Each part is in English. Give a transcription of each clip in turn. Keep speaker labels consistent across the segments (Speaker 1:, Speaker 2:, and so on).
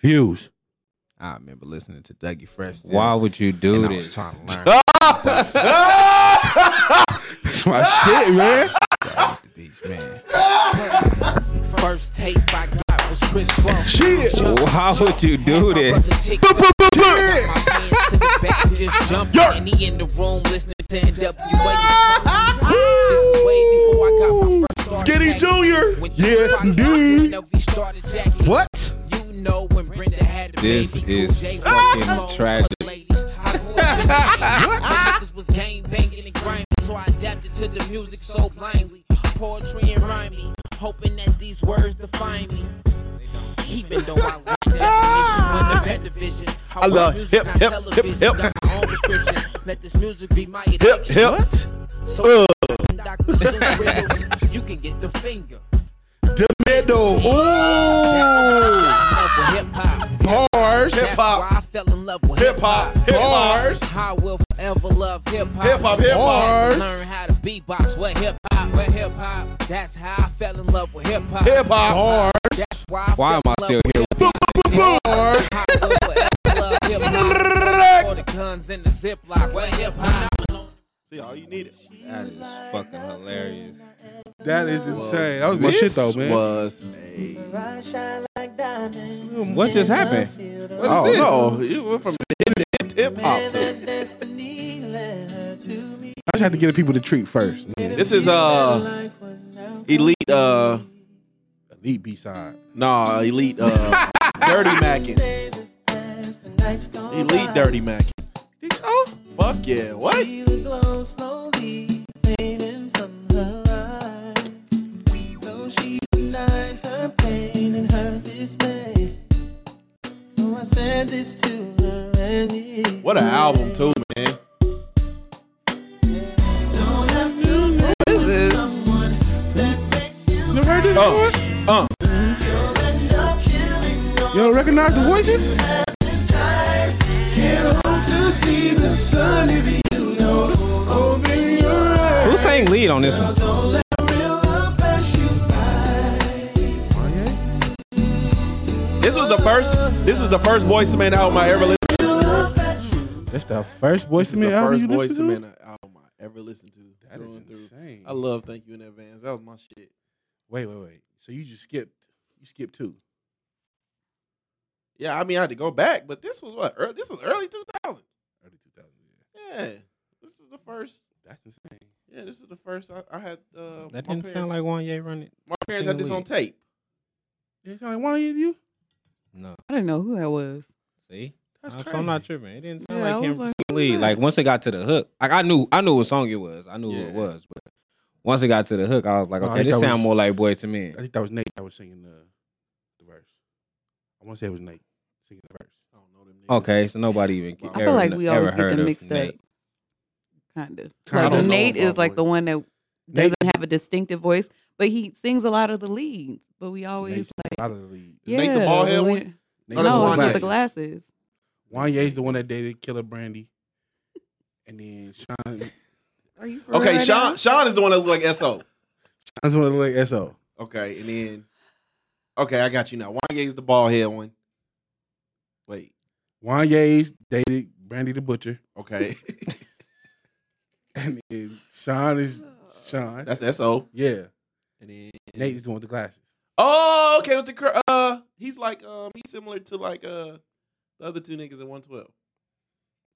Speaker 1: Hughes.
Speaker 2: I remember listening to Dougie Fresh.
Speaker 3: Why would you do
Speaker 2: I was
Speaker 3: this?
Speaker 2: trying to learn how
Speaker 1: That's my shit, man.
Speaker 2: to beat the beach, man. First tape I got was Chris Cross.
Speaker 1: Shit.
Speaker 3: Why would you do this?
Speaker 1: Shit.
Speaker 4: my hands to the back, just jump
Speaker 1: Yerp.
Speaker 4: and he in the room listening to NWA. this is way before I got my first start
Speaker 1: Skinny
Speaker 4: back.
Speaker 1: Junior.
Speaker 4: When
Speaker 1: Yes,
Speaker 4: Tupac
Speaker 1: indeed.
Speaker 4: Now we started jacking.
Speaker 1: What?
Speaker 4: You know when Brenda had the
Speaker 3: This
Speaker 4: baby, Cool
Speaker 3: is
Speaker 4: J wrote
Speaker 3: fucking
Speaker 4: songs for
Speaker 3: tragic.
Speaker 4: the ladies. I grew up in the 80s. I niggas was gang banging and grimy, so I adapted to the music so blindly. Poetry and rhyming, hoping that these words define me. Even though I lack that definition, the division, I, want
Speaker 1: love
Speaker 4: music,
Speaker 1: hip,
Speaker 4: not
Speaker 1: hip, hip,
Speaker 4: television,
Speaker 1: hip.
Speaker 4: got my own prescription. Let this music be my
Speaker 1: Hip,
Speaker 4: addiction.
Speaker 1: hip.
Speaker 4: So Dr. Seuss riddles, you can get the finger.
Speaker 1: The middle. Ooh.
Speaker 4: Love with hip hop.
Speaker 1: Bars.
Speaker 4: That's why I fell in love with hip hop.
Speaker 1: Bars.
Speaker 4: I will forever love hip hop.
Speaker 1: Hip-hop, hip-hop.
Speaker 4: Had to Learn how to beatbox with hip hop. With hip hop. That's how I fell in love with hip hop.
Speaker 1: Hip hop.
Speaker 4: That's why. I
Speaker 3: Why am I still here?
Speaker 1: Bars.
Speaker 4: here? All the guns in the ziploc. With hip hop.
Speaker 3: That is fucking hilarious.
Speaker 1: That is insane. That was my shit though, man.
Speaker 5: was a.
Speaker 3: What just happened?
Speaker 5: Oh no, you went from hip to hip hop.
Speaker 1: I just had to get the people to treat first.
Speaker 5: This is uh elite uh
Speaker 1: Elite B side.
Speaker 5: nah elite uh dirty mackin. Elite dirty mackin.
Speaker 1: Oh,
Speaker 5: Fuck yeah! What? What an album too, man.
Speaker 1: you heard this before?
Speaker 5: uh.
Speaker 1: You don't recognize the voices?
Speaker 3: Who sang lead on this one?
Speaker 5: This was the first. This is the first Boyz II Man album I ever listened.
Speaker 1: That's the first voice
Speaker 5: This
Speaker 1: to
Speaker 5: is
Speaker 1: me.
Speaker 5: the first
Speaker 1: you
Speaker 5: Boyz
Speaker 1: listen
Speaker 5: II
Speaker 1: to?
Speaker 5: Man album I ever listened to.
Speaker 1: That
Speaker 5: through and
Speaker 1: is
Speaker 5: through.
Speaker 1: insane.
Speaker 5: I love Thank You in Advance. That was my shit.
Speaker 1: Wait, wait, wait. So you just skipped. You skipped two.
Speaker 5: Yeah, I mean I had to go back, but this was what? Early, this was early 2000.
Speaker 1: Early 2000. Yeah.
Speaker 5: Yeah, this is the first.
Speaker 1: That's insane.
Speaker 5: Yeah, this is the first I, I had. Uh,
Speaker 3: That
Speaker 5: my
Speaker 3: didn't sound
Speaker 5: parents-
Speaker 3: like Wanye running.
Speaker 5: my parents had this on tape.
Speaker 1: You sound like one of you?
Speaker 3: No.
Speaker 6: I didn't know who that was.
Speaker 3: See?
Speaker 1: That's
Speaker 3: I'm,
Speaker 1: crazy.
Speaker 3: I'm not tripping. It didn't sound
Speaker 6: Yeah, I
Speaker 3: like
Speaker 6: was
Speaker 3: him
Speaker 6: like,
Speaker 3: singing
Speaker 6: who
Speaker 3: lead.
Speaker 6: that?
Speaker 3: Like once it got to the hook, like I knew I knew what song it was. I knew who it
Speaker 5: Yeah.
Speaker 3: was, but once it got to the hook, I was like,
Speaker 1: No, I
Speaker 3: okay,
Speaker 1: think
Speaker 3: this
Speaker 1: that
Speaker 3: sound
Speaker 1: was-
Speaker 3: more like Boys to
Speaker 1: I
Speaker 3: Men.
Speaker 1: think that was Nate that was singing the, the verse. I want to say it was Nate singing the verse.
Speaker 5: I don't know them niggas.
Speaker 3: Okay, so nobody even.
Speaker 5: I
Speaker 6: I
Speaker 3: ever-
Speaker 6: feel like we always
Speaker 3: ever
Speaker 6: get
Speaker 3: heard
Speaker 6: them
Speaker 3: of
Speaker 6: mixed up.
Speaker 3: Nate.
Speaker 6: Kind of.
Speaker 1: I
Speaker 6: Like
Speaker 1: don't know
Speaker 6: Nate
Speaker 1: about
Speaker 6: is like the
Speaker 1: voice.
Speaker 6: one that
Speaker 1: Nate-
Speaker 6: doesn't have a distinctive voice, but he sings a lot of the leads. But we always
Speaker 1: Nate's
Speaker 6: like
Speaker 1: out of the league.
Speaker 5: Is
Speaker 6: yeah,
Speaker 5: Nate the bald head
Speaker 6: we-
Speaker 5: one?
Speaker 6: No,
Speaker 5: No, that's
Speaker 6: he's got
Speaker 5: Wanye.
Speaker 6: the glasses.
Speaker 1: Wanye's the one that dated Killer Brandy. And then Sean.
Speaker 6: Are you for real
Speaker 5: Okay,
Speaker 6: right
Speaker 5: Sean.
Speaker 6: now?
Speaker 5: Sean is the one that looked like So.
Speaker 1: That's one of the like SO.
Speaker 5: Okay, and then. Okay, I got you now. Wanye's the bald head one. Wait.
Speaker 1: Wanye's dated Brandy the Butcher.
Speaker 5: Okay,
Speaker 1: And then Sean is Sean.
Speaker 5: that's So.
Speaker 1: yeah.
Speaker 5: And then
Speaker 1: Nate is the one with the glasses.
Speaker 5: Oh, okay. With the cr- uh, he's like um, he's similar to like uh, the other two niggas in one twelve.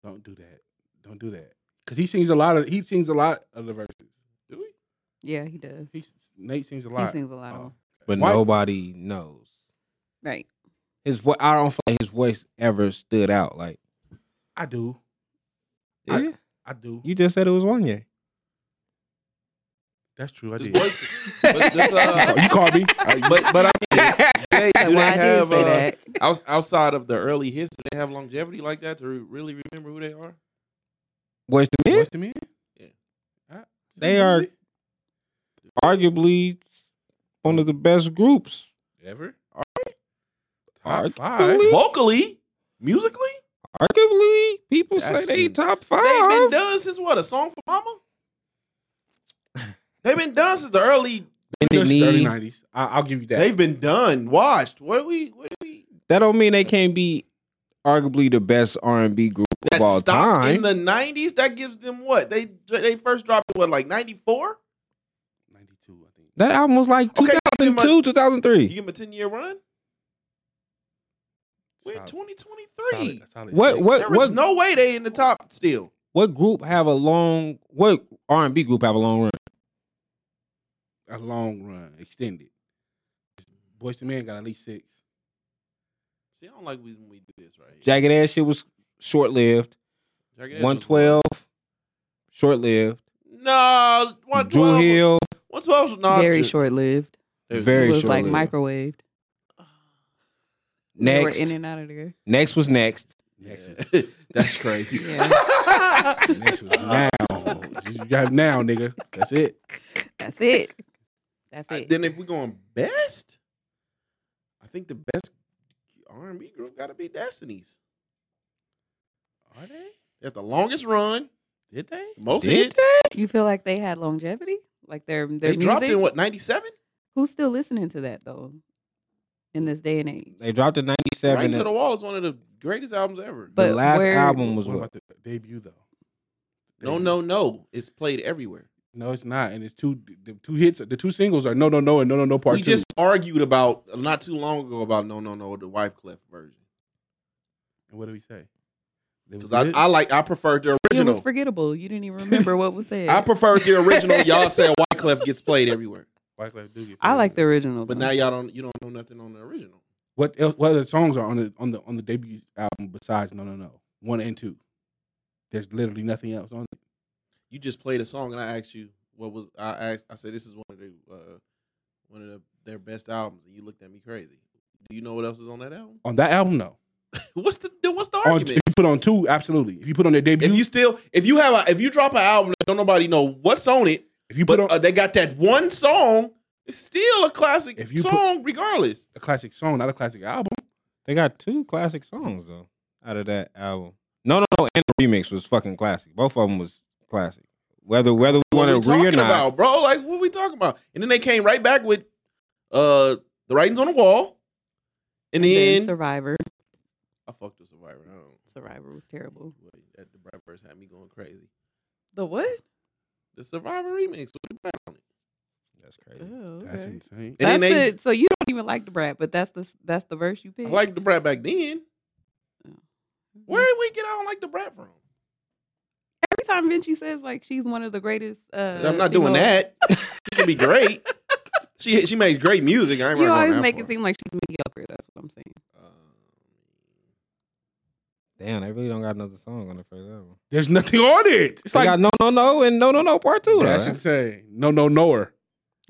Speaker 1: Don't do that. Don't do that. Cause he sings a lot of he sings a lot of the verses.
Speaker 5: Do we?
Speaker 6: Yeah, he does.
Speaker 1: He
Speaker 6: He
Speaker 1: s- Nate sings a lot.
Speaker 6: sings a lot of
Speaker 1: Oh.
Speaker 6: them.
Speaker 3: but
Speaker 1: Why-
Speaker 3: nobody knows
Speaker 6: Right.
Speaker 3: his. Vo- I don't feel like his voice ever stood out. Like
Speaker 1: I do.
Speaker 3: Yeah.
Speaker 1: I do.
Speaker 3: you just said, it was Wanye.
Speaker 1: That's true. I
Speaker 5: His
Speaker 1: did.
Speaker 5: voice. but, this,
Speaker 1: Oh,
Speaker 5: uh,
Speaker 1: you called me. All right, you-
Speaker 5: but but I mean, they,
Speaker 6: Like,
Speaker 5: do they
Speaker 6: why I
Speaker 5: have
Speaker 6: did
Speaker 5: uh,
Speaker 6: say that.
Speaker 5: outs- outside of the early hits? Do they have longevity like that to re- really remember who they are?
Speaker 3: Boys to Men.
Speaker 1: Voice to me?
Speaker 5: Yeah.
Speaker 1: Ah,
Speaker 3: They are- arguably one of the best groups.
Speaker 1: ever top
Speaker 3: Hard to
Speaker 1: five.
Speaker 3: believe.
Speaker 5: Vocally, musically,
Speaker 3: Arguably, people say
Speaker 5: That's
Speaker 3: they
Speaker 5: in-
Speaker 3: top
Speaker 5: they've been
Speaker 3: five. They
Speaker 5: done since what? A song for Mama. They've been done since the early.
Speaker 1: Early
Speaker 3: need,
Speaker 1: nineties. I'll give you that.
Speaker 5: They've been done. Washed. What we? What we?
Speaker 3: That don't mean they can't be arguably the best R and B group
Speaker 5: That
Speaker 3: of all
Speaker 5: stopped
Speaker 3: time.
Speaker 5: in the '90s. That gives them what they they first dropped in what like '94.
Speaker 1: 92, I think.
Speaker 3: that album was like
Speaker 5: Okay,
Speaker 3: 2002,
Speaker 5: you give 'em a- You
Speaker 3: 2003.
Speaker 5: give them a ten year run. We're in
Speaker 1: Solid-
Speaker 5: 2023.
Speaker 1: solid- solid
Speaker 3: What
Speaker 1: six.
Speaker 3: what
Speaker 5: There is
Speaker 3: what,
Speaker 5: no way they in the top still.
Speaker 3: what group have a long what R and B group have a long run?
Speaker 1: A long run, extended. Boys to Men got at least six.
Speaker 5: See, I don't like when we do this right here.
Speaker 3: Jagged Edge shit was short lived.
Speaker 5: Jagged Edge was
Speaker 3: One twelve, short lived.
Speaker 5: No, one
Speaker 3: Drew
Speaker 5: twelve.
Speaker 3: Hill,
Speaker 5: One twelve was not
Speaker 6: Very short lived. It
Speaker 3: Very
Speaker 6: was like
Speaker 3: short-lived.
Speaker 6: microwaved. They were in
Speaker 3: next,
Speaker 6: and out of there.
Speaker 3: next was next.
Speaker 1: Next
Speaker 5: Yeah.
Speaker 1: was, that's crazy.
Speaker 6: Yeah,
Speaker 1: Next was now. You got now, nigga. That's it.
Speaker 6: that's it. That's
Speaker 5: I-
Speaker 6: it.
Speaker 5: then if we're going best, I think the best R and B group got to be Destiny's.
Speaker 1: Are they?
Speaker 5: They have the longest run,
Speaker 1: Did they?
Speaker 5: the most
Speaker 3: Did
Speaker 5: hits.
Speaker 6: You feel like they had longevity? Like their
Speaker 5: They
Speaker 6: their
Speaker 5: dropped
Speaker 6: music?
Speaker 5: in what ninety seven,
Speaker 6: Who's still listening to that though? In this day and age,
Speaker 3: They dropped in '97.
Speaker 5: right to the wall is one of the greatest albums ever.
Speaker 6: But
Speaker 3: the last
Speaker 6: where-
Speaker 3: album was
Speaker 1: What about
Speaker 3: what?
Speaker 1: the debut though?
Speaker 5: no,
Speaker 1: Debut.
Speaker 5: no, no, it's played everywhere.
Speaker 1: no, it's not. And it's two the two hits. The two singles are no, no, no, and no, no, no. Part
Speaker 5: we
Speaker 1: two.
Speaker 5: just argued about not too long ago about no, no, no, the Wyclef version
Speaker 1: And what do we say? They was
Speaker 5: because I,
Speaker 1: good?
Speaker 5: I like I preferred the
Speaker 6: it was
Speaker 5: original.
Speaker 6: forgettable. You didn't even remember what was said.
Speaker 5: I preferred the original. Y'all said Wyclef gets played everywhere,
Speaker 1: Wyclef do get
Speaker 6: I like the
Speaker 1: played.
Speaker 6: original,
Speaker 5: but
Speaker 6: though.
Speaker 5: now y'all don't. You don't know nothing on the original.
Speaker 1: what else, what other songs are on the on the on the debut album besides no, no, no, one and two. There's literally nothing else on it.
Speaker 5: you just played a song and I asked you what was I asked I said this is one of the uh, one of the, their best albums and you looked at me crazy. Do you know what else is on that album?
Speaker 1: On that album, no.
Speaker 5: What's the then what's the
Speaker 1: On, if
Speaker 5: argument?
Speaker 1: you put on two, absolutely. If you put on their debut,
Speaker 5: If you still if you have a if you drop an album that don't nobody know what's on it,
Speaker 1: if you put
Speaker 5: but
Speaker 1: on
Speaker 5: uh, they got that one song, it's still a classic
Speaker 1: If you put-
Speaker 5: song regardless.
Speaker 1: a classic song, not a classic album.
Speaker 3: They got two classic songs though out of that album. No, no, no, and the remix was fucking classic. Both of them was classic. Whether whether we
Speaker 5: What
Speaker 3: want
Speaker 5: are
Speaker 3: to
Speaker 5: we
Speaker 3: agree
Speaker 5: talking
Speaker 3: or not,
Speaker 5: about, bro? Like what we talking about? And then they came right back with uh the writings on the wall. And
Speaker 6: And then
Speaker 5: then
Speaker 6: Survivor.
Speaker 5: I fucked with Survivor. I don't
Speaker 6: Survivor was terrible.
Speaker 5: Wait, that the Brad verse had me going crazy.
Speaker 6: The what?
Speaker 5: The Survivor remix with the Brad on it.
Speaker 3: that's
Speaker 6: Oh,
Speaker 3: crazy.
Speaker 1: That's
Speaker 6: okay.
Speaker 1: insane.
Speaker 5: And then
Speaker 6: That's
Speaker 5: they,
Speaker 6: the, so you don't even like the brat, but that's the that's the verse you
Speaker 5: I
Speaker 6: picked.
Speaker 5: liked the Brad back
Speaker 6: Mm-hmm.
Speaker 5: then.
Speaker 6: Mhm.
Speaker 5: Where did we get I don't like the Brad from?
Speaker 6: every time Vinci says like she's one of the greatest. Uh,
Speaker 5: I'm not doing
Speaker 6: female-
Speaker 5: that. She can be great. She she makes great music. I ain't
Speaker 6: You
Speaker 5: gonna go
Speaker 6: always
Speaker 5: that
Speaker 6: make it
Speaker 5: far.
Speaker 6: seem like she's mediocre. That's what I'm saying.
Speaker 5: Um,
Speaker 3: Damn, they really don't got another song on the first album.
Speaker 1: There's nothing on it. It's
Speaker 3: They
Speaker 1: like
Speaker 3: got no, no, no, and no, no, no part two. though.
Speaker 1: that's insane. No, no, noer.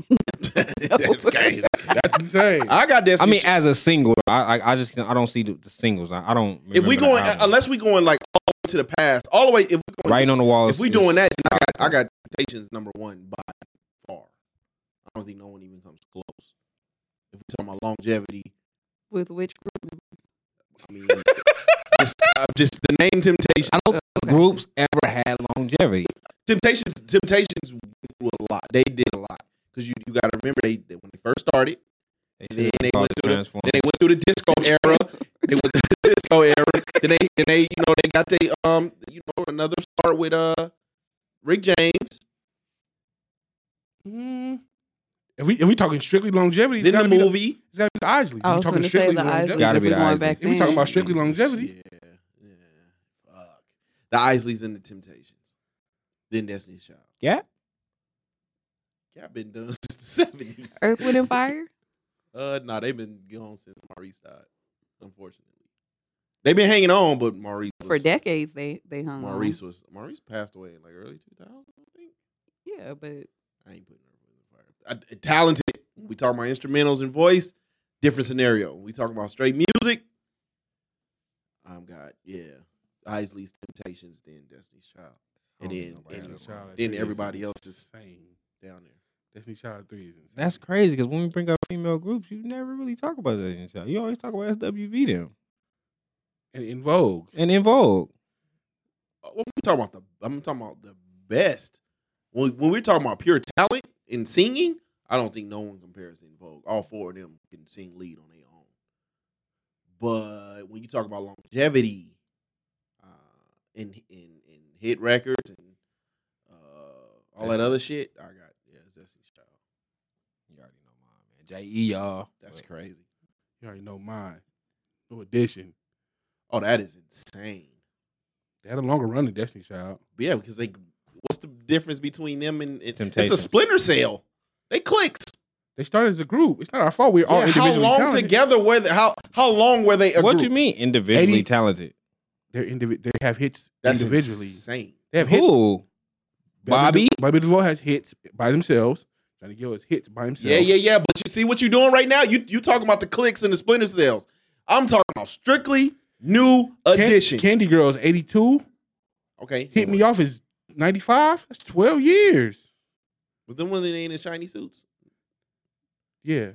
Speaker 5: That's crazy.
Speaker 1: That's insane.
Speaker 5: I got this.
Speaker 3: I mean, as a single, I I, I just I don't see the, the singles. I, I don't.
Speaker 5: if
Speaker 3: remember the
Speaker 5: we going
Speaker 3: album.
Speaker 5: unless we going like all the way to the past, all the way if we going
Speaker 3: writing on the walls,
Speaker 5: if we doing that, then I got I got Temptations number one by far. I don't think no one even comes close. If we talking about longevity,
Speaker 6: With which group?
Speaker 5: I mean, just, uh, just the name Temptations.
Speaker 3: I don't think
Speaker 6: Okay.
Speaker 3: groups ever had longevity.
Speaker 5: Temptations, Temptations went through a lot. They did a lot because you, you got to remember they, they when they first started. Then they went through the-
Speaker 3: transform.
Speaker 5: Then they went through the disco era. They was the disco era. Then they, then they, you know, they got they um, you know, another start with uh, Rick James.
Speaker 1: Mm. If we if we talking strictly longevity, it's
Speaker 5: Then the
Speaker 1: gotta be
Speaker 5: movie.
Speaker 1: it's gotta be the Isleys.
Speaker 6: I
Speaker 1: If we
Speaker 6: was
Speaker 1: talking
Speaker 6: going to say
Speaker 1: strictly
Speaker 6: the Isleys.
Speaker 1: longevity,
Speaker 3: Gotta
Speaker 6: if
Speaker 3: be
Speaker 6: we're
Speaker 3: the
Speaker 6: going
Speaker 3: Isleys.
Speaker 6: back
Speaker 1: If we talking
Speaker 6: then.
Speaker 1: about strictly longevity.
Speaker 5: Yeah, yeah. Fuck. The Isleys and the Temptations. Then Destiny's Child.
Speaker 3: Yeah.
Speaker 5: Yeah, been done since the seventies.
Speaker 6: Earth, Wind, and Fire.
Speaker 5: Uh, no, they've been gone since Maurice died. Unfortunately, they've been hanging on, but Maurice
Speaker 6: For
Speaker 5: was,
Speaker 6: decades, they they hung.
Speaker 5: Maurice
Speaker 6: Maurice.
Speaker 5: was Maurice passed away in like early two thousand. I think
Speaker 6: Yeah, but
Speaker 5: I ain't putting her in the fire. I- talented. When we talk about instrumentals and voice, different scenario. When we talk about straight music, I'm God. Yeah, Isley's Temptations, then Destiny's Child, and then
Speaker 1: Destiny's
Speaker 5: and
Speaker 1: Child at
Speaker 5: then
Speaker 1: three
Speaker 5: everybody
Speaker 1: is
Speaker 5: else is
Speaker 1: insane.
Speaker 5: down there.
Speaker 1: Destiny Child at Three is insane.
Speaker 3: That's crazy because when we bring up female groups, you never really talk about that and shit. You always talk about SWV them
Speaker 1: and in Vogue.
Speaker 3: and In Vogue.
Speaker 5: Uh, When we talking about the, I'm talking about the best. When when we're talking about pure talent in singing, I don't think no one compares to in Vogue. All four of them can sing lead on their own. But when you talk about longevity, uh, in in in hit records and uh, all that other shit, I got yeah, it's Destiny's Child.
Speaker 3: You already know mine, man. J E y'all.
Speaker 5: That's
Speaker 3: But-
Speaker 5: crazy.
Speaker 1: You already know mine. New edition.
Speaker 5: Oh, that is insane.
Speaker 1: They had a longer run than Destiny Child.
Speaker 5: But yeah, because they, what's the difference between them and, and it's a
Speaker 3: Temptations.
Speaker 5: splinter cell? They clicks.
Speaker 1: They started as a group. It's not our fault. We're all
Speaker 5: Yeah, how
Speaker 1: individually
Speaker 5: long
Speaker 1: talented.
Speaker 5: together were they? How how long were they? A
Speaker 3: What
Speaker 5: group?
Speaker 3: you mean individually
Speaker 1: 80
Speaker 3: talented?
Speaker 1: They're indivi- they have hits
Speaker 5: That's
Speaker 1: individually.
Speaker 5: insane.
Speaker 1: They have hits.
Speaker 3: Who? Bobby?
Speaker 1: Du- Bobby DeVoe has hits by themselves. Johnny Gill has hits by himself.
Speaker 5: Yeah, yeah, yeah. But you see what you're doing right now? You you talking about the clicks and the splinter cells? I'm talking about strictly new
Speaker 1: Can-
Speaker 5: edition.
Speaker 1: Candy Girl is 82.
Speaker 5: okay,
Speaker 1: Hit Me Off is 95. That's 12 years.
Speaker 5: Was them when they ain't in shiny suits?
Speaker 1: Yeah.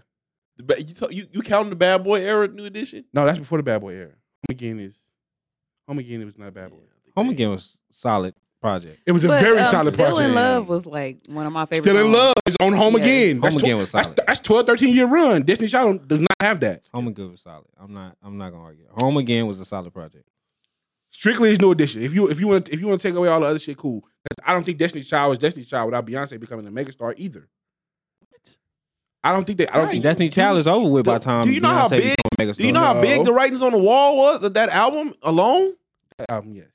Speaker 5: The ba- you, ta- you you counting the bad boy era new edition?
Speaker 1: No, that's before the Bad Boy era. Home Again is. Home Again, it was not a Bad Boy.
Speaker 3: Home again was solid project.
Speaker 1: It was a
Speaker 6: But,
Speaker 1: very
Speaker 6: um,
Speaker 1: solid
Speaker 6: Still
Speaker 1: project.
Speaker 6: in Love was like one of my favorite.
Speaker 1: Still in
Speaker 6: songs.
Speaker 1: Love is on Home
Speaker 6: Yes.
Speaker 1: Again. That's
Speaker 3: Home
Speaker 1: tw-
Speaker 3: again was
Speaker 1: That's,
Speaker 3: solid.
Speaker 1: that's 12, 13 year run. Destiny Child don't- does not have that.
Speaker 3: Home again was solid. I'm not. I'm not gonna argue. Home again was a solid project.
Speaker 1: Strictly is new edition. If you if you want to if you want to take away all the other shit, cool. 'Cause I don't think Destiny Child was Destiny Child without Beyonce becoming a megastar either. I don't think they. I don't think
Speaker 3: Destiny Child is over with by the
Speaker 5: Do-
Speaker 3: time.
Speaker 5: do you know how
Speaker 3: Beyonce
Speaker 5: big-
Speaker 3: become a
Speaker 5: Do you
Speaker 3: megastar.
Speaker 5: know how big the writings on the wall was of that album alone?
Speaker 1: that album. Yes.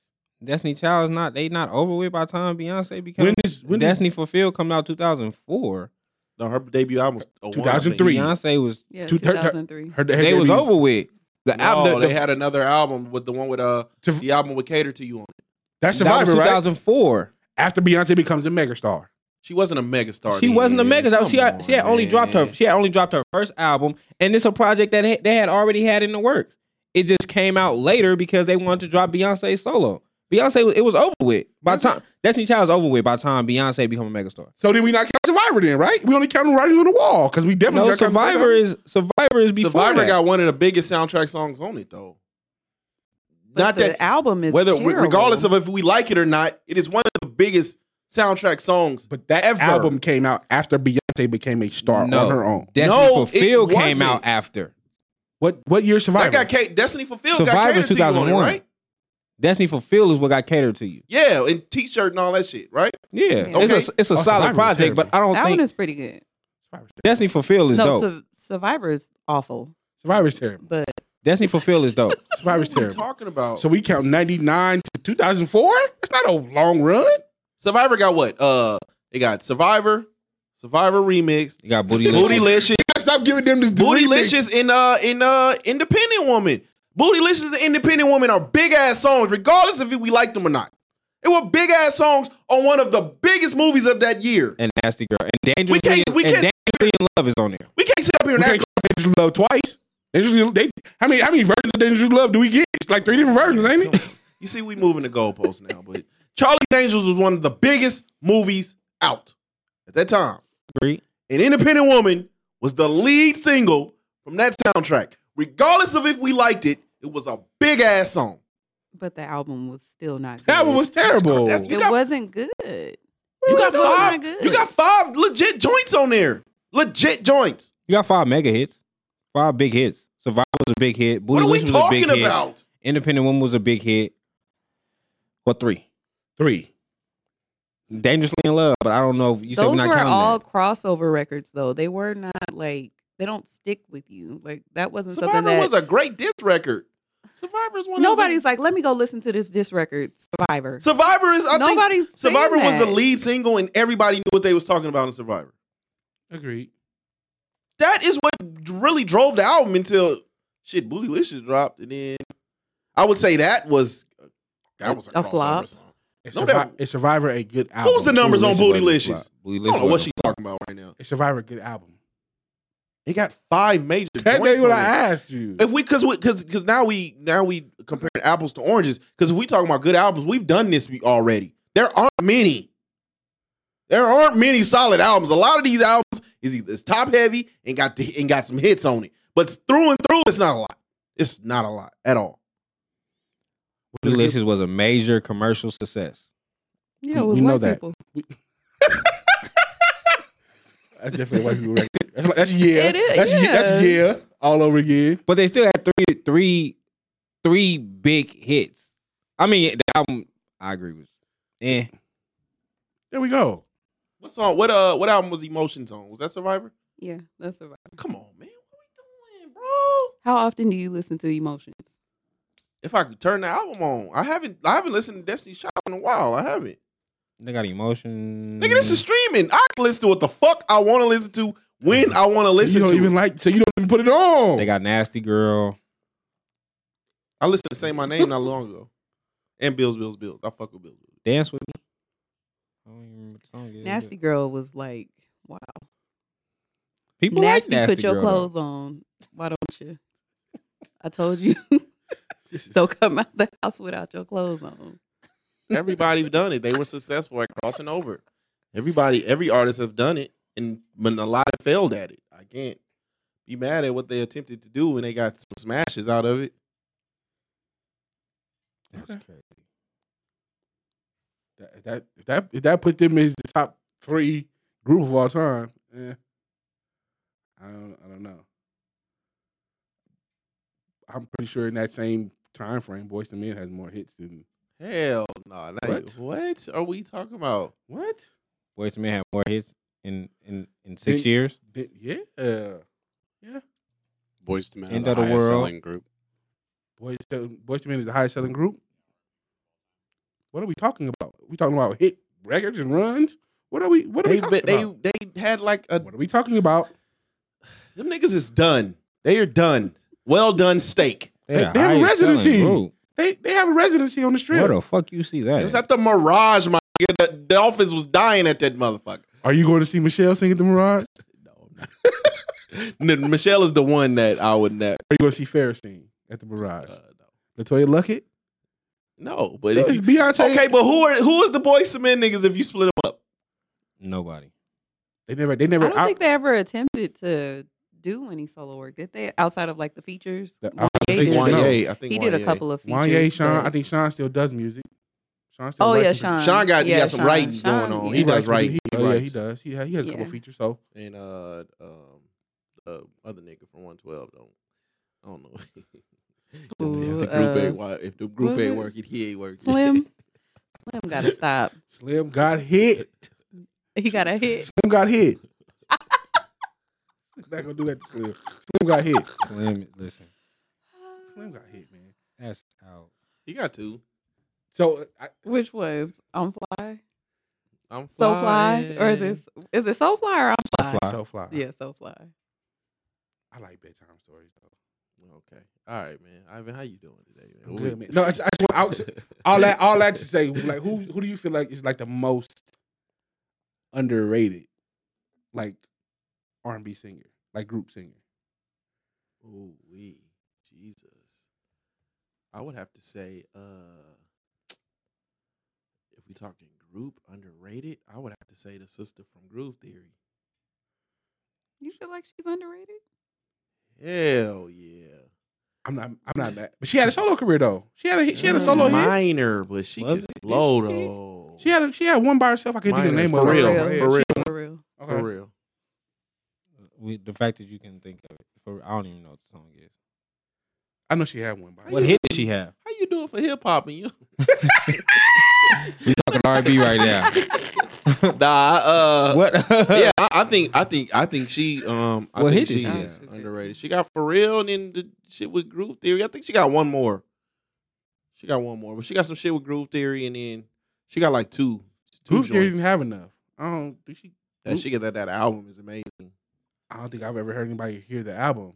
Speaker 3: Destiny Child is not. They not over with by the time Beyonce became.
Speaker 1: When is when is
Speaker 3: Destiny Fulfilled come out 2004.
Speaker 5: No, her debut album was a one, I think.
Speaker 1: 2003. Three.
Speaker 3: Beyonce was.
Speaker 6: Yeah,
Speaker 1: Two- her- her-
Speaker 6: 2003.
Speaker 1: her, her
Speaker 3: they was
Speaker 1: debut?
Speaker 3: over with. The
Speaker 5: No,
Speaker 3: album. the,
Speaker 5: they had another album with the one with uh
Speaker 1: To-
Speaker 5: the album with Cater to You on. it.
Speaker 1: That's
Speaker 3: that
Speaker 1: Survivor,
Speaker 3: was
Speaker 1: right?
Speaker 3: 2004.
Speaker 1: After Beyonce becomes a megastar.
Speaker 5: She wasn't a megastar.
Speaker 3: She
Speaker 5: then.
Speaker 3: wasn't a mega.
Speaker 5: Come
Speaker 3: She had, she had
Speaker 5: on,
Speaker 3: only dropped her.
Speaker 5: man.
Speaker 3: She had only dropped her first album, and it's a project that ha- they had already had in the works. It just came out later because they wanted to drop Beyonce solo. Beyonce, was- it was over with by the time Destiny Child was over with by the time Beyonce become a megastar.
Speaker 1: So then we not count Survivor then, right? We only count writings on the wall because we definitely
Speaker 3: No,
Speaker 1: not counting
Speaker 3: Survivor is Survivor is before
Speaker 5: Survivor
Speaker 3: that.
Speaker 5: got one of the biggest soundtrack songs on it though.
Speaker 6: But
Speaker 5: Not
Speaker 6: the
Speaker 5: that
Speaker 6: album is
Speaker 5: whether
Speaker 6: terrible.
Speaker 5: regardless of if we like it or not, it is one of the biggest soundtrack songs.
Speaker 1: But that
Speaker 5: Ever.
Speaker 1: album came out after Beyonce became a star
Speaker 3: No.
Speaker 1: on her own.
Speaker 3: Destiny
Speaker 5: No, it
Speaker 3: Fulfilled came out
Speaker 5: wasn't.
Speaker 3: after.
Speaker 1: What what year Survivor?
Speaker 5: That got Kate Destiny Fulfilled got
Speaker 3: Survivor
Speaker 5: catered to you on it,
Speaker 3: 2001.
Speaker 5: right?
Speaker 3: Destiny Fulfilled is what got catered to you.
Speaker 5: Yeah, and T-shirt and all that shit, right?
Speaker 3: Yeah,
Speaker 6: Okay.
Speaker 3: it's a it's a
Speaker 1: Oh, Survivor
Speaker 3: solid
Speaker 1: was
Speaker 3: project, but I don't
Speaker 6: that
Speaker 3: think
Speaker 6: one is pretty good.
Speaker 1: Survivor's terrible.
Speaker 3: Destiny Fulfilled is
Speaker 6: No,
Speaker 3: dope.
Speaker 6: Su- Survivor is awful,
Speaker 1: Survivor's terrible.
Speaker 6: but
Speaker 3: Destiny Fulfilled is dope.
Speaker 1: Survivor's
Speaker 5: What are you
Speaker 1: terrible.
Speaker 5: talking about?
Speaker 1: So we count 99 to 2004? That's not a long run.
Speaker 5: Survivor got what? Uh, it got Survivor, Survivor remix,
Speaker 3: You got booty.
Speaker 5: Bootylicious,
Speaker 1: Stop giving them this
Speaker 5: Bootylicious, and uh, in uh, Independent Woman. Bootylicious and Independent Woman are big ass songs, regardless if we liked them or not. They were big ass songs on one of the biggest movies of that year.
Speaker 3: and Nasty Girl and Dangerously,
Speaker 5: can't- we
Speaker 3: and
Speaker 5: can't-
Speaker 3: Dangerously in Love is on there.
Speaker 5: We can't sit up here
Speaker 1: We
Speaker 5: and
Speaker 1: can't
Speaker 5: act.
Speaker 1: count Dangerous Love twice. Dangerous, they, how many how many versions of Dangerous Love do we get? It's like three different versions, ain't it?
Speaker 5: You see, we moving the goalposts now, but Charlie's Angels was one of the biggest movies out at that time.
Speaker 3: Agreed.
Speaker 5: An Independent Woman was the lead single from that soundtrack. Regardless of if we liked it, it was a big ass song.
Speaker 6: but the album was still not. Good.
Speaker 1: That one was terrible.
Speaker 5: That's- you
Speaker 6: It
Speaker 5: got-
Speaker 6: wasn't good.
Speaker 5: You got
Speaker 6: It was not
Speaker 5: five.
Speaker 6: good.
Speaker 5: You got five legit joints on there. Legit joints.
Speaker 3: You got five mega hits, five big hits. Survivor was a big hit. Booty
Speaker 5: What are we
Speaker 3: Lips was a big
Speaker 5: talking
Speaker 3: hit.
Speaker 5: about?
Speaker 3: Independent Woman was a big hit. What three?
Speaker 1: Three.
Speaker 3: Dangerously in Love, but I don't know. if You said we're
Speaker 6: Those
Speaker 3: not
Speaker 6: were
Speaker 3: counting
Speaker 6: all
Speaker 3: that.
Speaker 6: crossover records, though. They were not like they don't stick with you. Like that wasn't something
Speaker 5: Survivor
Speaker 6: that
Speaker 5: was a great disc record. Survivor's one. Of
Speaker 6: nobody's like. Let me go listen to this disc record, Survivor.
Speaker 5: the, Survivor is. I think
Speaker 6: Nobody's saying
Speaker 5: Survivor was the
Speaker 6: that.
Speaker 5: lead single, and everybody knew what they was talking about in Survivor.
Speaker 1: Agreed.
Speaker 5: that is what really drove the album until shit Bootylicious dropped, and then I would say that was that was a,
Speaker 6: A
Speaker 5: crossover
Speaker 6: flop.
Speaker 5: Song.
Speaker 1: Is,
Speaker 5: No
Speaker 1: Survi-
Speaker 5: doubt.
Speaker 1: is Survivor a good album?
Speaker 5: What was the numbers on
Speaker 3: Bootylicious
Speaker 5: Bootylicious?
Speaker 3: was a flop. Bootylicious
Speaker 5: I don't know what
Speaker 3: was a
Speaker 5: she
Speaker 3: flop.
Speaker 5: talking about right now.
Speaker 1: Is Survivor a good album?
Speaker 5: It got five major.
Speaker 1: That's
Speaker 5: joints
Speaker 1: what
Speaker 5: on
Speaker 1: I
Speaker 5: it.
Speaker 1: asked you.
Speaker 5: If we because because because now we now we comparing apples to oranges because if we talking about good albums, we've done this we- already. There aren't many. There aren't many solid albums. A lot of these albums is either it's top heavy and got the, and got some hits on it, but through and through, it's not a lot. It's not a lot at all.
Speaker 3: Bootylicious was a major commercial success.
Speaker 6: yeah,
Speaker 1: we-
Speaker 6: with
Speaker 1: we know
Speaker 6: white
Speaker 1: that.
Speaker 6: people.
Speaker 1: That's definitely white people. Record. That's, like- that's yeah.
Speaker 6: It is,
Speaker 1: That's yeah.
Speaker 6: yeah.
Speaker 1: That's yeah. all over again.
Speaker 3: But they still had three, three, three big hits. I mean, the album I agree with. Eh,
Speaker 1: There we go.
Speaker 5: What song? What uh? What album was Emotions on? Was that Survivor?
Speaker 6: Yeah, that's a
Speaker 5: Come on, man. What we doing, bro?
Speaker 6: How often do you listen to emotions?
Speaker 5: If I could turn the album on, I haven't. I haven't listened to Destiny's Child in a while. I haven't.
Speaker 3: they got emotion.
Speaker 5: Nigga, this is streaming. I can listen to what the fuck I want to listen to when I want to
Speaker 1: So
Speaker 5: listen
Speaker 1: you
Speaker 5: to.
Speaker 1: don't
Speaker 5: it.
Speaker 1: even like. So you don't even put it
Speaker 6: Oh.
Speaker 1: on.
Speaker 3: They got nasty girl.
Speaker 5: I listened to Say My Name not long ago, and Bills, Bills, Bills. I fuck with Bills. Bills.
Speaker 3: Dance with me. I don't even remember the song. it is.
Speaker 6: Nasty girl was like, wow.
Speaker 3: People
Speaker 6: nasty,
Speaker 3: like nasty
Speaker 6: put your
Speaker 3: girl, though.
Speaker 6: clothes on. Why don't you? I told you. don't come out the house without your clothes on.
Speaker 5: Everybody done it. They were successful at crossing over. Everybody, every artist have done it, and but a lot have failed at it. I can't be mad at what they attempted to do, and they got some smashes out of it.
Speaker 3: That's crazy.
Speaker 1: That- if that if that if that put them as the top three group of all time, eh, I don't I don't know. I'm pretty sure in that same time frame, Boys to Men has more hits than
Speaker 5: Hell no! Nah, what?
Speaker 1: What?
Speaker 5: what are we talking about?
Speaker 1: what?
Speaker 3: Boys Man had more hits in in in six
Speaker 1: Then-
Speaker 3: years.
Speaker 1: Th- yeah,
Speaker 7: Boys to Men
Speaker 3: End
Speaker 7: are
Speaker 3: of the
Speaker 7: the highest
Speaker 3: world.
Speaker 7: selling group.
Speaker 1: Boys to Boys to Men is the highest selling group. What are we talking about? we talking about hit records and runs? What are we? What are
Speaker 5: They,
Speaker 1: we talking
Speaker 5: but they
Speaker 1: about?
Speaker 5: they had like a
Speaker 1: What are we talking about?
Speaker 5: them niggas is done. They are done. Well done steak.
Speaker 1: They-
Speaker 3: the
Speaker 1: they have a
Speaker 3: highest selling
Speaker 1: residency.
Speaker 3: group.
Speaker 1: They they have a residency on the strip.
Speaker 3: Where the fuck you see that?
Speaker 5: It was
Speaker 3: at?
Speaker 5: at the Mirage, my nigga. The Dolphins was dying at that motherfucker.
Speaker 1: Are you going to see Michelle sing at the Mirage?
Speaker 5: No, I'm not. N- Michelle is the one that I would never.
Speaker 1: Or are you going to see Ferris sing at the Mirage?
Speaker 5: Uh,
Speaker 1: Latoya Luckett.
Speaker 5: no, no, but
Speaker 1: so
Speaker 5: if
Speaker 1: it's
Speaker 5: you-
Speaker 1: Beyonce.
Speaker 5: okay, but who are who is the boys to men niggas if you split them up?
Speaker 3: Nobody.
Speaker 1: they never, they
Speaker 6: I
Speaker 1: never.
Speaker 6: don't think they ever attempted to do any solo work, did they? Outside of like the features,
Speaker 1: The-
Speaker 6: Wanye
Speaker 1: I
Speaker 6: did,
Speaker 1: think
Speaker 6: a-
Speaker 1: Wanye-
Speaker 5: I think
Speaker 6: he did a couple of features.
Speaker 1: Wanye, Sean.
Speaker 6: but-
Speaker 1: I think Sean still does music. Sean still.
Speaker 6: Oh
Speaker 1: writes
Speaker 6: yeah,
Speaker 1: and-
Speaker 6: Sean.
Speaker 5: Sean got- he
Speaker 6: yeah,
Speaker 5: got some writing
Speaker 6: Sean,
Speaker 5: going on.
Speaker 6: yeah.
Speaker 5: He
Speaker 1: writes-
Speaker 5: does
Speaker 1: He,
Speaker 5: write. He
Speaker 1: oh, yeah,
Speaker 5: writes.
Speaker 1: he does. He, ha- he has a couple
Speaker 6: Yeah.
Speaker 1: features. So
Speaker 5: And uh, um, the other nigga from one twelve don't. I don't know. if
Speaker 6: Who,
Speaker 5: the group
Speaker 6: uh,
Speaker 5: ain't wa- if the group
Speaker 6: was
Speaker 5: ain't
Speaker 6: it?
Speaker 5: working, he ain't working.
Speaker 6: uh, Slim. Slim got to stop.
Speaker 1: Slim got hit.
Speaker 6: He got a hit.
Speaker 1: Slim got hit. Not gonna do that to Slim. Slim got hit.
Speaker 3: Slim, listen,
Speaker 1: Slim got hit, man.
Speaker 3: that's out.
Speaker 5: he got two.
Speaker 1: So I,
Speaker 6: Which ones? I'm fly,
Speaker 5: I'm
Speaker 6: so fly, or is this is it so fly or I'm fly?
Speaker 3: Fly.
Speaker 1: so fly.
Speaker 6: Yeah, so fly.
Speaker 1: I like bedtime stories though.
Speaker 5: Okay. All right, man. Ivan, how you doing today,
Speaker 1: I'm
Speaker 5: man?
Speaker 1: good, man. No, I, just- I just want I, all that all that to say like who who do you feel like is like the most underrated like R and B singer like group singer
Speaker 5: Ooh wee, Jesus. I would have to say, uh, if we talking group underrated, I would have to say the sister from Groove Theory.
Speaker 6: You feel like she's underrated?
Speaker 5: Hell yeah.
Speaker 1: I'm not I'm not mad but she had a solo career though she had a hit- she had a
Speaker 5: Mm,
Speaker 1: solo hit
Speaker 5: minor, but she
Speaker 3: Was
Speaker 5: was blow though.
Speaker 1: she had a, she had one by herself I can't think of the
Speaker 5: Minor,
Speaker 1: name of
Speaker 5: For
Speaker 1: it
Speaker 5: real,
Speaker 1: Okay.
Speaker 5: for real.
Speaker 6: for real.
Speaker 1: Okay.
Speaker 5: for real.
Speaker 3: We, the fact that you can think of it, for, I don't even know what the song is.
Speaker 1: I know she had one by
Speaker 3: What
Speaker 1: herself.
Speaker 3: hit did she have?
Speaker 5: How you doing for hip hop and you?
Speaker 3: We talking R&B right now.
Speaker 5: nah, uh,
Speaker 3: What?
Speaker 5: yeah, I, I think I think I think she um I
Speaker 3: What hit
Speaker 5: think
Speaker 3: did
Speaker 5: she
Speaker 3: she
Speaker 5: is
Speaker 6: have?
Speaker 5: underrated. She got for real and then the shit with Groove Theory. I think she got one more. She got one more, but she got some shit with Groove Theory and then she got like two. two
Speaker 1: Groove Theory
Speaker 5: joints.
Speaker 1: didn't have enough I don't think she
Speaker 5: and she got that, that album is amazing.
Speaker 1: I don't think I've ever heard anybody hear the album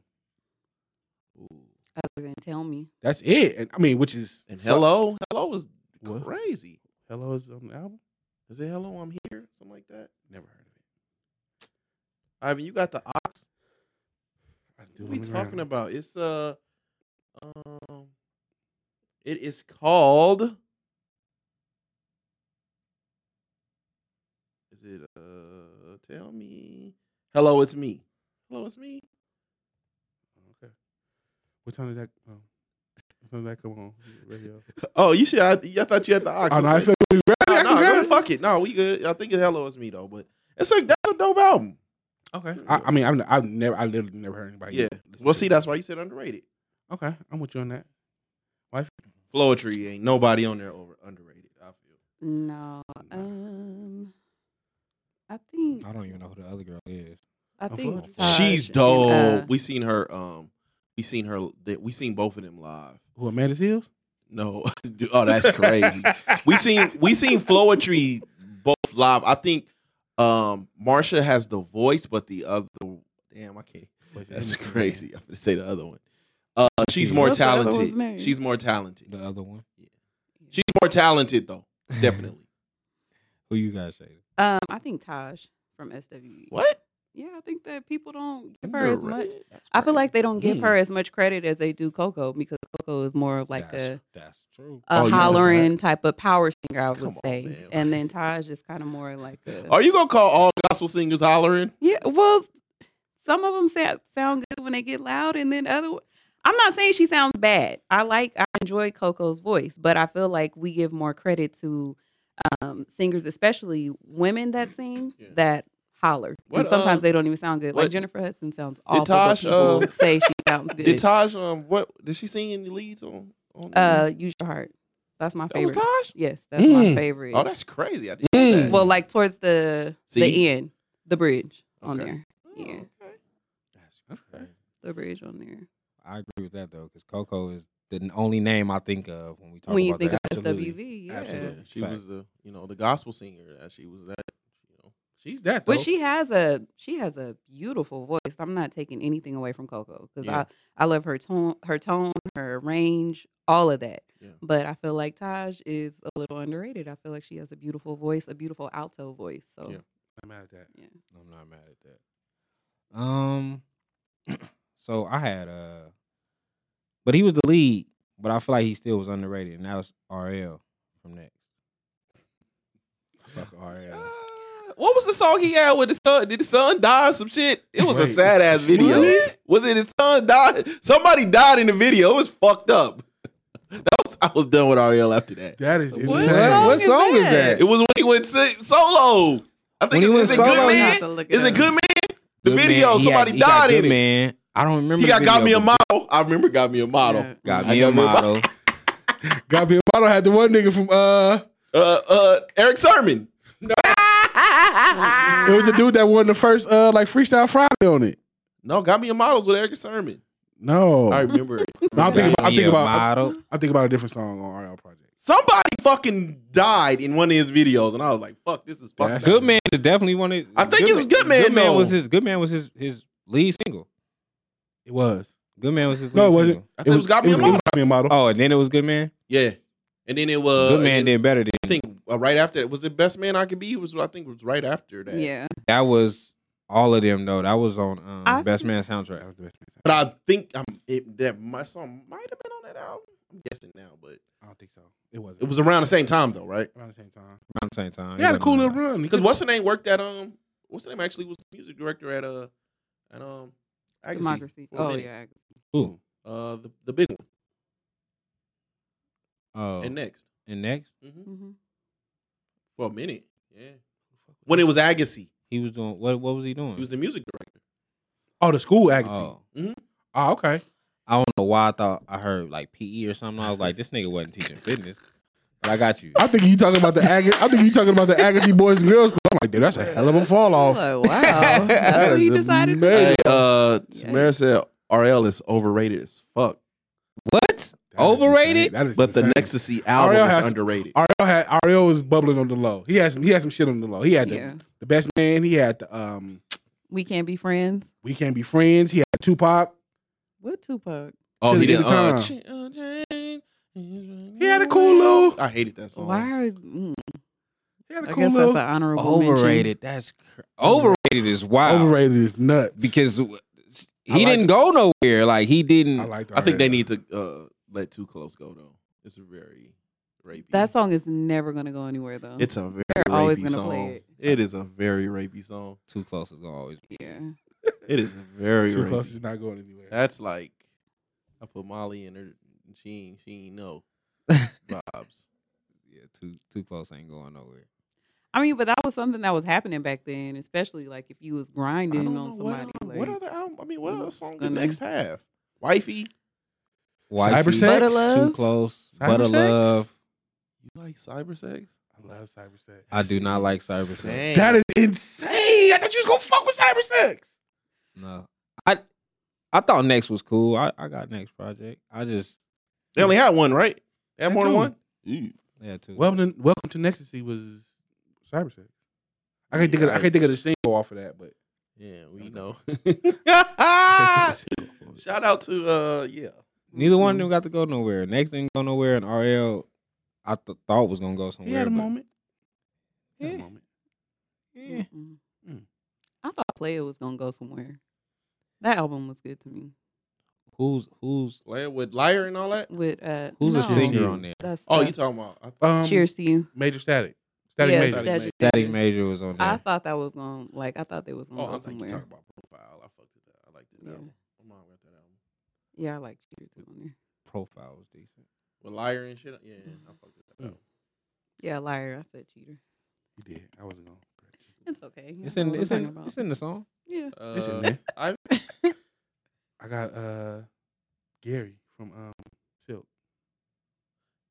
Speaker 5: Ooh.
Speaker 6: Other than tell me.
Speaker 1: that's it and I mean which is
Speaker 5: And Hello, Hello was
Speaker 1: What?
Speaker 5: crazy.
Speaker 1: Hello is on the album
Speaker 5: Is it Hello I'm Here? Something like that.
Speaker 1: never heard of it
Speaker 5: Ivan, you got the ox.
Speaker 1: I do
Speaker 5: What are we
Speaker 1: remember
Speaker 5: talking
Speaker 1: that.
Speaker 5: about? It's uh um it is called Is it uh tell me Hello it's me. Hello it's me.
Speaker 1: Okay. What time did that? Um, what time did that come on radio?
Speaker 5: Oh, you should I, I thought you had the ox.
Speaker 1: oh,
Speaker 5: It's
Speaker 1: no, I
Speaker 5: like-
Speaker 1: feel you grab it.
Speaker 5: no,
Speaker 1: I
Speaker 5: no,
Speaker 1: can grab
Speaker 5: no,
Speaker 1: it.
Speaker 5: fuck it. No, we good. I think it's Hello it's me though, but it's like that's a dope album.
Speaker 3: Okay.
Speaker 1: I, I mean, I've, I've never, I literally never heard anybody.
Speaker 5: Yeah. Well, see, that's why you said underrated.
Speaker 1: Okay, I'm with you on that.
Speaker 5: Floetry ain't nobody on there over underrated. I feel.
Speaker 6: No. Um, I think
Speaker 3: I don't even know who the other girl is.
Speaker 6: I think
Speaker 1: Unfortunately.
Speaker 6: Taj
Speaker 5: She's
Speaker 6: and,
Speaker 5: dope.
Speaker 6: uh,
Speaker 5: we seen her. Um, we seen her. they- We seen both of them live.
Speaker 1: Who Amanda Seals?
Speaker 5: No, oh, that's crazy. we seen we seen Floetry both live. I think um Marsha has the voice, but the other damn, I can't. That's crazy. I'm gonna say the other one. Uh, she's more
Speaker 6: What's the other one's
Speaker 5: talented.
Speaker 6: name?
Speaker 5: She's more talented.
Speaker 3: The other one.
Speaker 5: She's more talented though, definitely.
Speaker 3: Who you guys say?
Speaker 6: um, I think Taj from SWE.
Speaker 5: what?
Speaker 6: Yeah, I think that people don't give her as much.
Speaker 5: Underrated? That's
Speaker 6: I feel
Speaker 5: crazy.
Speaker 6: like they don't give
Speaker 3: Hmm.
Speaker 6: her as much credit as they do Coco because Coco is more of like
Speaker 3: that's,
Speaker 6: a,
Speaker 3: that's true.
Speaker 6: a
Speaker 5: Oh, you know
Speaker 6: hollering type of power singer, I would
Speaker 5: Come on,
Speaker 6: say.
Speaker 5: man.
Speaker 6: and then Taj is kind of more like a.
Speaker 5: Are you gonna call all gospel singers hollering?
Speaker 6: Yeah, well, some of them sound, sound good when they get loud, and then other. I'm not saying she sounds bad. I like, I enjoy Coco's voice, but I feel like we give more credit to um, singers, especially women that sing,
Speaker 5: Yeah.
Speaker 6: that holler.
Speaker 5: What,
Speaker 6: and sometimes
Speaker 5: um,
Speaker 6: they don't even sound good.
Speaker 5: what-
Speaker 6: like Jennifer Hudson sounds awful.
Speaker 5: Tosh,
Speaker 6: but people
Speaker 5: uh,
Speaker 6: say she sounds good.
Speaker 5: Did Taj um what did she sing in the leads on? on
Speaker 6: uh, Use your heart. That's my
Speaker 5: that was
Speaker 6: favorite.
Speaker 5: Taj.
Speaker 6: Yes, that's
Speaker 1: Mm.
Speaker 6: my favorite.
Speaker 5: Oh, that's crazy! I didn't know that.
Speaker 6: well, like towards the
Speaker 5: See?
Speaker 6: the end, the bridge on
Speaker 5: Okay.
Speaker 6: there,
Speaker 5: Oh,
Speaker 6: yeah.
Speaker 5: okay.
Speaker 3: That's crazy.
Speaker 6: the bridge on there.
Speaker 3: I agree with that though, because Coco is the n- only name I think of when we talk
Speaker 6: when you
Speaker 3: about
Speaker 6: think
Speaker 3: that.
Speaker 6: of
Speaker 3: Absolutely.
Speaker 6: SWV, yeah.
Speaker 5: Absolutely. She
Speaker 3: Fact.
Speaker 5: was the you know the gospel singer. That she was that. You know.
Speaker 1: She's that. Though.
Speaker 6: But she has a she has a beautiful voice. I'm not taking anything away from Coco because
Speaker 5: Yeah.
Speaker 6: I I love her tone, her tone, her range, all of that.
Speaker 5: Yeah.
Speaker 6: But I feel like Taj is a little underrated. I feel like she has a beautiful voice, a beautiful alto voice. So
Speaker 5: Yeah.
Speaker 1: I'm mad at that.
Speaker 6: yeah.
Speaker 3: I'm not mad at that. Um, so I had uh, but he was the lead, but I feel like he still was underrated, and that was RL from next.
Speaker 1: Fuck RL.
Speaker 5: Uh, What was the song he had with the son? Did the son die or some shit? It was a
Speaker 1: Wait.
Speaker 5: sad ass video. Was it his son died? Somebody died in the video. It was fucked up. That was I was done with Ariel after that.
Speaker 1: That is
Speaker 6: What
Speaker 1: insane.
Speaker 6: song
Speaker 3: What
Speaker 6: is
Speaker 3: song is
Speaker 6: that?
Speaker 3: that?
Speaker 5: It was when he went si- solo. I
Speaker 3: When
Speaker 5: think
Speaker 3: he
Speaker 5: it,
Speaker 3: went
Speaker 5: is it
Speaker 3: solo,
Speaker 5: good
Speaker 3: he-
Speaker 5: man? Is it good man? The
Speaker 3: Good
Speaker 5: video,
Speaker 3: Man- he had-
Speaker 5: somebody
Speaker 3: he got
Speaker 5: died
Speaker 3: Good
Speaker 5: in it.
Speaker 3: Man. I don't remember.
Speaker 5: He
Speaker 3: the
Speaker 5: got got me
Speaker 3: video,
Speaker 5: a
Speaker 3: but
Speaker 5: model. I remember got me a model.
Speaker 6: Yeah.
Speaker 3: Got
Speaker 5: I
Speaker 3: me a
Speaker 5: got me a mo-
Speaker 3: model.
Speaker 1: Got me a model. Had the one nigga from uh,
Speaker 5: Uh, uh, Eric Sermon.
Speaker 1: it was the dude that won the first uh like freestyle Friday on it.
Speaker 5: No, got me a models with Eric Sermon.
Speaker 3: Oh.
Speaker 1: No,
Speaker 5: I
Speaker 1: I,
Speaker 5: remember it.
Speaker 1: no I'm thinking
Speaker 3: Got
Speaker 1: about I'm
Speaker 3: me
Speaker 1: thinking
Speaker 3: a
Speaker 1: about I'm,
Speaker 3: model.
Speaker 1: I'm thinking about a different song on RL project.
Speaker 5: Somebody fucking died in one of his videos, and I was like, "Fuck, this is fucked
Speaker 1: That's-
Speaker 5: up."
Speaker 3: Good man is definitely one of.
Speaker 5: I think it was Good Man,
Speaker 3: Good man
Speaker 5: though.
Speaker 3: was his. Good man was his his lead single.
Speaker 1: It was.
Speaker 3: Good man was his. Lead
Speaker 1: No, it
Speaker 3: single.
Speaker 1: wasn't.
Speaker 5: I thought it was Got Me a
Speaker 1: it
Speaker 5: Model.
Speaker 1: Got me a model.
Speaker 3: Oh, and then it was Good Man.
Speaker 5: Yeah, and then Uh, it was
Speaker 3: Good Man
Speaker 5: and then
Speaker 3: did better
Speaker 5: I
Speaker 3: than
Speaker 5: think uh, right after was it Best Man I Could Be was I think it was right after that.
Speaker 6: yeah.
Speaker 3: that was all of them though. That was on um,
Speaker 6: I
Speaker 3: Best
Speaker 6: think-
Speaker 3: Man
Speaker 1: That
Speaker 3: soundtrack.
Speaker 1: was the best thing.
Speaker 5: But I think um, it, that my song might have been on that album. I'm guessing now, but
Speaker 1: I don't think so. It wasn't.
Speaker 5: it was around the same time though, right?
Speaker 1: around the same time.
Speaker 3: Around the same time.
Speaker 1: He had a
Speaker 3: It Oh, wasn't
Speaker 1: cool little
Speaker 3: on that.
Speaker 1: run.
Speaker 5: Because what's the name worked at um what's the name actually was the music director at uh at um Agassi
Speaker 6: Democracy.
Speaker 5: for a
Speaker 6: Oh
Speaker 5: minute.
Speaker 6: yeah.
Speaker 3: Who?
Speaker 5: uh the, the big one
Speaker 3: Oh,
Speaker 5: and next
Speaker 3: and next
Speaker 5: hmm
Speaker 6: hmm
Speaker 5: for a minute yeah when it was Agassi
Speaker 3: he was doing what? What was he doing?
Speaker 5: he was the music director
Speaker 1: Oh, the school Agassi.
Speaker 3: Oh.
Speaker 1: Oh, okay.
Speaker 3: I don't know why I thought I heard like PE or something. I was like, this nigga wasn't teaching fitness. But I got you.
Speaker 1: I think you talking about the Agassi. I think you talking about the Agassi boys and girls. Club. I'm like, dude, that's a hell of a fall off.
Speaker 6: Oh wow. That's
Speaker 1: That
Speaker 6: what
Speaker 1: is
Speaker 6: he decided to
Speaker 1: amazing.
Speaker 6: do.
Speaker 5: hey, uh
Speaker 6: Tamara
Speaker 5: said RL is overrated as fuck
Speaker 3: What?
Speaker 1: That is
Speaker 3: Overrated?
Speaker 1: insane. That is
Speaker 5: but the
Speaker 1: insane.
Speaker 5: Nexusy album
Speaker 1: RL
Speaker 5: is
Speaker 1: has-
Speaker 5: underrated
Speaker 1: RL had RL was bubbling on the low. He had some he had some shit on the low. He had the,
Speaker 6: Yeah.
Speaker 1: the best man. He had the um
Speaker 6: We can't be friends.
Speaker 1: we can't be friends. He had Tupac.
Speaker 6: What Tupac?
Speaker 5: oh
Speaker 1: Till the
Speaker 5: he did
Speaker 1: end of
Speaker 5: uh,
Speaker 1: time.
Speaker 5: he
Speaker 1: He had a cool little.
Speaker 5: I hated that song
Speaker 6: Why are mm,
Speaker 1: He had a
Speaker 6: I
Speaker 1: cool
Speaker 6: guess that's an
Speaker 1: little.
Speaker 6: honorable mention.
Speaker 3: Overrated. That's cr- overrated is wild.
Speaker 1: Overrated is nuts
Speaker 3: Because he
Speaker 1: like
Speaker 3: didn't go nowhere. Like he didn't.
Speaker 1: I like.
Speaker 5: I think they need to uh let too close go though it's a very rapey
Speaker 6: That song is never gonna go anywhere though.
Speaker 5: it's a very
Speaker 6: They're always
Speaker 5: rapey
Speaker 6: gonna
Speaker 5: song
Speaker 6: play it.
Speaker 5: it is a very rapey song
Speaker 3: too close is gonna always. Be.
Speaker 6: yeah.
Speaker 5: It is very
Speaker 1: Too
Speaker 5: rapey.
Speaker 1: close is not going anywhere.
Speaker 5: That's like I put Molly in her. and She ain't, she ain't know vibes.
Speaker 3: Yeah, too too close ain't going nowhere.
Speaker 6: I mean, but that was something that was happening back then, especially like if you was grinding on somebody.
Speaker 5: what, um,
Speaker 6: like,
Speaker 5: what other album? I mean, what other
Speaker 6: it's
Speaker 5: song the
Speaker 6: gonna-
Speaker 5: next half? Wifey,
Speaker 1: Cyber
Speaker 3: Wifey,
Speaker 1: sex?
Speaker 3: Too
Speaker 6: Love?
Speaker 3: close.
Speaker 1: Cyber
Speaker 3: Butter
Speaker 1: sex?
Speaker 3: love.
Speaker 5: you like cyber sex?
Speaker 1: I love cyber sex.
Speaker 3: I do not like cyber sex.
Speaker 5: Dang.
Speaker 1: That is insane. I thought you was gonna fuck with cyber sex.
Speaker 3: No. I I thought next was cool. I, I got next project. I just
Speaker 5: They only had one, right? They had
Speaker 1: They
Speaker 5: more than
Speaker 1: do.
Speaker 5: one. Ew.
Speaker 3: yeah too.
Speaker 1: Welcome to, welcome to Nexusy was cyber sex. I can't think of I can't think of the single off of that, but
Speaker 5: Yeah, we
Speaker 1: Okay.
Speaker 5: know.
Speaker 6: Ah.
Speaker 5: Shout out to uh, yeah.
Speaker 3: Neither one
Speaker 1: mm.
Speaker 3: of them got to go nowhere. Next didn't go nowhere, and RL I th- thought was gonna go somewhere.
Speaker 1: he had a
Speaker 3: but-
Speaker 1: moment. He had a
Speaker 3: Yeah.
Speaker 1: moment.
Speaker 3: Yeah.
Speaker 6: Mm-mm.
Speaker 3: Hmm.
Speaker 1: Mm.
Speaker 6: I thought Player was gonna go somewhere. That album was good to me.
Speaker 3: Who's who's
Speaker 5: Player with liar and all that.
Speaker 6: With uh,
Speaker 3: who's
Speaker 6: no,
Speaker 3: a singer on there?
Speaker 6: That's,
Speaker 5: Oh,
Speaker 6: uh,
Speaker 5: you talking about? I
Speaker 1: Um,
Speaker 6: Cheers to you.
Speaker 1: Major Static. Static
Speaker 6: Yeah,
Speaker 1: Major.
Speaker 6: Static
Speaker 3: Static Major was on there.
Speaker 6: I thought that was gonna like I thought they was gonna
Speaker 5: Oh, I
Speaker 6: go
Speaker 5: was like, you talking
Speaker 6: somewhere.
Speaker 5: about profile. I fucked with that. I liked it.
Speaker 6: Yeah.
Speaker 5: That album. My mom got that album.
Speaker 6: Yeah, I like Cheers on there.
Speaker 3: Profile was decent.
Speaker 5: With liar and shit. Yeah, I fucked with that
Speaker 1: Mm.
Speaker 5: album.
Speaker 6: Yeah, liar. I said cheater.
Speaker 1: You did. I wasn't going.
Speaker 6: It's okay.
Speaker 3: It's
Speaker 6: I know
Speaker 3: in
Speaker 6: what
Speaker 3: it's
Speaker 6: I'm
Speaker 3: in
Speaker 6: talking
Speaker 3: it's
Speaker 6: about.
Speaker 3: in the song.
Speaker 6: Yeah.
Speaker 5: Uh,
Speaker 1: It's in there.
Speaker 5: I
Speaker 1: I got uh Gary from um Silk.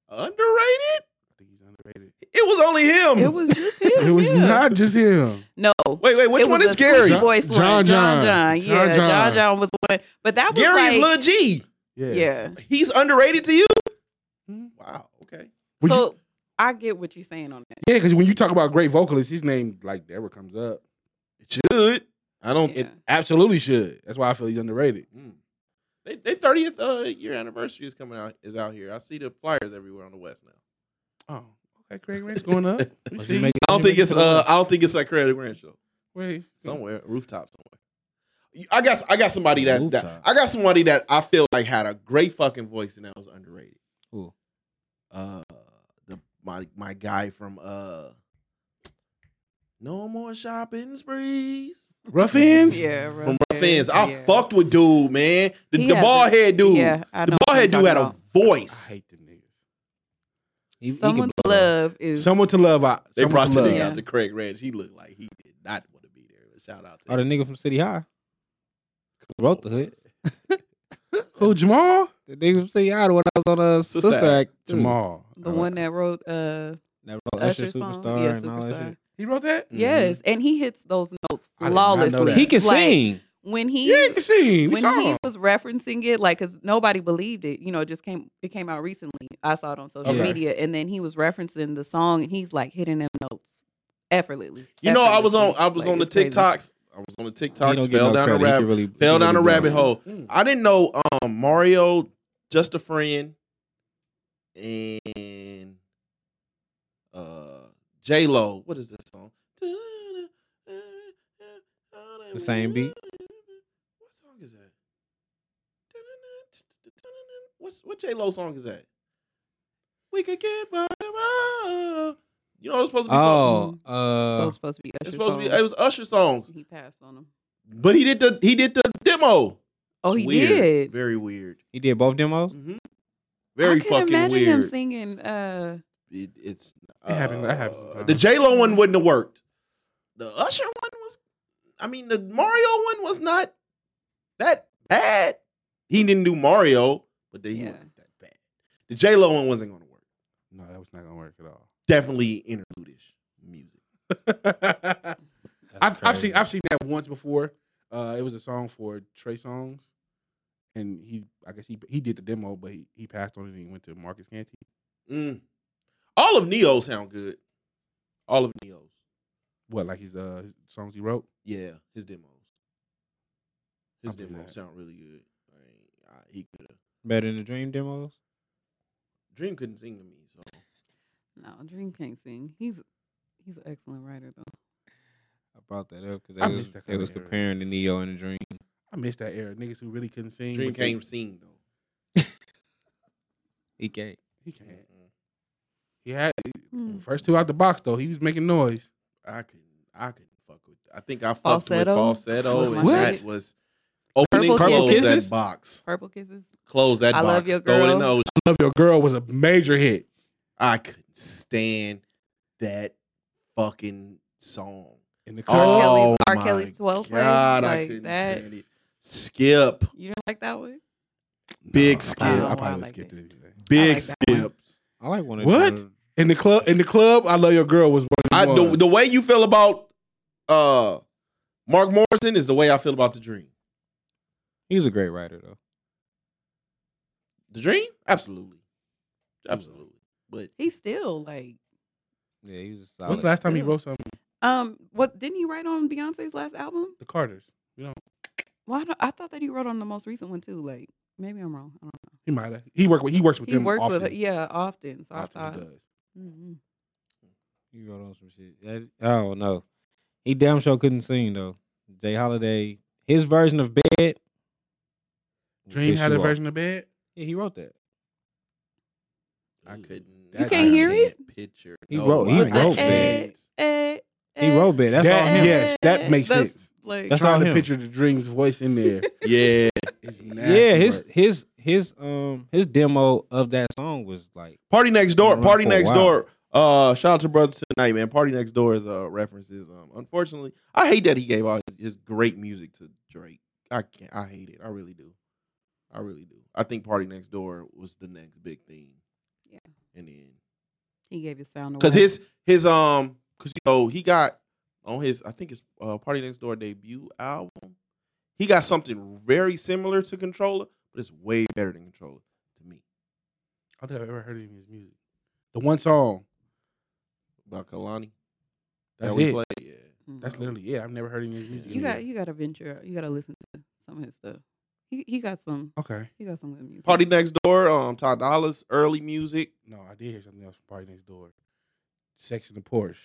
Speaker 5: underrated.
Speaker 1: I think he's underrated.
Speaker 5: It was only him.
Speaker 6: It was just him.
Speaker 1: it was
Speaker 6: yeah.
Speaker 1: not just him.
Speaker 6: No.
Speaker 5: Wait, wait. Which
Speaker 6: it
Speaker 5: one
Speaker 6: was
Speaker 5: is
Speaker 6: a squishy
Speaker 5: Gary?
Speaker 1: John-
Speaker 6: Voice one.
Speaker 1: John John.
Speaker 6: John.
Speaker 1: John
Speaker 6: Yeah, John.
Speaker 1: John.
Speaker 6: John was one. But that was
Speaker 5: Gary is
Speaker 6: like,
Speaker 5: Lil G.
Speaker 1: Yeah.
Speaker 6: yeah.
Speaker 5: He's underrated to you.
Speaker 1: Mhm.
Speaker 5: Wow. Okay.
Speaker 1: Would
Speaker 6: so I get what you're saying on that.
Speaker 1: Yeah, because when you talk about great vocalists, his name like never comes up.
Speaker 5: It should. I don't.
Speaker 6: Yeah.
Speaker 5: It,
Speaker 1: Absolutely should. That's why I feel he's underrated.
Speaker 5: mm. They they thirtieth uh, year anniversary is coming out is out here. I see the flyers everywhere on the west now.
Speaker 1: Oh, okay. Craig Rent's going up. We see.
Speaker 5: I don't think it's uh I don't think it's like Craig Ranch though.
Speaker 1: Wait.
Speaker 5: Somewhere rooftop somewhere. You- I got I got somebody that, that
Speaker 3: Rooftop.
Speaker 5: I got somebody that I feel like had a great fucking voice and that was underrated.
Speaker 3: Who?
Speaker 5: Uh, the my my guy from uh, no more shopping sprees.
Speaker 1: Rough ends.
Speaker 6: Yeah, rough
Speaker 5: from Rough Ends. I
Speaker 6: yeah.
Speaker 5: fucked with dude, man. The,
Speaker 6: He
Speaker 5: the
Speaker 6: has
Speaker 5: bald
Speaker 6: a-
Speaker 5: head dude.
Speaker 6: Yeah, I
Speaker 5: the
Speaker 6: know
Speaker 5: bald
Speaker 6: what
Speaker 5: head
Speaker 6: you're
Speaker 5: dude had
Speaker 6: talking
Speaker 5: a voice.
Speaker 1: I hate them niggas.
Speaker 3: He,
Speaker 6: about. someone to love is
Speaker 1: Someone to love. I,
Speaker 5: They
Speaker 1: someone
Speaker 5: brought
Speaker 1: to
Speaker 5: the
Speaker 1: love.
Speaker 5: nigga
Speaker 6: Yeah.
Speaker 5: out to Craig Ranch. He looked like he did not want to be there. But shout out to
Speaker 3: Or the nigga from City High. Who wrote Oh, the hood?
Speaker 1: Who Jamal?
Speaker 3: The nigga from City High, the one that was on uh,
Speaker 5: Sister
Speaker 3: Sister,
Speaker 5: Act.
Speaker 3: Act. too.
Speaker 1: Jamal.
Speaker 6: the one that wrote uh
Speaker 3: That wrote Usher,
Speaker 6: Usher
Speaker 3: Superstar
Speaker 6: song. Yeah,
Speaker 3: and all that
Speaker 6: Superstar.
Speaker 3: shit.
Speaker 1: He wrote that.
Speaker 5: Mhm.
Speaker 6: Yes, and he hits those notes
Speaker 1: I did not know
Speaker 6: flawlessly.
Speaker 1: that.
Speaker 3: He can
Speaker 6: Like,
Speaker 3: sing.
Speaker 6: when he
Speaker 1: Yeah, you can see. We
Speaker 6: when
Speaker 1: saw
Speaker 6: he
Speaker 1: him.
Speaker 6: was referencing it, like, cause nobody believed it. You know, it just came it came out recently. I saw it on social
Speaker 1: Okay.
Speaker 6: media, and then he was referencing the song, and he's like hitting them notes effortlessly.
Speaker 5: Mm-hmm. You know, I was on I was
Speaker 6: Like,
Speaker 5: on the
Speaker 6: it's crazy.
Speaker 5: TikToks. I was on the
Speaker 3: He
Speaker 5: TikToks.
Speaker 3: don't get
Speaker 5: Fell
Speaker 3: no
Speaker 5: down a
Speaker 3: credit. He can
Speaker 5: rabbit.
Speaker 3: really-
Speaker 5: fell
Speaker 3: he
Speaker 5: down
Speaker 3: really
Speaker 5: a
Speaker 3: brought
Speaker 5: rabbit
Speaker 3: it.
Speaker 5: hole.
Speaker 1: Mm.
Speaker 5: I didn't know um Mario, just a friend, and uh J Lo. What is that song? The
Speaker 3: same beat?
Speaker 5: What song is that? What's what J Lo song is that? We could get by the world. You know it's supposed to be. called-
Speaker 3: Oh,
Speaker 6: That
Speaker 3: uh,
Speaker 6: was supposed to be. Usher's
Speaker 5: It's supposed to be.
Speaker 6: song.
Speaker 5: It was Usher songs,
Speaker 6: He passed on him.
Speaker 5: but he did the he did the demo.
Speaker 6: Oh,
Speaker 5: It's
Speaker 6: he
Speaker 5: weird.
Speaker 6: did.
Speaker 5: Very weird.
Speaker 3: he did both demos.
Speaker 5: Mhm. Very
Speaker 6: Mm-hmm. I can
Speaker 5: fucking
Speaker 6: imagine
Speaker 5: weird.
Speaker 6: him singing. Uh,
Speaker 5: It- it's
Speaker 1: It happens- that happens
Speaker 5: uh,
Speaker 1: sometimes.
Speaker 5: The J Lo
Speaker 6: Mm-hmm.
Speaker 5: one wouldn't have worked. The Usher one was. I mean, the Mario one was not that bad. He didn't do Mario, but then he
Speaker 6: Yeah.
Speaker 5: wasn't that bad. The J Lo one wasn't going to work.
Speaker 1: No, that was not gonna work at all.
Speaker 5: Definitely interludish music.
Speaker 1: I've, I've seen I've seen that once before. Uh, it was a song for Trey Songs, and he I guess he he did the demo, but he, he passed on it and he went to Marcus Canty.
Speaker 5: Mm. All of Neo sound good. All of Neo's.
Speaker 1: What like his uh his songs he wrote?
Speaker 5: Yeah, his demos. His
Speaker 1: I believe
Speaker 5: demos
Speaker 1: that.
Speaker 5: sound really good. Like, I, he could have.
Speaker 3: Better than the Dream demos.
Speaker 5: Dream couldn't sing to me, so
Speaker 6: no, Dream can't sing. He's he's an excellent writer though.
Speaker 3: I brought that up because
Speaker 1: I
Speaker 3: they, was,
Speaker 1: missed that
Speaker 3: they was
Speaker 1: kinda era.
Speaker 3: comparing the Neo and the Dream.
Speaker 1: I miss that era. Niggas who really couldn't sing.
Speaker 5: Dream
Speaker 1: but they-
Speaker 5: can't sing though.
Speaker 3: He can't.
Speaker 1: He can't. He had
Speaker 6: Hmm.
Speaker 1: first two out the box though. He was making noise.
Speaker 5: I couldn't. I couldn't fuck with. I think I fucked
Speaker 6: Falsetto?
Speaker 5: with falsetto,
Speaker 6: Was
Speaker 5: and
Speaker 1: my
Speaker 5: that
Speaker 6: shit.
Speaker 5: was opening
Speaker 6: Purple
Speaker 5: close
Speaker 3: Kisses?
Speaker 5: that box,
Speaker 6: Purple kisses.
Speaker 5: close that
Speaker 6: I
Speaker 5: box,
Speaker 6: Love Your
Speaker 5: throw it in
Speaker 6: Girl.
Speaker 5: the ocean.
Speaker 1: Love Your Girl was a major hit.
Speaker 5: I couldn't stand that fucking song.
Speaker 1: in the
Speaker 6: R.
Speaker 1: car.
Speaker 6: Oh. Kelly's- R.
Speaker 5: my
Speaker 6: Kelly's 12 Play,
Speaker 5: God, I
Speaker 6: like
Speaker 5: couldn't
Speaker 6: that.
Speaker 5: stand it. Skip,
Speaker 6: You don't like that one?
Speaker 5: big skip,
Speaker 1: Yeah,
Speaker 6: Oh, Wow.
Speaker 1: I
Speaker 6: I
Speaker 1: probably
Speaker 6: like
Speaker 1: skipped
Speaker 6: that.
Speaker 1: it.
Speaker 5: big
Speaker 6: like that one.
Speaker 5: skip.
Speaker 3: I like one of
Speaker 1: What?
Speaker 3: them.
Speaker 1: In the club, in the club, I love your girl was one. Of the
Speaker 5: I
Speaker 1: ones.
Speaker 5: the, the way you feel about uh Mark Morrison is the way I feel about the Dream.
Speaker 3: He was a great writer though.
Speaker 5: The Dream, absolutely, absolutely. But
Speaker 6: He's still like
Speaker 3: Yeah, he was
Speaker 1: When's
Speaker 3: solid.
Speaker 1: the last time he
Speaker 6: Yeah.
Speaker 1: wrote something?
Speaker 6: um what didn't he write on Beyonce's last album?
Speaker 1: The Carters.
Speaker 6: Well, I, don't- I thought that he wrote on the most recent one too. Like maybe I'm wrong. I don't know.
Speaker 1: He might have. He work with. He works with
Speaker 6: He
Speaker 1: them.
Speaker 6: works
Speaker 1: often.
Speaker 6: with yeah often. So
Speaker 1: Often
Speaker 6: I
Speaker 1: he
Speaker 6: thought.
Speaker 1: does.
Speaker 6: hmm
Speaker 3: You wrote on some shit. That, I don't know. He damn sure couldn't sing though. Jay Holiday, his version of bed. will
Speaker 1: Dream
Speaker 3: piss
Speaker 1: had a
Speaker 3: you off.
Speaker 1: version of bed.
Speaker 3: Yeah, he wrote that.
Speaker 5: I couldn't.
Speaker 1: You
Speaker 5: I
Speaker 1: can't
Speaker 6: hear
Speaker 5: can't Picture.
Speaker 3: He wrote- he
Speaker 5: I
Speaker 3: wrote
Speaker 5: can't.
Speaker 6: bad.
Speaker 3: He wrote bed. That's all
Speaker 1: That-
Speaker 3: him.
Speaker 1: yes, that makes
Speaker 6: Eh, That's,
Speaker 1: sense.
Speaker 6: Like
Speaker 3: That's all
Speaker 1: Trying to
Speaker 3: him.
Speaker 1: picture the dream's voice in there
Speaker 5: Yeah,
Speaker 1: is nasty.
Speaker 3: Yeah, his
Speaker 1: work.
Speaker 3: his his um his demo of that song was like
Speaker 5: Party Next Door.
Speaker 3: Been around
Speaker 5: Party
Speaker 3: for a
Speaker 5: Next
Speaker 3: while.
Speaker 5: Door. Uh, shout out to brothers tonight, man. Party Next Door is uh, references. Um, unfortunately, I hate that he gave all his, his great music to Drake. I can't. I hate it. I really do. I really do. I think Party Next Door was the next big thing.
Speaker 6: Yeah.
Speaker 5: And then
Speaker 6: he gave his sound away.
Speaker 5: because his his um because you know he got on his I think his uh, Party Next Door debut album, he got something very similar to Controller, but it's way better than Controller to me.
Speaker 1: I don't think I've ever heard any of his music. The one song.
Speaker 5: About Kalani
Speaker 1: That's
Speaker 5: that we
Speaker 1: it.
Speaker 5: played, yeah.
Speaker 6: Mhm.
Speaker 1: That's literally yeah. I've never heard any of his music.
Speaker 6: You got you got to venture. You got to listen to some of his stuff. He he got some
Speaker 1: Okay.
Speaker 6: he got some good music.
Speaker 5: Party Next Door, um, Todd Dollars, early music.
Speaker 1: No, I did hear something else from Party Next Door. Sex in the Porsche.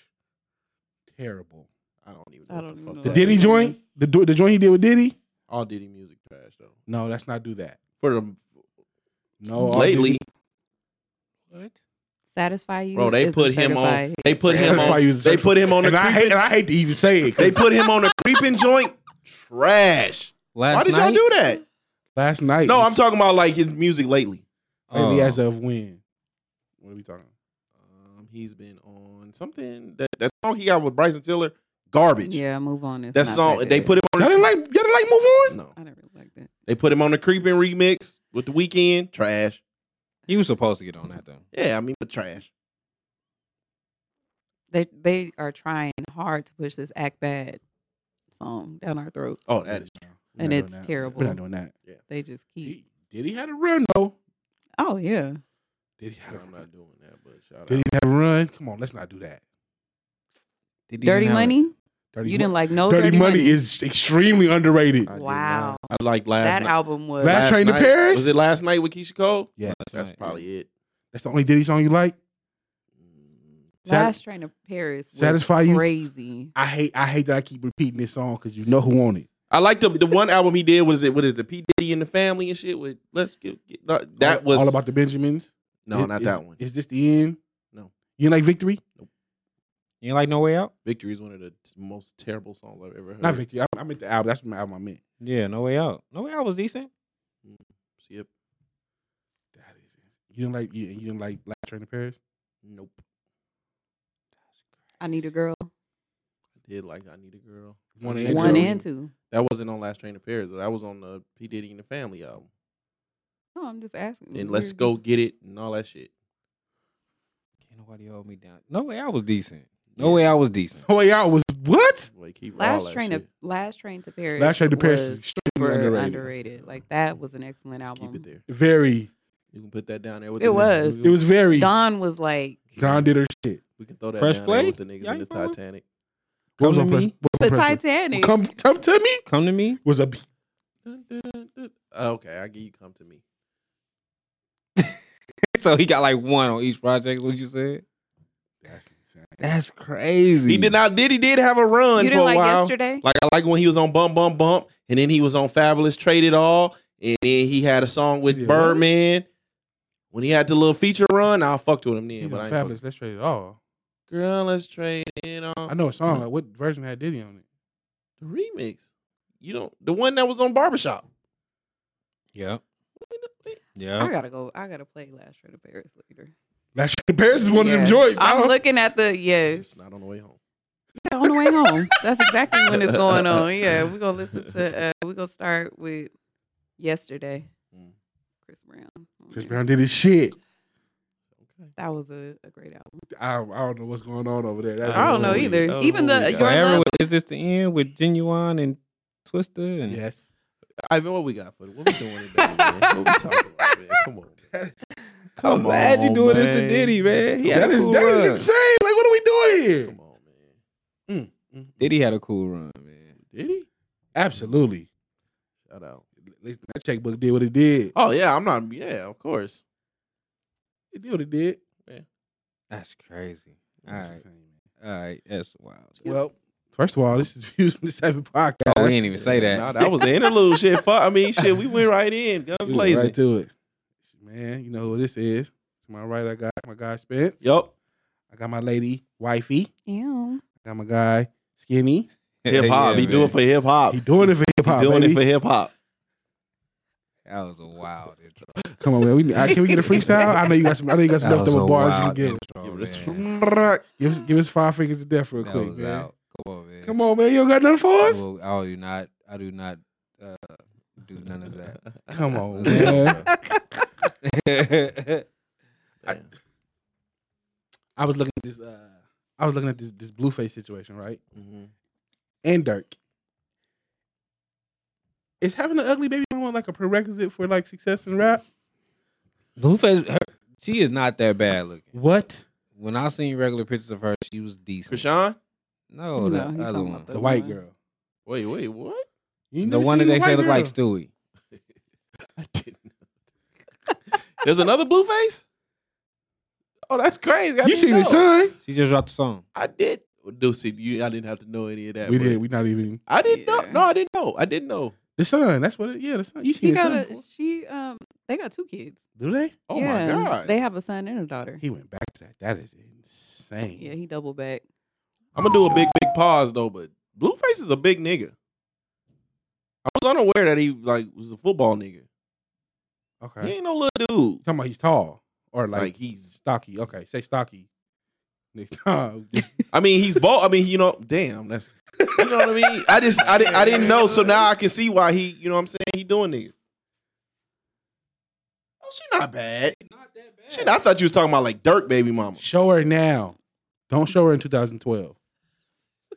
Speaker 1: Terrible.
Speaker 5: I don't even know.
Speaker 6: I
Speaker 5: what
Speaker 6: don't even
Speaker 5: the
Speaker 6: know
Speaker 5: fuck
Speaker 1: The
Speaker 5: that
Speaker 6: Right.
Speaker 1: Diddy
Speaker 5: is.
Speaker 1: joint. The do- the joint he did with Diddy.
Speaker 5: All Diddy music trash though.
Speaker 1: No, let's not do that.
Speaker 5: For the
Speaker 1: No. Oh, all
Speaker 5: lately,
Speaker 1: What?
Speaker 6: Satisfy you,
Speaker 5: bro, they
Speaker 6: isn't
Speaker 5: put him
Speaker 6: satisfy
Speaker 5: on.
Speaker 6: him.
Speaker 5: They put him
Speaker 1: Satisfy
Speaker 5: on.
Speaker 1: you is
Speaker 5: They
Speaker 1: search-
Speaker 5: put him on
Speaker 1: And
Speaker 5: the
Speaker 1: I hate. And
Speaker 5: creeping.
Speaker 1: I hate to even say it. 'cause
Speaker 5: They put him on a creeping joint. Trash.
Speaker 3: last
Speaker 5: Why did
Speaker 3: night.
Speaker 5: y'all do that?
Speaker 1: last night.
Speaker 5: No,
Speaker 1: was-
Speaker 5: I'm talking about like his music lately.
Speaker 1: Maybe
Speaker 3: Oh.
Speaker 1: as of when? What are we talking?
Speaker 5: Um, he's been on something that that song he got with Bryson Tiller, garbage.
Speaker 6: Yeah, move on. It's
Speaker 5: that
Speaker 6: not
Speaker 5: song
Speaker 6: good.
Speaker 5: they put him on.
Speaker 1: Y'all didn't like. Y'all didn't like. Move on.
Speaker 5: no,
Speaker 6: I didn't really like that.
Speaker 5: they put him on the creeping remix with the weekend. Trash.
Speaker 3: He was supposed to get on that though.
Speaker 5: Yeah, I mean, but trash.
Speaker 6: They they are trying hard to push this act bad song down our throats.
Speaker 5: Oh, that is.
Speaker 1: We're
Speaker 6: And
Speaker 1: not doing
Speaker 6: it's
Speaker 1: that.
Speaker 6: terrible.
Speaker 1: We're not doing that.
Speaker 6: They just keep.
Speaker 1: He, Diddy had a run though.
Speaker 6: Oh yeah,
Speaker 1: Diddy had a
Speaker 5: I'm
Speaker 1: run.
Speaker 5: not doing that, but shout out.
Speaker 1: Diddy had a run. Come on, let's not do that.
Speaker 3: Did he
Speaker 6: Dirty
Speaker 3: even have it?
Speaker 6: Money.
Speaker 1: Dirty
Speaker 6: you
Speaker 1: Mo-
Speaker 6: didn't like no
Speaker 1: Dirty, money, is extremely underrated.
Speaker 5: I did
Speaker 6: Wow.
Speaker 5: not. I like last
Speaker 6: that
Speaker 5: night.
Speaker 6: album was.
Speaker 1: Last Train to
Speaker 5: night-
Speaker 1: Paris?
Speaker 5: Was it last night with Keisha Cole?
Speaker 1: Yes.
Speaker 5: That's
Speaker 3: Right.
Speaker 5: probably it. Mm.
Speaker 1: That's the only Diddy song you like. Sat-
Speaker 6: Last Train to Paris was
Speaker 1: Satisfy You?
Speaker 6: crazy.
Speaker 1: I hate. I hate that I keep repeating this song because you know who on it.
Speaker 5: I like the the one album he did was it what is the P Diddy and the Family and shit with Let's Get, get no, that
Speaker 1: All-
Speaker 5: was
Speaker 1: all about the Benjamins.
Speaker 5: no
Speaker 1: Is-
Speaker 5: not
Speaker 1: is-
Speaker 5: that one.
Speaker 1: Is this the end?
Speaker 5: No.
Speaker 1: You didn't like Victory?
Speaker 3: You ain't like No Way Out?
Speaker 5: Victory is one of the t- most terrible songs I've ever heard.
Speaker 1: Not Victory. I, I meant the album. That's what my album I meant.
Speaker 3: Yeah, No Way Out. No Way Out was decent.
Speaker 5: Yep.
Speaker 1: That is. You didn't like. You, you didn't like Last Train to Paris.
Speaker 5: Nope.
Speaker 6: I need a girl.
Speaker 5: I did like I Need a Girl.
Speaker 1: One
Speaker 5: I
Speaker 1: and
Speaker 5: Need a
Speaker 6: One
Speaker 5: Girl.
Speaker 6: and two.
Speaker 5: That wasn't on Last Train to Paris. though. That was on the P Diddy and the Family album.
Speaker 6: No, I'm just asking.
Speaker 5: And Let's
Speaker 6: Weird.
Speaker 5: Go Get It and all that shit.
Speaker 3: Can't nobody hold me down. No Way Out was decent. No Way Out was decent.
Speaker 1: Oh, y'all was what?
Speaker 5: Like keep all
Speaker 6: Last
Speaker 5: that
Speaker 6: Train to
Speaker 5: shit.
Speaker 6: Last Train to Paris.
Speaker 1: Last Train to Paris is
Speaker 6: was
Speaker 1: extremely
Speaker 6: super
Speaker 1: underrated.
Speaker 6: underrated. Like that was an excellent
Speaker 5: Just keep
Speaker 6: album.
Speaker 5: it there.
Speaker 1: Very.
Speaker 5: You can put that down there with
Speaker 6: It
Speaker 5: the niggas.
Speaker 6: was.
Speaker 1: It was very. Don,
Speaker 6: Don was like
Speaker 1: did her shit.
Speaker 5: We can throw that
Speaker 3: Press
Speaker 5: down
Speaker 3: play?
Speaker 5: there with the niggas
Speaker 3: Y'all
Speaker 5: in the
Speaker 3: ain't fuck with-
Speaker 5: Titanic.
Speaker 1: What was
Speaker 3: Come
Speaker 1: on
Speaker 3: to
Speaker 1: press-
Speaker 3: me.
Speaker 1: what
Speaker 6: the
Speaker 1: was on press-
Speaker 6: Titanic.
Speaker 1: Come, come to me.
Speaker 3: Come to me.
Speaker 1: Was a
Speaker 5: Dun, dun, dun. Okay, I get you come to me.
Speaker 3: So he got like one on each project, what you said? That's crazy.
Speaker 5: He did not did he did have a run
Speaker 6: you
Speaker 5: for a
Speaker 6: didn't like
Speaker 5: while.
Speaker 6: yesterday.
Speaker 5: Like I like when he was on Bump Bump Bump, and then he was on Fabulous Trade It All, and then he had a song with
Speaker 1: Yeah, what?
Speaker 5: Birdman. When he had the little feature run, I fucked with him then.
Speaker 1: He's
Speaker 5: but
Speaker 1: on
Speaker 5: I ain't fuck-
Speaker 1: fabulous. Let's trade it all.
Speaker 5: Girl, let's trade it all.
Speaker 1: Oh, I know a song. Like, what version had Diddy on it?
Speaker 5: The remix. You don't the one that was on Barbershop.
Speaker 3: Yeah.
Speaker 6: I
Speaker 3: Yeah.
Speaker 6: gotta go. I gotta play Last Train to Paris later.
Speaker 1: Last Train to Paris is one of
Speaker 6: Yeah.
Speaker 1: them joints. I
Speaker 6: I'm
Speaker 1: don't-
Speaker 6: looking at the yes.
Speaker 5: It's not on the way home.
Speaker 6: Yeah, on the way home. That's exactly when it's going on. Yeah, we're gonna listen to. Uh, we're gonna start with yesterday.
Speaker 5: Mm.
Speaker 6: Chris Brown. Oh,
Speaker 1: Chris
Speaker 6: man.
Speaker 1: Brown did his shit.
Speaker 6: That was a, a great album.
Speaker 1: I, I don't know what's going on over there. That
Speaker 6: I
Speaker 1: was
Speaker 6: don't know
Speaker 1: weird.
Speaker 6: either.
Speaker 5: Oh,
Speaker 6: Even the
Speaker 5: yeah.
Speaker 6: your
Speaker 3: Forever
Speaker 6: love.
Speaker 3: with- is this the end with genuine and Twister and
Speaker 1: Yes.
Speaker 5: I mean, what we got for what we doing today, man? What we talking about, man? Come on.
Speaker 3: I'm
Speaker 5: Come
Speaker 3: glad you
Speaker 5: on,
Speaker 3: doing this to
Speaker 5: man.
Speaker 3: Diddy, man. He had
Speaker 1: That
Speaker 3: a
Speaker 1: is
Speaker 3: cool
Speaker 1: that is
Speaker 3: run.
Speaker 1: insane. Like, what are we doing here?
Speaker 5: Come on, man. Mm, mm,
Speaker 3: Diddy had a cool run, man.
Speaker 5: Did he?
Speaker 1: Absolutely.
Speaker 5: Shout out.
Speaker 1: At least That checkbook did what it did.
Speaker 5: Oh yeah, I'm not. Yeah, of course.
Speaker 1: It did what it did.
Speaker 3: That's crazy. All right, all right, that's wild.
Speaker 1: Well, first of all, this is Views from the Seven podcast.
Speaker 3: Oh, we didn't even say that.
Speaker 5: Nah, that was the interlude. shit, fuck. I mean, shit. We went right in, guns
Speaker 1: We was
Speaker 5: blazing.
Speaker 1: Right to it. Man, you know who this is. To my right, I got my guy Spence.
Speaker 5: Yup.
Speaker 1: I got my lady Wifey.
Speaker 6: Ew.
Speaker 1: I got my guy Skinny.
Speaker 5: Hip hop.
Speaker 3: Yeah,
Speaker 5: he do
Speaker 3: man.
Speaker 5: it for hip hop.
Speaker 1: He doing it for hip hop,
Speaker 5: doing
Speaker 1: baby.
Speaker 5: it for hip hop.
Speaker 3: That was a wild intro.
Speaker 1: Come on, man. We, uh, can we get a freestyle? I know you got some. I know you got some
Speaker 3: That was a
Speaker 1: leftover bars. You
Speaker 3: wild
Speaker 1: can get.
Speaker 3: intro,
Speaker 5: Give us-
Speaker 3: man.
Speaker 1: Give us, give us five fingers to death real
Speaker 3: That
Speaker 1: quick,
Speaker 3: was
Speaker 1: man.
Speaker 3: out. Come on, man.
Speaker 1: Come on, man. You don't got nothing for
Speaker 3: I
Speaker 1: us?
Speaker 3: will- I do not. I do not uh, do none of that.
Speaker 1: Come on, man.
Speaker 5: Damn.
Speaker 1: I was looking at this. Uh, I was looking at this this blueface situation, right?
Speaker 5: Mhm.
Speaker 1: And Dirk. Is having an ugly baby mama like a prerequisite for like success in rap?
Speaker 3: Blueface, her, she is not that bad looking.
Speaker 1: What?
Speaker 3: When I seen regular pictures of her, she was decent.
Speaker 5: Krishan?
Speaker 3: No,
Speaker 6: No,
Speaker 3: the
Speaker 6: he
Speaker 3: other
Speaker 6: talking
Speaker 3: one,
Speaker 6: about
Speaker 1: The white
Speaker 6: one.
Speaker 1: girl.
Speaker 5: Wait, wait, what?
Speaker 1: You
Speaker 3: the
Speaker 1: never
Speaker 3: one that
Speaker 1: seen
Speaker 3: they
Speaker 1: a
Speaker 3: say
Speaker 1: white
Speaker 3: look like
Speaker 1: girl?
Speaker 3: Stewie.
Speaker 5: I didn't. There's another blue face? Oh, that's crazy. I
Speaker 1: You
Speaker 5: didn't
Speaker 1: seen
Speaker 5: know.
Speaker 1: his son?
Speaker 3: She just dropped the song.
Speaker 5: I did. Deucey, you I didn't have to know any of that.
Speaker 1: We
Speaker 5: but-
Speaker 1: did. We not even
Speaker 5: I didn't
Speaker 6: Yeah.
Speaker 5: know. No, I didn't know. I didn't know.
Speaker 1: the son. That's what. It, yeah, the son. You seen
Speaker 6: She
Speaker 1: his
Speaker 6: got
Speaker 1: son?
Speaker 6: a
Speaker 1: before?
Speaker 6: she um they got two kids.
Speaker 1: Do they?
Speaker 5: Oh
Speaker 6: Yeah,
Speaker 5: my god.
Speaker 6: They have a son and a daughter.
Speaker 1: He went back to that. That is insane.
Speaker 6: Yeah, he double back.
Speaker 5: I'm gonna do a big, big pause though, but Blueface is a big nigga. I was unaware that he like was a football nigga.
Speaker 1: Okay.
Speaker 5: He ain't no little dude.
Speaker 1: Talking about he's tall or like,
Speaker 5: Like, he's
Speaker 1: stocky. Okay, say stocky. Next time, just-
Speaker 5: I mean he's bald. I mean, you know, damn, that's you know what I mean? I just I didn't I didn't know, so now I can see why he, you know what I'm saying, he doing niggas. Oh, she not bad.
Speaker 3: Not that bad.
Speaker 5: Shit, I thought you was talking about like Dirk baby mama.
Speaker 1: show her now. Don't show her in 2012.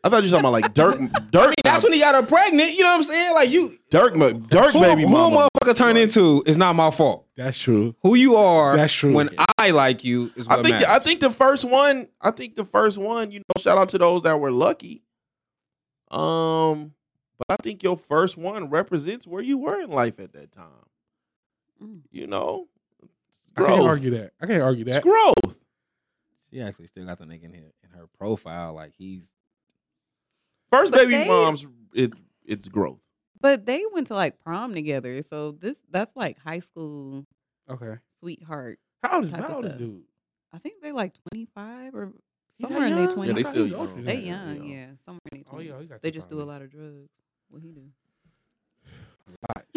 Speaker 5: I thought you was talking about like Dirk Dirk
Speaker 3: That's when he got her pregnant. You know what I'm saying? Like you,
Speaker 5: Dirk ma- Dirk
Speaker 3: who,
Speaker 5: baby
Speaker 3: who
Speaker 5: mama.
Speaker 3: a motherfucker turn into is not my fault.
Speaker 1: That's true.
Speaker 3: Who you are,
Speaker 1: That's true.
Speaker 3: When I like you is what
Speaker 5: I think
Speaker 3: matters.
Speaker 5: the, I think the first one. I think the first one. You know, shout out to those that were lucky. Um, but I think your first one represents where you were in life at that time.
Speaker 6: Mm.
Speaker 5: You know, it's
Speaker 1: I can't
Speaker 5: growth.
Speaker 1: argue that. I can't argue
Speaker 5: It's
Speaker 1: that.
Speaker 5: growth.
Speaker 3: she actually still got the nigga in her in her profile. Like he's
Speaker 5: First
Speaker 6: But
Speaker 5: baby
Speaker 6: they-
Speaker 5: moms. It it's growth.
Speaker 6: But they went to like prom together. So this that's like high school
Speaker 1: Okay.
Speaker 6: sweetheart.
Speaker 1: How old is
Speaker 6: Type of
Speaker 1: how old is
Speaker 6: stuff.
Speaker 1: dude?
Speaker 6: I think they like twenty five or
Speaker 1: He that
Speaker 6: somewhere in their
Speaker 1: young?
Speaker 5: Yeah,
Speaker 6: twenties.
Speaker 5: they still
Speaker 1: He's
Speaker 5: young.
Speaker 1: older than
Speaker 6: They
Speaker 1: that.
Speaker 6: young, yeah. Somewhere in their
Speaker 1: Oh, yeah,
Speaker 6: twenties.
Speaker 1: he got
Speaker 6: they
Speaker 1: some
Speaker 6: just
Speaker 1: time
Speaker 6: do a
Speaker 1: then.
Speaker 6: lot of drugs. What he do?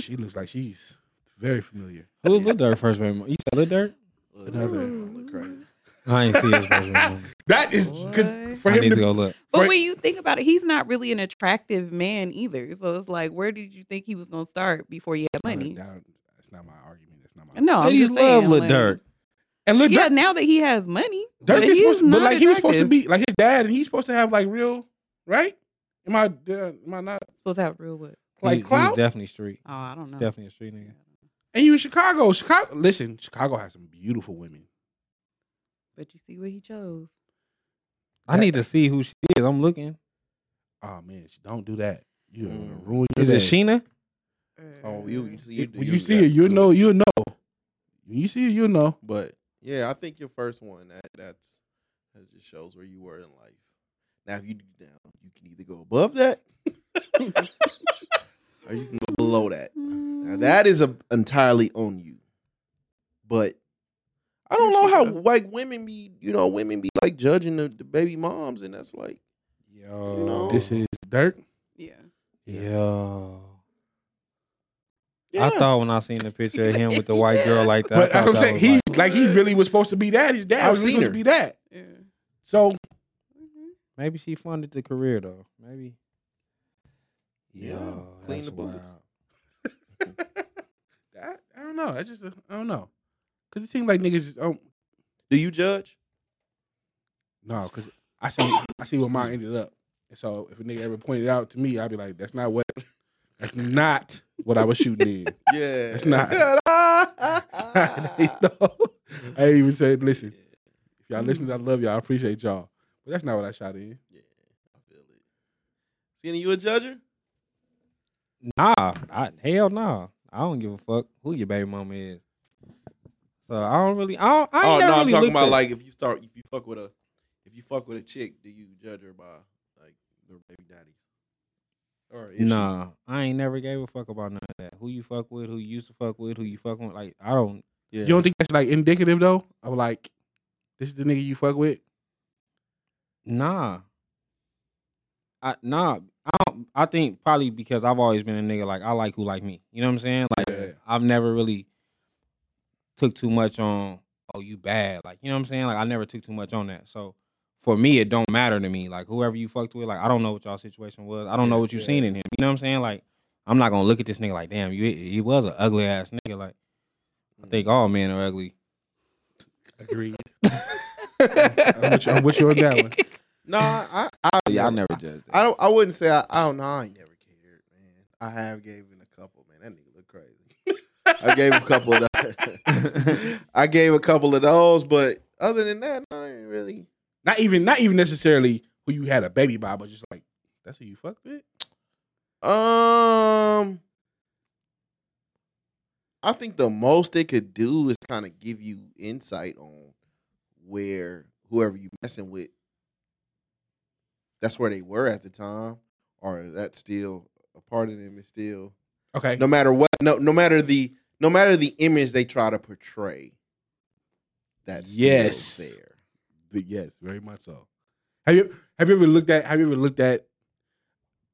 Speaker 1: She looks like she's very familiar.
Speaker 3: who was Lil Durk first baby? mama? You said Lil Durk?
Speaker 1: Another.
Speaker 5: Look crazy.
Speaker 3: I ain't see his first baby. mama.
Speaker 1: That is because
Speaker 6: What?
Speaker 1: for
Speaker 3: I need
Speaker 1: him
Speaker 3: to
Speaker 1: to,
Speaker 3: go look.
Speaker 6: But
Speaker 1: for-
Speaker 6: when you think about it, he's not really an attractive man either. So it's like, where did you think he was gonna start before you had money?
Speaker 1: That- That's not my argument. That's not my.
Speaker 6: No, Oh, I'm
Speaker 3: Ladies
Speaker 6: just saying,
Speaker 3: love Lil
Speaker 6: like-
Speaker 3: Durk.
Speaker 1: And look,
Speaker 6: Yeah, now that he has money,
Speaker 1: Dirk
Speaker 6: but
Speaker 1: is
Speaker 6: he
Speaker 1: supposed,
Speaker 6: is
Speaker 1: to, but like he was supposed to be
Speaker 6: non-attractive.
Speaker 1: like his dad, and he's supposed to have like real, right? Am I? Uh, am I not
Speaker 6: supposed to have real what?
Speaker 1: like
Speaker 3: he, he was
Speaker 1: clout?
Speaker 3: definitely street.
Speaker 6: Oh, I don't know.
Speaker 3: Definitely a street nigga.
Speaker 1: and you in Chicago? Chicago. Listen, Chicago has some beautiful women.
Speaker 6: But you see what he chose.
Speaker 3: I need to see who she is. I'm looking.
Speaker 1: Oh man, she- don't do that. You
Speaker 5: Mm.
Speaker 1: ruin your
Speaker 3: Is it
Speaker 1: day.
Speaker 3: Sheena?
Speaker 6: Eh.
Speaker 5: Oh, you you, you,
Speaker 1: It- when
Speaker 5: you
Speaker 1: you see
Speaker 5: got
Speaker 1: her, you
Speaker 5: good.
Speaker 1: know. You know. When you see her, you know.
Speaker 5: But yeah, I think your first one that that's that just shows where you were in life. Now, if you do now, you can either go above that, or you can go below that. Now,
Speaker 6: Mm-hmm.
Speaker 5: that is a, entirely on you. But I don't know how like women be. You know, women be like judging the, the baby moms, and that's like
Speaker 3: Yo.
Speaker 5: You know?
Speaker 1: This is Dirk.
Speaker 6: Yeah.
Speaker 3: Yo.
Speaker 5: yeah.
Speaker 3: I thought when I seen the picture of him with the white girl like that.
Speaker 1: But
Speaker 3: I thought
Speaker 1: I'm
Speaker 3: that
Speaker 1: saying
Speaker 3: was
Speaker 1: he
Speaker 3: like-
Speaker 1: like he really was supposed to be that. His dad
Speaker 5: I've
Speaker 1: was really
Speaker 5: seen
Speaker 1: supposed
Speaker 5: her.
Speaker 1: to be that.
Speaker 6: Yeah.
Speaker 1: So
Speaker 3: Maybe she funded the career though. Maybe.
Speaker 5: Yeah,
Speaker 3: Yo,
Speaker 5: clean the
Speaker 3: that's
Speaker 5: bullets.
Speaker 3: wild.
Speaker 1: I, I don't know. I just I I don't know. Cause it seemed like niggas. Oh
Speaker 5: Do you judge?
Speaker 1: no, cause I see I see where mine ended up. And so if a nigga ever pointed out to me, I'd be like, that's not what. That's not what I was shooting in.
Speaker 5: Yeah,
Speaker 1: It's not.
Speaker 4: Ah.
Speaker 1: no. I ain't even said. Listen, if y'all listen, I love y'all. I appreciate y'all. But that's not what I shot in.
Speaker 5: Yeah, I feel it. Skinny, you a judger?
Speaker 3: Nah, I, hell nah. I don't give a fuck who your baby mama is. So I don't really. I don't. I ain't
Speaker 5: oh no,
Speaker 3: never
Speaker 5: I'm
Speaker 3: really
Speaker 5: talking
Speaker 3: looked
Speaker 5: about
Speaker 3: at-
Speaker 5: like if you start if you fuck with a if you fuck with a chick, do you judge her by like their baby daddies? Or is she-
Speaker 3: Nah, I ain't never gave a fuck about none of that. Who you fuck with? Who you used to fuck with? Who you fuck with? Like I don't.
Speaker 5: yeah.
Speaker 1: You don't think that's like indicative though? Of like, this is the nigga you fuck with.
Speaker 3: Nah. I nah. I don't, I think probably because I've always been a nigga like I like who like me. You know what I'm saying? Like
Speaker 1: Yeah.
Speaker 3: I've never really took too much on oh you bad. Like you know what I'm saying? Like I never took too much on that. So for me it don't matter to me. Like whoever you fucked with, like I don't know what y'all situation was. I don't know what you seen in him. You know what I'm saying? Like I'm not gonna look at this nigga like damn you he was an ugly ass nigga. Like I think all men are ugly.
Speaker 1: Agreed. I'm with you, I'm with you on that one.
Speaker 5: Nah, I I,
Speaker 3: Yeah, I never judged that.
Speaker 5: I don't. I wouldn't say I. I don't know. I ain't never cared, man. I have gave in a couple, man. That nigga look crazy. I gave a couple of. The, I gave a couple of those, but other than that, no, I ain't really.
Speaker 1: Not even not even necessarily who you had a baby by, but just like that's who you fucked with.
Speaker 5: Um, I think the most they could do is kind of give you insight on where whoever you messing with, that's where they were at the time, or that's still a part of them is still
Speaker 1: Okay.
Speaker 5: no matter what no no matter the no matter the image they try to portray that's
Speaker 1: Yes.
Speaker 5: yes there
Speaker 1: But yes, very much so. Have you have you ever looked at have you ever looked at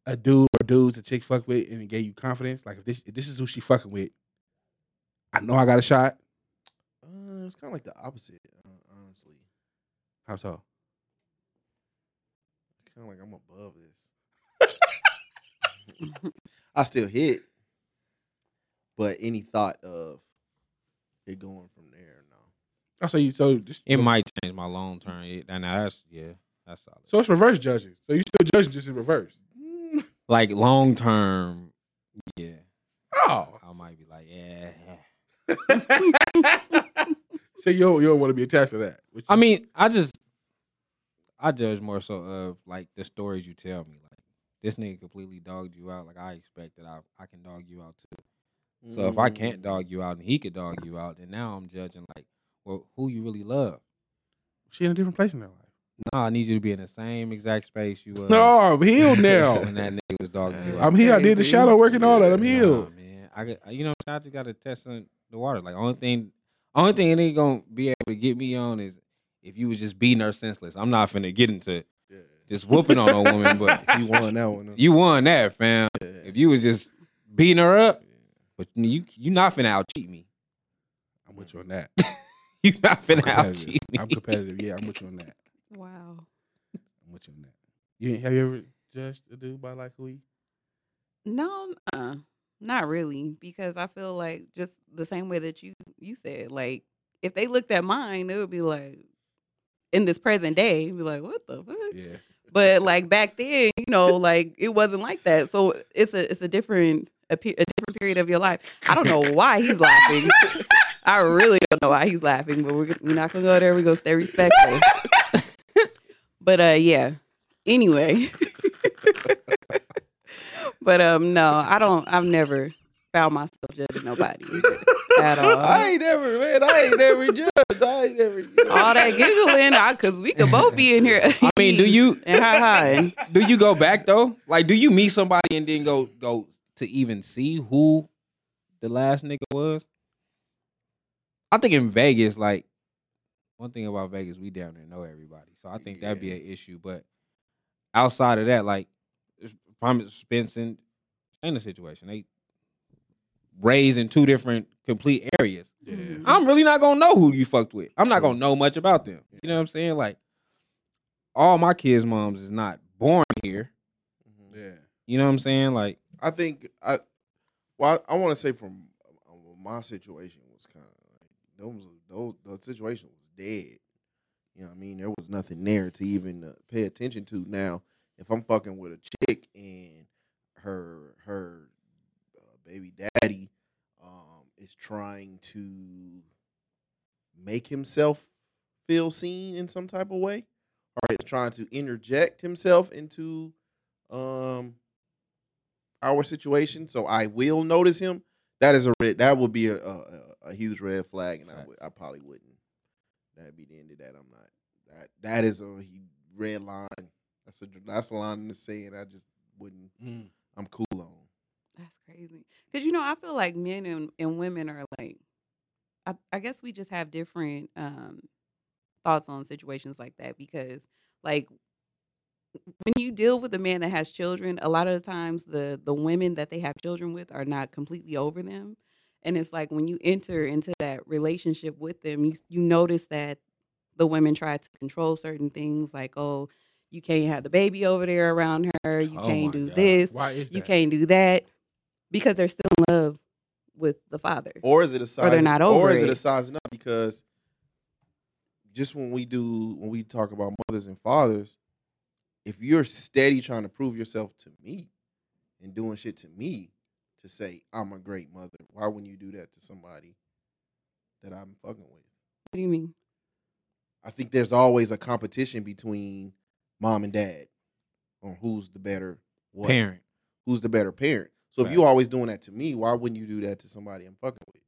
Speaker 1: a dude or dudes a chick fuck with and it gave you confidence? Like if this if this is who she fucking with, I know I got a shot.
Speaker 5: uh, it's kind of like the opposite uh, honestly
Speaker 1: How so?
Speaker 5: it's kind of like i'm above this i still hit but any thought of it going from there no
Speaker 1: Oh, so you so just
Speaker 3: It might change my long term. It- And that's yeah, that's solid.
Speaker 1: so it's reverse judging. So you still judging just in reverse.
Speaker 3: like long term, yeah,
Speaker 1: Oh.
Speaker 3: I might be like yeah.
Speaker 6: Mm-hmm.
Speaker 1: so you don't, you don't want to be attached to that. which
Speaker 3: I
Speaker 1: is-
Speaker 3: mean, I just I judge more so of like the stories you tell me. Like this nigga completely dogged you out. Like I expect that I I can dog you out too. So if I can't dog you out and he could dog you out, then now I'm judging like, well, who you really love.
Speaker 1: she in a different place in her life.
Speaker 3: Nah, I need you to be in the same exact space you was.
Speaker 1: No, I'm healed
Speaker 3: when
Speaker 1: now.
Speaker 3: that nigga was dogging you out.
Speaker 1: I'm healed. I did the shadow work and all that. I'm
Speaker 3: Nah,
Speaker 1: healed.
Speaker 3: man. I got, you know, I just got to test on the water. Like only thing, only thing it ain't gonna be able to get me on is if you was just beating her senseless. I'm not finna get into just whooping on a woman, but
Speaker 5: Mm, you won that one huh?
Speaker 3: you won that, fam. If you was just beating her up, but you you not finna out cheat me.
Speaker 1: I'm with you on that.
Speaker 3: You not
Speaker 1: I'm
Speaker 3: finna out
Speaker 1: competitive.
Speaker 3: cheat me.
Speaker 1: I'm competitive. Yeah, I'm with you on that.
Speaker 6: Wow.
Speaker 1: I'm with you on that. You have you ever judged a dude by like who he?
Speaker 6: No, uh, not really, because I feel like just the same way that you you said, like if they looked at mine, they would be like, in this present day, be like, what the fuck?
Speaker 1: Yeah.
Speaker 6: But like back then, you know, like it wasn't like that. So it's a it's a different a, pe- a different period of your life. I don't know why he's laughing. I really don't know why he's laughing, but we're, we're not gonna go there. We're gonna stay respectful. but uh, yeah. Anyway, but um, no, I don't. I've never found myself judging nobody at all.
Speaker 5: i ain't never man i ain't never judged i ain't never
Speaker 6: all that giggling, I, cause we could both be in here.
Speaker 3: I mean, do you
Speaker 6: and hi hi.
Speaker 3: do you go back though? Like, do you meet somebody and then go go to even see who the last nigga was? I think in Vegas, like one thing about Vegas, we down there know everybody, so I think that'd be an issue. But outside of that, like it's probably Spence and Shayna situation, they raised in two different complete areas.
Speaker 6: Mm-hmm.
Speaker 1: Yeah.
Speaker 3: I'm really not gonna know who you fucked with. I'm not gonna know much about them. You know what I'm saying? Like, all my kids' moms is not born here.
Speaker 5: Mm-hmm.
Speaker 1: Yeah.
Speaker 3: You know what I'm saying? Like,
Speaker 5: I think I well I, want to say from uh, my situation was kind of like those those the situation was dead. You know what I mean? There was nothing there to even uh, pay attention to. Now, if I'm fucking with a chick and her her uh, baby daddy um, is trying to make himself feel seen in some type of way, or is trying to interject himself into um our situation, so I will notice him. That is a red. That would be a a, a- a huge red flag, and I would- I probably wouldn't. That'd be the end of that. I'm not. That that is a he- red line. That's a that's a line in the sand. I just wouldn't. I'm cool on.
Speaker 6: That's crazy. Because you know, I feel like men and, and women are like, I, I guess we just have different um, thoughts on situations like that. Because like when you deal with a man that has children, a lot of the times the the women that they have children with are not completely over them. And it's like when you enter into that relationship with them, you you notice that the women try to control certain things, like oh, you can't have the baby over there around her, you
Speaker 1: Oh
Speaker 6: can't
Speaker 1: my
Speaker 6: do
Speaker 1: God.
Speaker 6: this,
Speaker 1: Why is that?
Speaker 6: you can't do that because they're still in love with the father.
Speaker 5: Or is it a size?
Speaker 6: they're not
Speaker 5: or
Speaker 6: over
Speaker 5: is it, a
Speaker 6: it.
Speaker 5: sizing up? Because just when we do when we talk about mothers and fathers, if you're steady trying to prove yourself to me and doing shit to me to say I'm a great mother, why wouldn't you do that to somebody that I'm fucking with?
Speaker 6: What do you mean?
Speaker 5: I think there's always a competition between mom and dad on who's the better what,
Speaker 3: parent.
Speaker 5: who's the better parent. So if you
Speaker 3: Facts.
Speaker 5: always doing that to me, why wouldn't you do that to somebody I'm fucking with?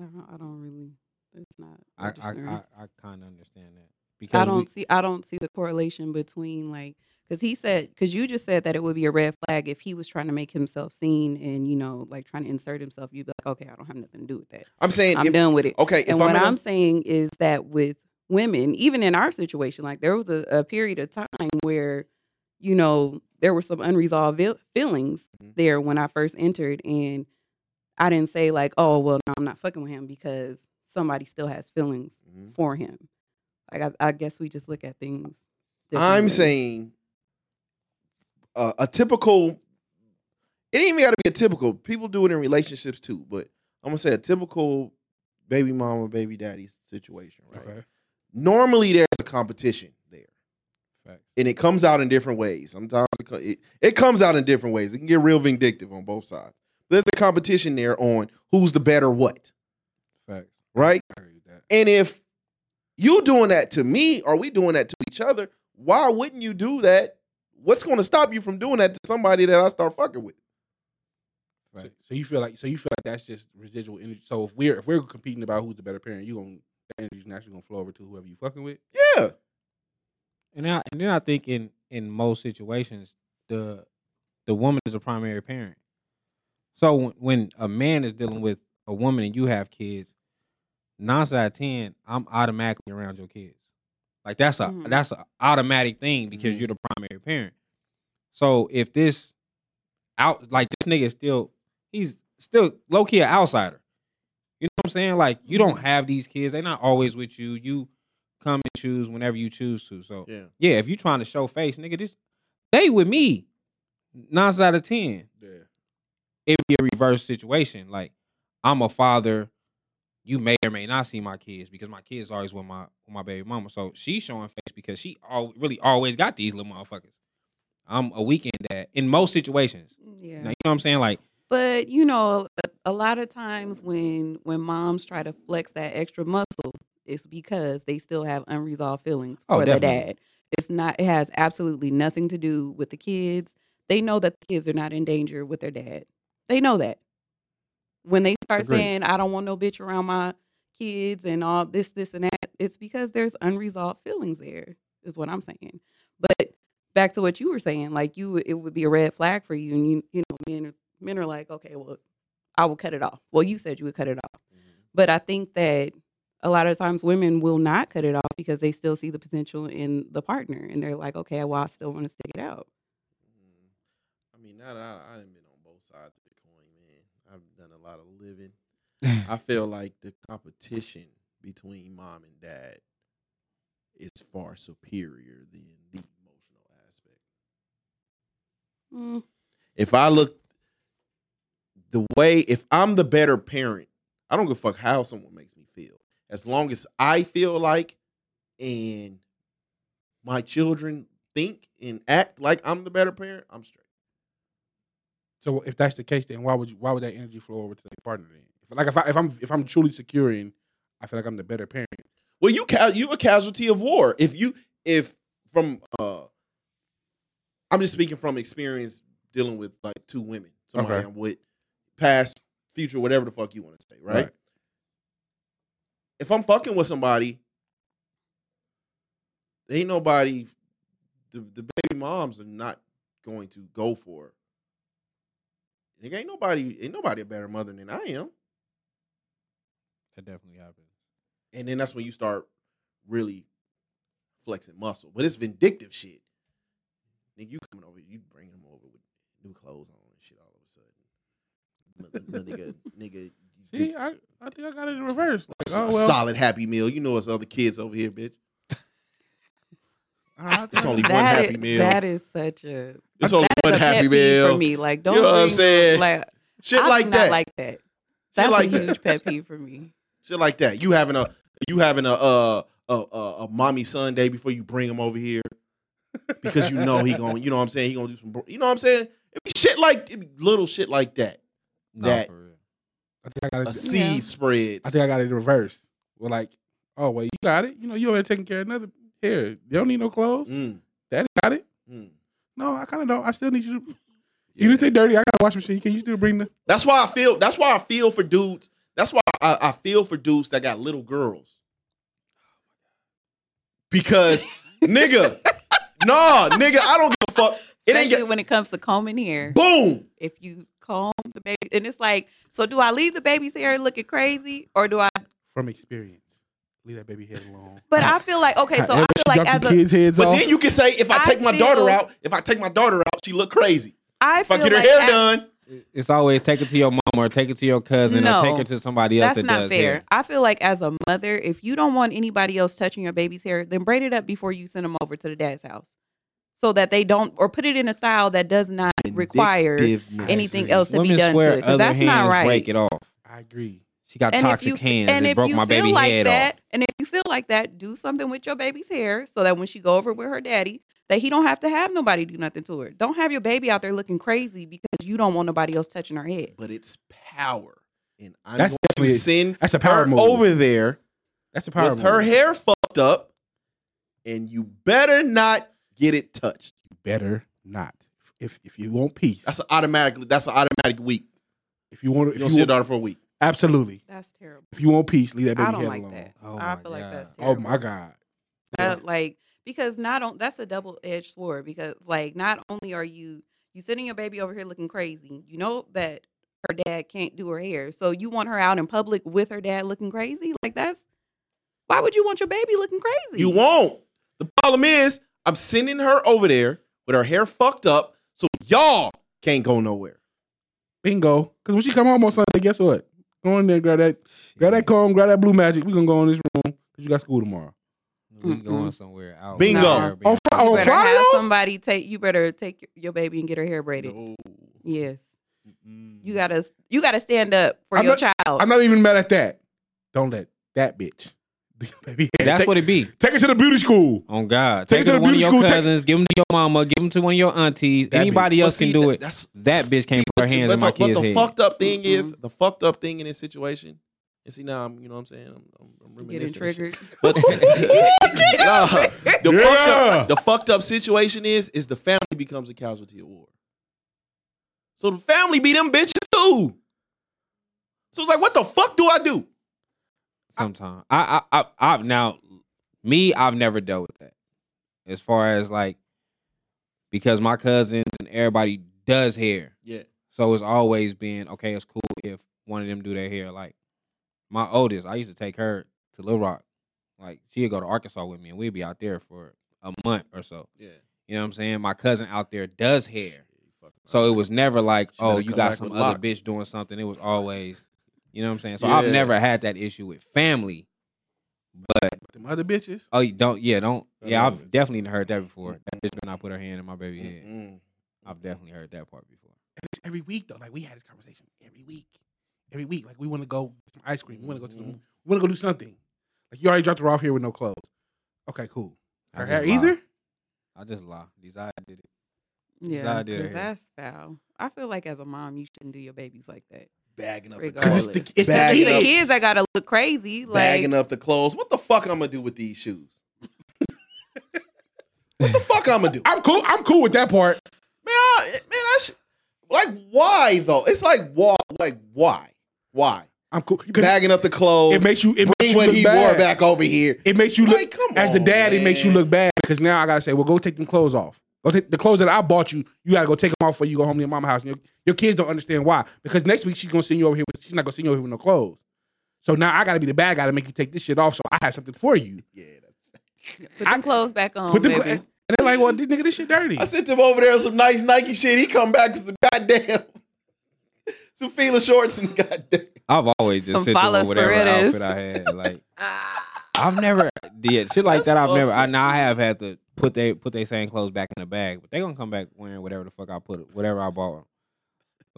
Speaker 6: I don't, I don't really. It's not.
Speaker 3: I I,
Speaker 6: registering.
Speaker 3: I, I kind of understand that because
Speaker 6: I
Speaker 3: we-
Speaker 6: don't see. I don't see the correlation between like because he said because you just said that it would be a red flag if he was trying to make himself seen and you know like trying to insert himself. You'd be like, okay, I don't have nothing to do with that.
Speaker 5: I'm saying
Speaker 6: I'm
Speaker 5: if,
Speaker 6: done with it.
Speaker 5: okay, if
Speaker 6: And
Speaker 5: I'm,
Speaker 6: what
Speaker 5: in a-
Speaker 6: I'm saying is that with women, even in our situation, like there was a, a period of time where, you know, there were some unresolved vil- feelings
Speaker 5: Mhm.
Speaker 6: there when I first entered. And I didn't say, like, oh, well, no, I'm not fucking with him because somebody still has feelings
Speaker 5: Mhm.
Speaker 6: for him. Like, I, I guess we just look at things.
Speaker 5: I'm
Speaker 6: differently.
Speaker 5: saying uh, a typical. It ain't even got to be a typical. People do it in relationships too, but I'm gonna say a typical baby mama, baby daddy situation, right?
Speaker 1: Okay.
Speaker 5: Normally, there's a competition there.
Speaker 3: Facts.
Speaker 5: and it comes out in different ways. Sometimes it, co- it, it comes out in different ways. It can get real vindictive on both sides. There's a competition there on who's the better what,
Speaker 3: Facts.
Speaker 5: right?
Speaker 1: I agree with that.
Speaker 5: And if you doing that to me or we doing that to each other, why wouldn't you do that? What's going to stop you from doing that to somebody that I start fucking with?
Speaker 1: So,
Speaker 3: Right.
Speaker 1: so you feel like so you feel like that's just residual energy. So if we're if we're competing about who's the better parent, you gonna that energy's naturally gonna flow over to whoever you fucking with.
Speaker 5: Yeah.
Speaker 3: And I, and then I think in in most situations the the woman is the primary parent. So when, when a man is dealing with a woman and you have kids, nine out of ten, I'm automatically around your kids. Like that's a
Speaker 6: Mhm.
Speaker 3: that's a automatic thing because
Speaker 5: Mhm.
Speaker 3: you're the primary parent. So if this out like this nigga is still he's still low key an outsider. You know what I'm saying? Like you don't have these kids; they're not always with you. You come and choose whenever you choose to. So
Speaker 5: Yeah.
Speaker 3: yeah, if you trying to show face, nigga, this they with me. Nine out of ten,
Speaker 1: Yeah.
Speaker 3: it'd be a reverse situation. Like I'm a father, you may or may not see my kids because my kids always with my with my baby mama. So she's showing face because she all, really always got these little motherfuckers. I'm a weekend dad in most situations.
Speaker 6: Yeah.
Speaker 3: Now, you know what I'm saying? Like
Speaker 6: But you know, a- a lot of times when when moms try to flex that extra muscle, it's because they still have unresolved feelings
Speaker 3: Oh,
Speaker 6: for
Speaker 3: definitely.
Speaker 6: the dad. It's not. It has absolutely nothing to do with the kids. They know that the kids are not in danger with their dad. They know that. When they start
Speaker 3: Agreed.
Speaker 6: saying, "I don't want no bitch around my kids" and all this, this, and that, it's because there's unresolved feelings there. Is what I'm saying. But back to what you were saying, like you, it would be a red flag for you, and you, you know, men are men are like, okay, well, I will cut it off. Well, you said you would cut it off.
Speaker 5: Mm-hmm.
Speaker 6: But I think that a lot of times women will not cut it off because they still see the potential in the partner and they're like, okay, well, I still want to stick it out.
Speaker 5: I mean, not I, I have been on both sides of the coin, man. I've done a lot of living. I feel like the competition between mom and dad is far superior than the emotional aspect.
Speaker 6: Mm,
Speaker 5: If I look the way, if I'm the better parent, I don't give a fuck how someone makes me feel. As long as I feel like and my children think and act like I'm the better parent, I'm straight.
Speaker 1: So if that's the case, then why would you, why would that energy flow over to their partner? Then, if, like if I if I'm if I'm truly securing, I feel like I'm the better parent.
Speaker 5: Well, you ca- you a casualty of war. If you if from uh I'm just speaking from experience dealing with like two women, somebody
Speaker 1: Okay.
Speaker 5: I'm with, past, future, whatever the fuck you want to say, right?
Speaker 1: Right.
Speaker 5: If I'm fucking with somebody, ain't nobody the, the baby moms are not going to go for her. Nigga, ain't nobody ain't nobody a better mother than I am.
Speaker 3: That definitely happened.
Speaker 5: and then that's when you start really flexing muscle. But it's vindictive shit. Nigga, you coming over, you bringing them over with new clothes on and shit all of a sudden. Little- little nigga, nigga,
Speaker 1: See, I, I think I got it in reverse. Like,
Speaker 5: a
Speaker 1: oh well,
Speaker 5: solid happy meal. You know it's other kids over here, bitch.
Speaker 1: I- I
Speaker 5: It's
Speaker 1: think-
Speaker 5: only one
Speaker 6: that
Speaker 5: happy
Speaker 6: is-
Speaker 5: meal.
Speaker 6: That is such a
Speaker 5: It's only
Speaker 6: that is
Speaker 5: one
Speaker 6: a pet
Speaker 5: happy
Speaker 6: peeve
Speaker 5: meal.
Speaker 6: for me. Like don't
Speaker 5: know what I'm
Speaker 6: bring up,
Speaker 5: saying?
Speaker 6: Like,
Speaker 5: Shit
Speaker 6: I do
Speaker 5: like
Speaker 6: not
Speaker 5: that.
Speaker 6: like that. That's
Speaker 5: like
Speaker 6: a
Speaker 5: that.
Speaker 6: huge pet peeve for me.
Speaker 5: shit like that. You having a you having a uh a, a, a mommy son day before you bring him over here because you know he going you know what I'm saying he gonna do some bro- you know what I'm saying it be shit like it be little shit like that
Speaker 3: Nah,
Speaker 5: That-
Speaker 3: for real.
Speaker 1: I think I
Speaker 5: a
Speaker 1: got it.
Speaker 5: seed
Speaker 6: Yeah.
Speaker 5: spreads
Speaker 1: I think I got it in reverse. We're like, oh well, you got it. You know, you over there taking care of another. Here, you don't need no clothes.
Speaker 5: Mm,
Speaker 1: Daddy got it.
Speaker 5: mm.
Speaker 1: No, I kind of don't. I still need you to.
Speaker 5: Yeah.
Speaker 1: You didn't say dirty. I gotta wash machine. Can you still bring the?
Speaker 5: that's why I feel that's why I feel for dudes that's why I, I feel for dudes that got little girls because nigga nah nigga I don't give a fuck it ain't
Speaker 6: Especially
Speaker 5: get,
Speaker 6: when it comes to combing hair.
Speaker 5: boom
Speaker 6: If you comb the baby, and it's like, so do I leave the baby's hair looking crazy, or do I?
Speaker 1: From experience, leave that baby head alone.
Speaker 6: But I feel like okay, so
Speaker 1: Ever
Speaker 6: I feel
Speaker 1: she
Speaker 6: like
Speaker 1: dropped
Speaker 6: as
Speaker 1: the
Speaker 6: a,
Speaker 1: kids' heads
Speaker 5: but
Speaker 1: off.
Speaker 5: then you can say if I
Speaker 6: I
Speaker 5: take my daughter
Speaker 6: feel-
Speaker 5: out if I take my daughter out she look crazy
Speaker 6: I
Speaker 5: if I
Speaker 6: feel
Speaker 5: get her
Speaker 6: like
Speaker 5: hair
Speaker 6: as-
Speaker 5: done
Speaker 3: It's always take it to your mom or take it to your cousin or take
Speaker 6: No.
Speaker 3: it to somebody else
Speaker 6: That's
Speaker 3: that
Speaker 6: not
Speaker 3: does
Speaker 6: fair.
Speaker 3: hair.
Speaker 6: I feel like as a mother, if you don't want anybody else touching your baby's hair, then braid it up before you send them over to the dad's house, so that they don't, or put it in a style that does not require anything else to
Speaker 3: Women
Speaker 6: be done
Speaker 3: swear
Speaker 6: to it.
Speaker 3: other
Speaker 6: Because that's not
Speaker 3: hands
Speaker 6: right.
Speaker 3: break it off.
Speaker 1: I agree.
Speaker 3: She got toxic hands and, broke my baby
Speaker 6: like
Speaker 3: head
Speaker 6: that,
Speaker 3: off.
Speaker 6: and if you feel like that, do something with your baby's hair so that when she go over with her daddy, that he don't have to have nobody do nothing to her. Don't have your baby out there looking crazy because you don't want nobody else touching her head.
Speaker 5: but it's power and I'm
Speaker 1: That's
Speaker 5: going to
Speaker 1: definitely-
Speaker 5: send
Speaker 1: That's a power
Speaker 5: her
Speaker 1: move.
Speaker 5: over there
Speaker 1: That's a power
Speaker 5: with
Speaker 1: move.
Speaker 5: her hair fucked up, and you better not get it touched.
Speaker 1: better not. If if you want peace,
Speaker 5: That's an automatic. That's an automatic week.
Speaker 1: if you want,
Speaker 5: You
Speaker 1: if
Speaker 5: don't
Speaker 1: you
Speaker 5: see your
Speaker 1: want
Speaker 5: daughter for a week.
Speaker 1: absolutely.
Speaker 6: That's terrible.
Speaker 1: If you want peace, leave that baby
Speaker 6: I don't
Speaker 1: head
Speaker 6: like
Speaker 1: alone.
Speaker 6: that.
Speaker 3: Oh
Speaker 6: I
Speaker 3: my
Speaker 6: feel like
Speaker 3: God.
Speaker 6: that's
Speaker 1: Oh
Speaker 6: terrible.
Speaker 1: my god.
Speaker 6: Uh, like because not on that's a double edged sword because like not only are you you sending your baby over here looking crazy, you know that her dad can't do her hair, so you want her out in public with her dad looking crazy. Like that's why would you want your baby looking crazy?
Speaker 5: You won't. The problem is, I'm sending her over there with her hair fucked up, so y'all can't go nowhere.
Speaker 1: Bingo. Because when she come home on Sunday, guess what? Go in there, grab that, grab that comb, grab that blue magic. We gonna go in this room because you got school tomorrow.
Speaker 3: We going somewhere out.
Speaker 5: Bingo.
Speaker 3: somewhere,
Speaker 1: On, Fri-
Speaker 6: You
Speaker 1: on
Speaker 6: better
Speaker 1: Friday
Speaker 6: have
Speaker 1: though?
Speaker 6: somebody take. You better take your baby and get her hair braided.
Speaker 5: No.
Speaker 6: Yes,
Speaker 5: Mm-mm.
Speaker 6: you gotta you gotta stand up for
Speaker 1: Mm-hmm. I'm
Speaker 6: your
Speaker 1: not-
Speaker 6: child.
Speaker 1: I'm not even mad at that. Don't let that bitch. do your baby hair.
Speaker 3: That's
Speaker 1: take,
Speaker 3: what it be.
Speaker 1: take it to the beauty school.
Speaker 3: On Oh, God,
Speaker 1: Take
Speaker 3: take,
Speaker 1: it
Speaker 3: it
Speaker 1: to
Speaker 3: to
Speaker 1: the
Speaker 3: one of
Speaker 1: beauty
Speaker 3: your
Speaker 1: school, take-
Speaker 3: cousins. give them to your mama. Give them to one of your aunties.
Speaker 1: That be-
Speaker 3: Anybody
Speaker 5: But
Speaker 3: else
Speaker 5: see,
Speaker 3: can do
Speaker 5: that-
Speaker 3: it.
Speaker 5: That's
Speaker 3: That bitch can't
Speaker 5: see,
Speaker 3: put her
Speaker 5: but-
Speaker 3: hands
Speaker 5: but
Speaker 3: in my
Speaker 5: the, but
Speaker 3: kid's
Speaker 5: the
Speaker 3: head.
Speaker 5: fucked up thing is the fucked up thing in this situation. And see now I'm you know what I'm saying I'm, I'm, I'm
Speaker 6: Getting
Speaker 5: reminiscing and shit.
Speaker 6: triggered.
Speaker 5: But Nah, the, fucked
Speaker 1: Yeah.
Speaker 5: up, the fucked up situation is is the family becomes a casualty of war. So the family be them bitches too. So it's like, what the fuck do I do?
Speaker 3: Sometimes I, I, I, I, now me, I've never dealt with that. As far as like, because my cousins and everybody does hair,
Speaker 5: Yeah.
Speaker 3: so it's always been okay. It's cool if one of them do their hair. Like my oldest, I used to take her to Little Rock. Like she'd go to Arkansas with me, and we'd be out there for a month or so.
Speaker 5: Yeah.
Speaker 3: You know what I'm saying? My cousin out there does hair. So it was never like,
Speaker 5: She
Speaker 3: oh,
Speaker 5: better
Speaker 3: you
Speaker 5: come
Speaker 3: got
Speaker 5: back
Speaker 3: some
Speaker 5: with
Speaker 3: other
Speaker 5: locks.
Speaker 3: bitch doing something. It was always, you know what I'm saying? So I've
Speaker 5: Yeah.
Speaker 3: never had that issue with family. But
Speaker 1: Them other bitches.
Speaker 3: Oh, you don't. Yeah, don't. Yeah,
Speaker 1: know.
Speaker 3: I've definitely heard that before. That bitch better not put her hand in my baby head.
Speaker 5: Mm-hmm.
Speaker 1: Mm-mm.
Speaker 3: I've definitely heard that part before.
Speaker 1: It's every week though. Like we had this conversation every week, every week. Like we want to go get some ice cream. We want to go to the. We want to go do something. Like you already dropped her off here with no clothes. Okay, cool.
Speaker 3: I
Speaker 1: Her
Speaker 3: just
Speaker 1: hair
Speaker 3: lie.
Speaker 1: either.
Speaker 3: I just lie. Desire did it.
Speaker 6: Yeah,
Speaker 3: did it
Speaker 6: 'cause
Speaker 3: here.
Speaker 6: that's foul. I feel like as a mom, you shouldn't do your babies like that.
Speaker 8: bagging up the
Speaker 6: Regardless.
Speaker 8: clothes,
Speaker 1: Because it's the, it's the,
Speaker 8: Bagging
Speaker 6: It's
Speaker 1: kid.
Speaker 6: the
Speaker 8: up.
Speaker 6: kids that gotta look crazy. Like
Speaker 8: bagging up the clothes. What the fuck I'm gonna do with these shoes? what the fuck I'm gonna do?
Speaker 1: I'm cool. I'm cool with that part.
Speaker 8: Man, I, man, I should, like why though? It's like why, like why, why
Speaker 1: I'm cool. 'Cause
Speaker 8: bagging up the clothes?
Speaker 1: it makes you. It
Speaker 8: bring
Speaker 1: makes you
Speaker 8: what
Speaker 1: look
Speaker 8: he
Speaker 1: bad.
Speaker 8: wore back over here.
Speaker 1: It makes you look
Speaker 8: Like, come
Speaker 1: as the
Speaker 8: on,
Speaker 1: dad. It makes you
Speaker 8: man.
Speaker 1: look bad because now I gotta say, well, go take them clothes off. Go take the clothes that I bought you. You gotta go take them off before you go home to your mama's house. And your, your kids don't understand why because next week she's gonna send you over here. With, she's not gonna send you over here with no clothes. So now I gotta be the bad guy to make you take this shit off. So I have something for you.
Speaker 8: Yeah, that's.
Speaker 6: put them clothes back on,
Speaker 1: Put them cl-
Speaker 6: baby.
Speaker 1: and they're like, well, this nigga, this shit dirty.
Speaker 8: Oh, I sent him over there with some nice Nike shit. He come back with some goddamn some Fila shorts and goddamn.
Speaker 3: I've always just
Speaker 6: Some
Speaker 3: sent them
Speaker 6: follow
Speaker 3: with whatever
Speaker 6: Spirittas.
Speaker 3: outfit I had. Like I've never did shit like that. I've never. I now I have had to put they put they same clothes back in the bag, but they gonna come back wearing whatever the fuck I put whatever I bought. 'em.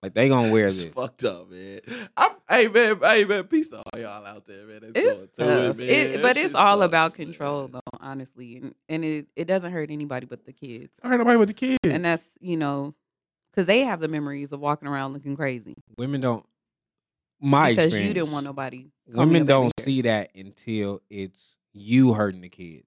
Speaker 3: Like they gonna wear
Speaker 8: It's
Speaker 3: this.
Speaker 8: fucked up, man. I'm, hey man, hey man, peace to all y'all out there, man. That's
Speaker 6: It's
Speaker 8: going to
Speaker 6: tough.
Speaker 8: man.
Speaker 6: It-
Speaker 8: That
Speaker 6: but
Speaker 8: shit
Speaker 6: it's all
Speaker 8: sucks,
Speaker 6: about
Speaker 8: man.
Speaker 6: control, though, honestly, and and it, it doesn't hurt anybody but the kids,
Speaker 1: I heard about it with the kids.
Speaker 6: and that's you know, because they have the memories of walking around looking crazy
Speaker 3: Women don't. My
Speaker 6: because
Speaker 3: experience.
Speaker 6: you didn't want nobody. coming
Speaker 3: Women
Speaker 6: up
Speaker 3: don't
Speaker 6: in here.
Speaker 3: see that until it's you hurting the kids.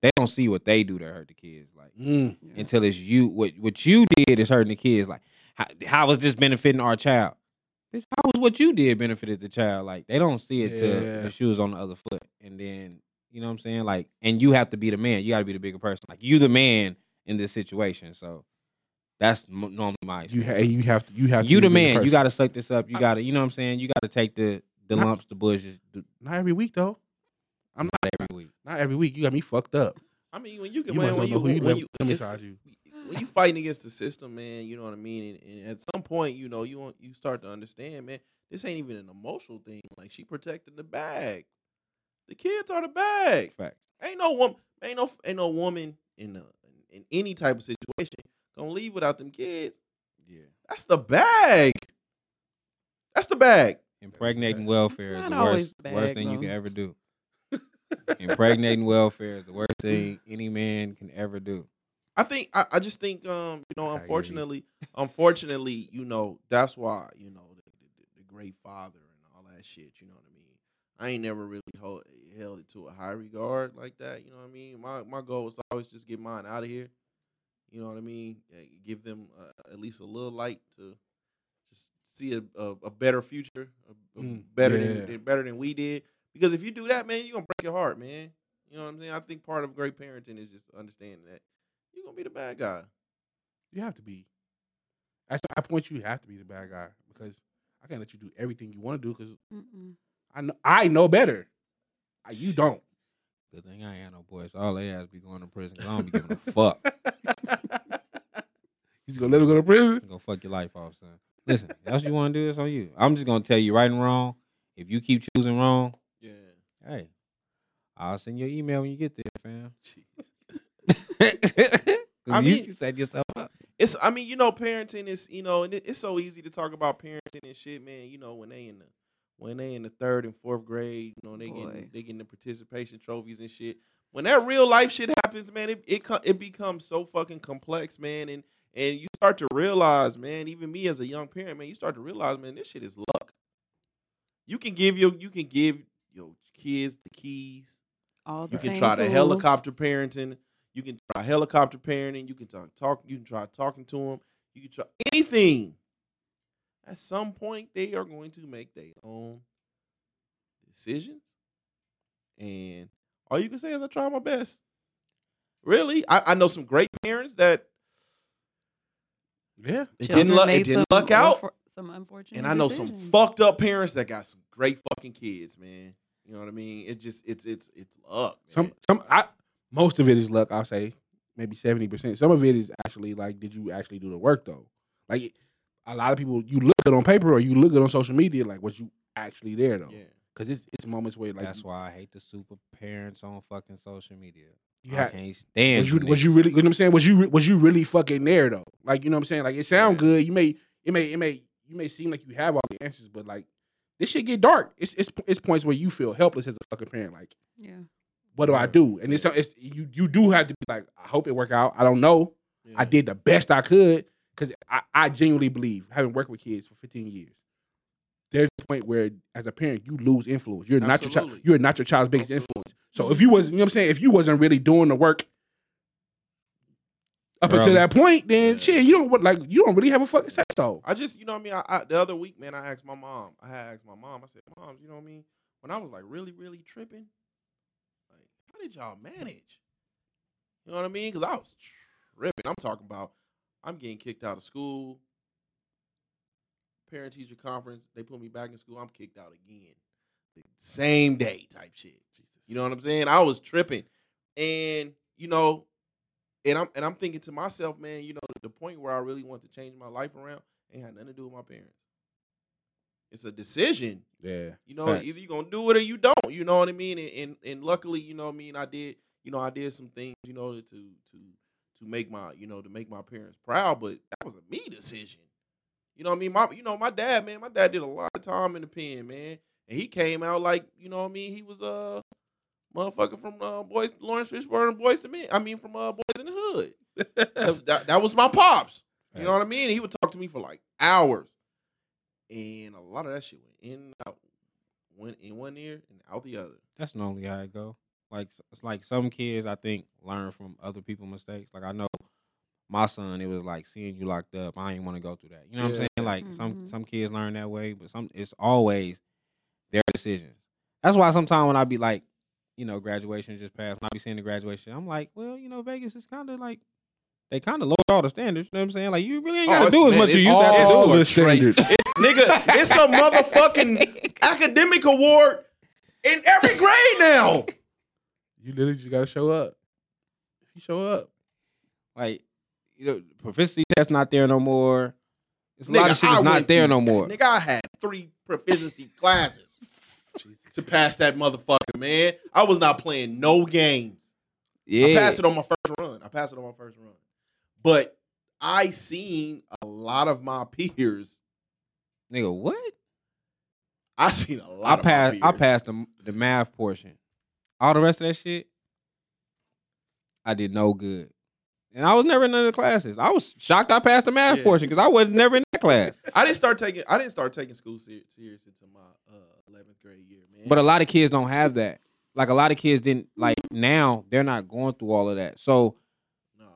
Speaker 3: They don't see what they do to hurt the kids. Like
Speaker 1: Mm.
Speaker 6: Yeah.
Speaker 3: until it's you what what you did is hurting the kids. Like how how is this benefiting our child? Bitch, how was what you did benefited the child? Like they don't see it
Speaker 1: Yeah.
Speaker 3: till the shoes on the other foot, and then you know what I'm saying. Like and you have to be the man. You got to be the bigger person. Like you the man in this situation. So that's m- normally my
Speaker 1: You
Speaker 3: experience.
Speaker 1: ha- you have to you have to
Speaker 3: you
Speaker 1: be bigger
Speaker 3: the man. You
Speaker 1: person.
Speaker 3: got to suck this up. You got to you know what I'm saying. You got to take the the
Speaker 1: Not-
Speaker 3: lumps, the bushes, the,
Speaker 1: not every week though. I'm not
Speaker 3: every week.
Speaker 1: not every week. You got me fucked up.
Speaker 5: I mean, when you
Speaker 1: You
Speaker 5: can,
Speaker 1: might
Speaker 5: man,
Speaker 1: as well
Speaker 5: when
Speaker 1: know
Speaker 5: you,
Speaker 1: who you
Speaker 5: when
Speaker 1: let
Speaker 5: you,
Speaker 1: come
Speaker 5: it's-
Speaker 1: inside you.
Speaker 5: when you fighting against the system, man, you know what I mean. And, and at some point, you know, you want, you start to understand, man. This ain't even an emotional thing. Like she protecting the bag. The kids are the bag.
Speaker 3: Fact.
Speaker 5: Ain't no woman. Ain't no. Ain't no woman in a, in any type of situation gonna leave without them kids.
Speaker 3: Yeah.
Speaker 5: That's the bag. That's the bag.
Speaker 3: Impregnating welfare
Speaker 6: not
Speaker 3: is the
Speaker 6: always
Speaker 3: worst,
Speaker 6: bad,
Speaker 3: worst thing you
Speaker 6: though.
Speaker 3: can ever do. Impregnating welfare is the worst thing any man can ever do.
Speaker 5: I think I, I just think um you know
Speaker 1: I hear you.
Speaker 5: unfortunately unfortunately you know that's why you know the, the, the great father and all that shit you know what I mean I ain't never really hold, held it to a high regard like that you know what I mean my my goal was to always just get mine out of here you know what I mean Uh, give them uh, at least a little light to just see a, a, a better future a, a
Speaker 1: Mm,
Speaker 5: better
Speaker 1: yeah.
Speaker 5: than, than better than we did because if you do that man you're gonna break your heart man you know what I'm saying I think part of great parenting is just understanding that you're gonna be the bad guy.
Speaker 1: You have to be. At that point, you have to be the bad guy because I can't let you do everything you want to do because
Speaker 6: Mm-mm.
Speaker 1: I know I know better. I- You don't.
Speaker 3: Good thing I ain't had no boys. All they ass be going to prison. 'cause I don't be giving a fuck.
Speaker 1: He's gonna let him go to prison.
Speaker 3: I'm gonna fuck your life off, son. Listen, if that's what you want to do. It's on you. I'm just gonna tell you right and wrong. If you keep choosing wrong,
Speaker 5: Yeah.
Speaker 3: hey, I'll send you an email when you get there, fam. 'Cause
Speaker 5: I
Speaker 3: you
Speaker 5: mean-
Speaker 3: you set yourself up.
Speaker 5: It's I mean, you know, parenting is, you know, and it, it's so easy to talk about parenting and shit, man, you know, when they in the when they in the third and fourth grade, you know, they
Speaker 6: Boy.
Speaker 5: getting they getting the participation trophies and shit. When that real life shit happens, man, it it, co- it becomes so fucking complex, man, and and you start to realize, man, even me as a young parent, man, you start to realize, man, this shit is luck. You can give your you can give your kids the keys.
Speaker 6: All the
Speaker 5: You can
Speaker 6: same
Speaker 5: try to
Speaker 6: tools.
Speaker 5: helicopter parenting. You can try helicopter parenting. You can talk, talk. You can try talking to them. You can try anything. At some point, they are going to make their own decisions, and all you can say is, "I try my best." Really, I, I know some great parents that
Speaker 1: Yeah.
Speaker 5: it
Speaker 6: Children
Speaker 5: didn't luck.
Speaker 6: made
Speaker 5: It didn't
Speaker 6: some
Speaker 5: luck out,
Speaker 6: unfor- some unfortunate.
Speaker 5: and I know some
Speaker 6: decisions.
Speaker 5: fucked up parents that got some great fucking kids, man. You know what I mean? It just it's it's it's luck.
Speaker 1: Some
Speaker 5: man.
Speaker 1: some I most of it is luck. I'll say maybe seventy percent. Some of it is actually like, did you actually do the work though? Like a lot of people, you look good on paper or you look good on social media. Like, was you actually there though?
Speaker 5: yeah.
Speaker 1: Cause it's it's moments where like
Speaker 3: That's why I hate the super parents on fucking social media.
Speaker 1: you
Speaker 3: I
Speaker 1: had
Speaker 3: can't stand.
Speaker 1: was you
Speaker 3: them
Speaker 1: was you really you know what I'm saying was you re- was you really fucking there though like you know what I'm saying like it sound good you may it may it may you may seem like you have all the answers but like this shit get dark it's it's it's points where you feel helpless as a fucking parent like
Speaker 6: Yeah.
Speaker 1: what do I do and it's it's you you do have to be like I hope it work out I don't know I did the best I could because I, I genuinely believe, having worked with kids for 15 years, there's a point where, as a parent, you lose influence. You're not your child.
Speaker 5: Absolutely.
Speaker 1: You're not your child's biggest influence. So if you was, you know what I'm saying, if you wasn't really doing the work up until
Speaker 3: Probably.
Speaker 1: that point, then
Speaker 5: Yeah.
Speaker 1: shit, you don't want- like you don't really have a fucking say so.
Speaker 5: I just, you know what I mean? I, I, the other week, man, I asked my mom. I had asked my mom. I said, Mom, you know what I mean? When I was like really, really tripping, like, how did y'all manage? You know what I mean? Because I was tripping. I'm talking about, I'm getting kicked out of school, parent teacher conference. They put me back in school. I'm kicked out again. The same day type shit. You know what I'm saying? I was tripping. And, you know, and I'm and I'm thinking to myself, man, you know, the point where I really want to change my life around ain't had nothing to do with my parents. It's a decision.
Speaker 1: Yeah,
Speaker 5: You know,
Speaker 1: Facts.
Speaker 5: either you're gonna do it or you don't. You know what I mean? And, and and luckily, you know what I mean, I did, you know, I did some things, you know, to to to make my, you know, to make my parents proud, but that was a me decision. You know what I mean? My you know, my dad, man, my dad did a lot of time in the pen, man. And he came out like, you know what I mean, he was uh motherfucker from uh boys Lawrence Fishburne and Boys to Men. I mean from uh Boys in the Hood. That's, that, that was my pops. You know what I mean? He would talk to me for like hours. And a lot of that shit went in and out. Went in one ear and out the other.
Speaker 3: that's normally how it go. Like it's like some kids I think learn from other people's mistakes. Like I know my son, it was like seeing you locked up. I ain't want to go through that. You know what I'm saying? Like some
Speaker 6: Mhm.
Speaker 3: some kids learn that way, but some it's always their decisions. That's why sometimes when I be like, you know, graduation just passed, when I be seeing the graduation, I'm like, well, you know, Vegas is kind of like they kind of lower all the standards. You know what I'm saying? Like you really ain't
Speaker 5: Oh,
Speaker 3: got to
Speaker 5: it's-
Speaker 3: do as
Speaker 5: man,
Speaker 3: much as
Speaker 5: it's
Speaker 3: you used to have to
Speaker 5: all
Speaker 3: do.
Speaker 5: the standards. Nigga, it's a motherfucking academic award in every grade now.
Speaker 1: you literally just gotta show up. If you show up,
Speaker 3: Like you know, proficiency test not there no more. It's a
Speaker 5: Nigga,
Speaker 3: lot of shit
Speaker 5: I
Speaker 3: that's
Speaker 5: went
Speaker 3: not there
Speaker 5: through-
Speaker 3: no more.
Speaker 5: Nigga, I had three proficiency classes to pass that motherfucker, man. I was not playing no games. I
Speaker 3: Yeah,
Speaker 5: passed it on my first run. I passed it on my first run. But I seen a lot of my peers.
Speaker 3: nigga, what?
Speaker 5: I seen a lot
Speaker 3: I
Speaker 5: of
Speaker 3: passed.
Speaker 5: my
Speaker 3: I
Speaker 5: peers.
Speaker 3: passed the the math portion. All the rest of that shit, I did no good, and I was never in none of the classes. I was shocked I passed the math
Speaker 5: Yeah.
Speaker 3: portion because I was never in that class.
Speaker 5: I didn't start taking I didn't start taking school ser- serious until my uh, eleventh grade year, man.
Speaker 3: But a lot of kids don't have that. Like a lot of kids didn't like. Now they're not going through all of that. So
Speaker 5: nah.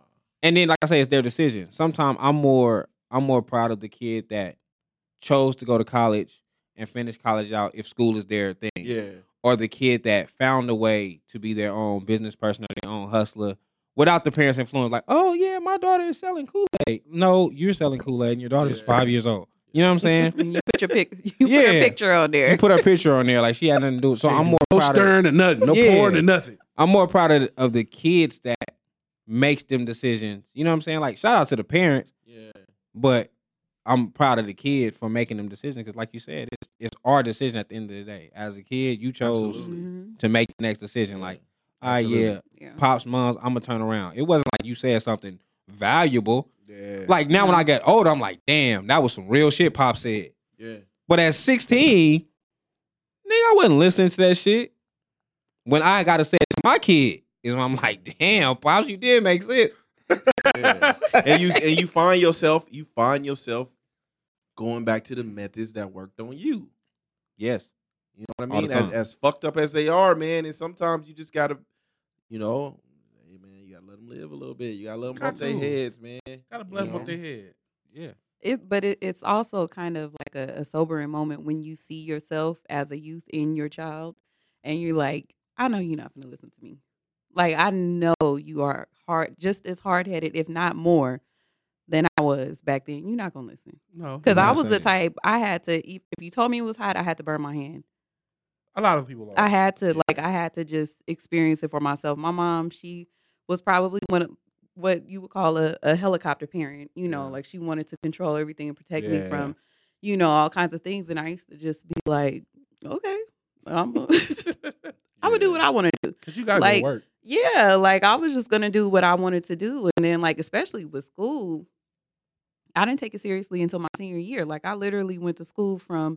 Speaker 3: and then like I say, it's their decision. Sometimes I'm more I'm more proud of the kid that chose to go to college and finish college out if school is their thing.
Speaker 5: yeah,
Speaker 3: or the kid that found a way to be their own business person or their own hustler without the parents' influence. Like, oh yeah, my daughter is selling Kool Aid. No, you're selling Kool Aid, and your daughter is
Speaker 5: Yeah.
Speaker 3: five years old. You know what I'm saying?
Speaker 6: you put your pic. You put
Speaker 3: Yeah.
Speaker 6: a picture on there.
Speaker 3: you put her picture on there, like she had nothing to do. with it. So I'm more
Speaker 1: no
Speaker 3: proud. Of,
Speaker 1: stern or nothing, no
Speaker 3: Yeah.
Speaker 1: porn or nothing.
Speaker 3: I'm more proud of, of the kids that makes them decisions. You know what I'm saying? Like, shout out to the parents,
Speaker 5: yeah.
Speaker 3: but I'm proud of the kid for making them decisions because, like you said, it's it's our decision at the end of the day. As a kid, you chose
Speaker 5: Absolutely.
Speaker 6: Mhm.
Speaker 3: to make the next decision. Like, ah,
Speaker 5: Absolutely.
Speaker 3: yeah,
Speaker 6: Yeah.
Speaker 3: pops, moms, I'm gonna turn around. It wasn't like you said something valuable.
Speaker 1: Yeah,
Speaker 3: Like now when
Speaker 6: Mm-hmm.
Speaker 3: I get older, I'm like, damn, that was some real shit Pop said.
Speaker 5: Yeah.
Speaker 3: But at 16, nigga, I wasn't listening to that shit. When I gotta say it to my kid, is when I'm like, damn, Pops, you did make sense.
Speaker 5: yeah. and you and you find yourself you find yourself going back to the methods that worked on you.
Speaker 3: Yes.
Speaker 5: You know what I
Speaker 3: All the
Speaker 5: mean? As,
Speaker 3: time.
Speaker 5: as fucked up as they are, man. And sometimes you just gotta, you know, hey man, you gotta let them live a little bit. You gotta let them bump their
Speaker 1: Cartoon.
Speaker 5: heads, man.
Speaker 1: gotta bless
Speaker 5: Yeah.
Speaker 1: them up their head.
Speaker 3: Yeah.
Speaker 6: It, but it, it's also kind of like a, a sobering moment when you see yourself as a youth in your child, and you're like, I know you're not going to listen to me. Like I know you are hard, just as hard headed, if not more, than I was back then. You're not going to listen
Speaker 1: No,
Speaker 6: because I
Speaker 3: not
Speaker 6: was the
Speaker 3: saying.
Speaker 6: type I had to. e- If you told me it was hot, I had to burn my hand.
Speaker 1: a lot of people. Are.
Speaker 6: I had to like I had to just experience it for myself. My mom, she was probably one of what you would call a, a helicopter parent. You know,
Speaker 1: Yeah.
Speaker 6: like she wanted to control everything and protect me
Speaker 1: Yeah.
Speaker 6: from, you know, all kinds of things. And I used to just be like, okay, I'm gonna, I'm gonna do what I want to do.
Speaker 1: Cause you gotta
Speaker 6: Like-
Speaker 1: go to work.
Speaker 6: Yeah, like I was just gonna do what I wanted to do, and then like especially with school, I didn't take it seriously until my senior year. Like I literally went to school from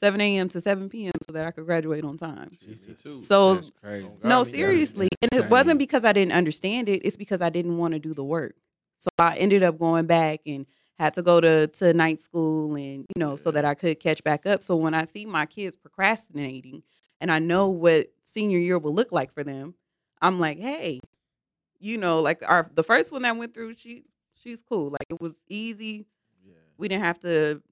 Speaker 6: 7 a.m. to 7 p.m. so that I could graduate on time.
Speaker 1: Jesus.
Speaker 3: Oh.
Speaker 6: So
Speaker 1: That's crazy.
Speaker 6: no,
Speaker 5: Gotta be
Speaker 6: seriously, and it
Speaker 1: Same.
Speaker 6: wasn't because I didn't understand it. It's because I didn't want to do the work. So I ended up going back and had to go to to night school, and you know, so that I could catch back up. So when I see my kids procrastinating, and I know what senior year will look like for them, I'm like, hey, you know, like our the first one that went through, she she's cool. Like it was easy. We didn't have to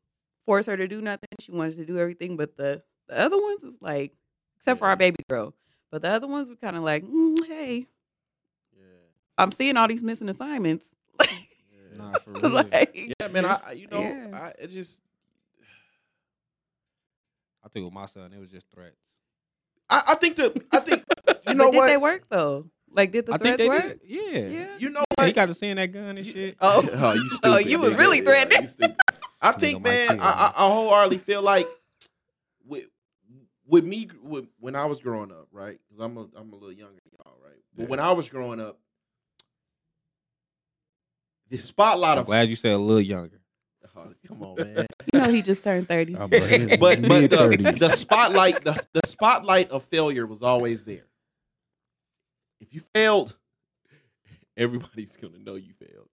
Speaker 6: force her to do nothing. She wanted to do everything, but the the other ones was like, except for our baby girl. But the other ones were kind of like, mm, hey, I'm seeing all these missing assignments.
Speaker 3: Mm. Nah, for real.
Speaker 6: like,
Speaker 5: Yeah, man. I I- you know
Speaker 6: Yeah.
Speaker 5: I it just
Speaker 3: I think with my son, it was just threats.
Speaker 5: I, I think the I think you
Speaker 6: But
Speaker 5: know
Speaker 6: did they
Speaker 5: what
Speaker 6: work though? Like, did the
Speaker 3: I think
Speaker 6: threats
Speaker 3: they
Speaker 6: work?
Speaker 3: did. Yeah.
Speaker 6: Yeah.
Speaker 5: you know
Speaker 3: He
Speaker 5: what
Speaker 3: got to seeing that gun and shit.
Speaker 6: Oh,
Speaker 5: oh, you stupid.
Speaker 6: Oh, you was
Speaker 5: nigga.
Speaker 6: really
Speaker 5: Yeah,
Speaker 6: threatening.
Speaker 5: you stupid. I think,
Speaker 3: Nigga, my
Speaker 5: man,
Speaker 3: kid,
Speaker 5: I, I, I wholeheartedly feel like with with me with, when I was growing up, right? Because I'm a, I'm a little younger than y'all, right? But when I was growing up, the spotlight
Speaker 3: I'm
Speaker 5: of
Speaker 3: glad you said a little younger.
Speaker 5: Oh, come on, man.
Speaker 6: You know, he just turned 30.
Speaker 1: I'm
Speaker 3: Um,
Speaker 1: like,
Speaker 5: but but the,
Speaker 1: mid-thirties.
Speaker 5: the spotlight the, the spotlight of failure was always there. If you failed, everybody's gonna know you failed.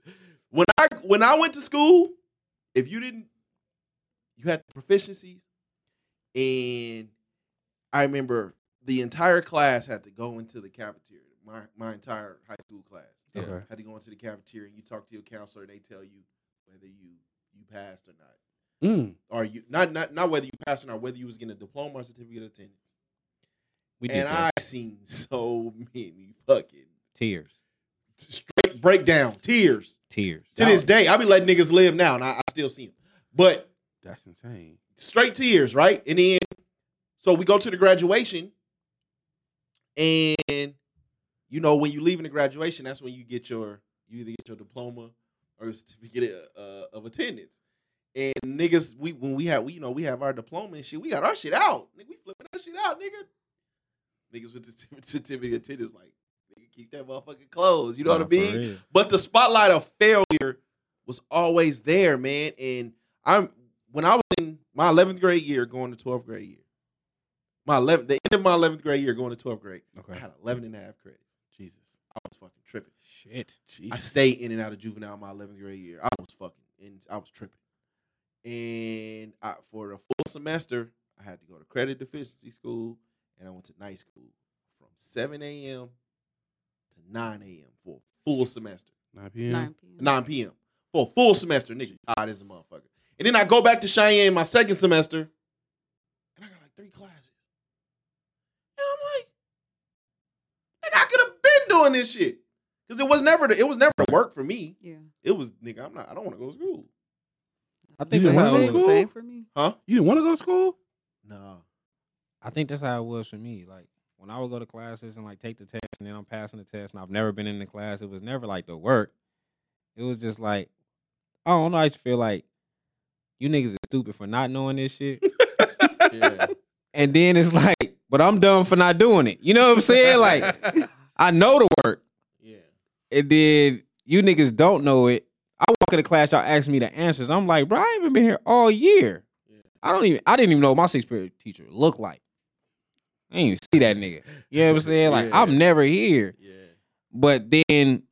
Speaker 5: When I when I went to school, if you didn't, you had proficiencies, and I remember the entire class had to go into the cafeteria. My my entire high school class
Speaker 1: Okay.
Speaker 5: had to go into the cafeteria. and You talk to your counselor, and they tell you whether you you passed or not
Speaker 1: Mm.
Speaker 5: or you not not not whether you passed or not, whether you was getting a diploma or certificate of attendance.
Speaker 3: We did
Speaker 5: And I
Speaker 3: that.
Speaker 5: seen so many fucking
Speaker 3: tears,
Speaker 5: straight breakdown tears
Speaker 3: tears.
Speaker 5: to this day. I be letting niggas live now, and I, I still see them, but
Speaker 1: That's insane.
Speaker 5: straight tears, right? And then so we go to the graduation, and you know when you leaving the graduation, that's when you get your you either get your diploma or your certificate of, uh, of attendance. And niggas, we when we had we you know we have our diploma and shit, we got our shit out. Nigga, we flipping that shit out, nigga. Niggas with the certi- certificate of attendance, like nigga, keep that motherfucker closed. You know what I mean? But the spotlight of failure was always there, man. And I'm when I was in my 11th grade year, going to 12th grade year, my 11th, the end of my 11th grade year, going to 12th grade, I
Speaker 1: Okay.
Speaker 5: had 11 and a half credits.
Speaker 1: Jesus.
Speaker 5: I was fucking tripping.
Speaker 3: Shit.
Speaker 5: I stayed in and out of juvenile my 11th grade year. I was fucking and I was tripping. And I, for a full semester, I had to go to credit deficiency school and I went to night school from 7 a.m. to 9 a.m. for a full semester.
Speaker 1: 9 p.m.
Speaker 6: 9 p.m.
Speaker 5: 9 p.m. for a full semester. Nigga, hot as a motherfucker. And then I go back to Cheyenne my second semester, and I got like three classes. And I'm like, nigga, I could have been doing this shit. Cause it was never it was never work for me.
Speaker 6: Yeah.
Speaker 5: It was nigga, I'm not I don't want to go to school.
Speaker 3: I think
Speaker 1: You
Speaker 3: that's
Speaker 1: didn't
Speaker 3: how
Speaker 1: wanna
Speaker 3: it
Speaker 1: go to
Speaker 3: was.
Speaker 6: It was the
Speaker 1: school?
Speaker 6: same for me.
Speaker 5: Huh?
Speaker 1: You didn't want to go to school?
Speaker 5: No.
Speaker 3: I think that's how it was for me. Like when I would go to classes and like take the test, and then I'm passing the test, and I've never been in the class. It was never like the work. It was just like I don't know. I just feel like you niggas are stupid for not knowing this shit,
Speaker 5: Yeah.
Speaker 3: and then it's like, but I'm dumb for not doing it. You know what I'm saying? Like I know the work,
Speaker 5: yeah.
Speaker 3: and then you niggas don't know it. I walk in the class, y'all ask me the answers. I'm like, bro, I haven't been here all year.
Speaker 5: Yeah.
Speaker 3: I don't even. I didn't even know what my sixth period teacher looked like. I didn't even see that nigga. You know what I'm saying? Like,
Speaker 5: Yeah.
Speaker 3: I'm never here.
Speaker 5: Yeah.
Speaker 3: But then,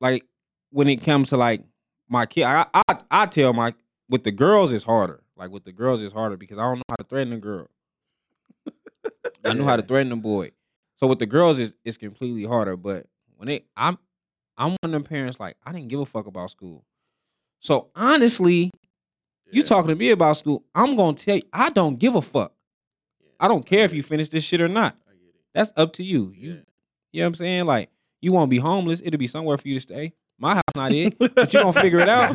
Speaker 3: like, when it comes to like my kid, I I, I tell my with the girls it's harder. Like with the girls it's harder because I don't know how to threaten a girl. I knew how to threaten a boy. So with the girls it's it's completely harder. But when it I'm I'm one of the parents like I didn't give a fuck about school. So honestly, you talking to me about school, I'm gonna tell you I don't give a fuck. I don't care if you finish this shit or not.
Speaker 5: I get it.
Speaker 3: That's up to you. You you know what I'm saying? Like, you won't be homeless. It'll be somewhere for you to stay. My house not it, but you gonna figure it out.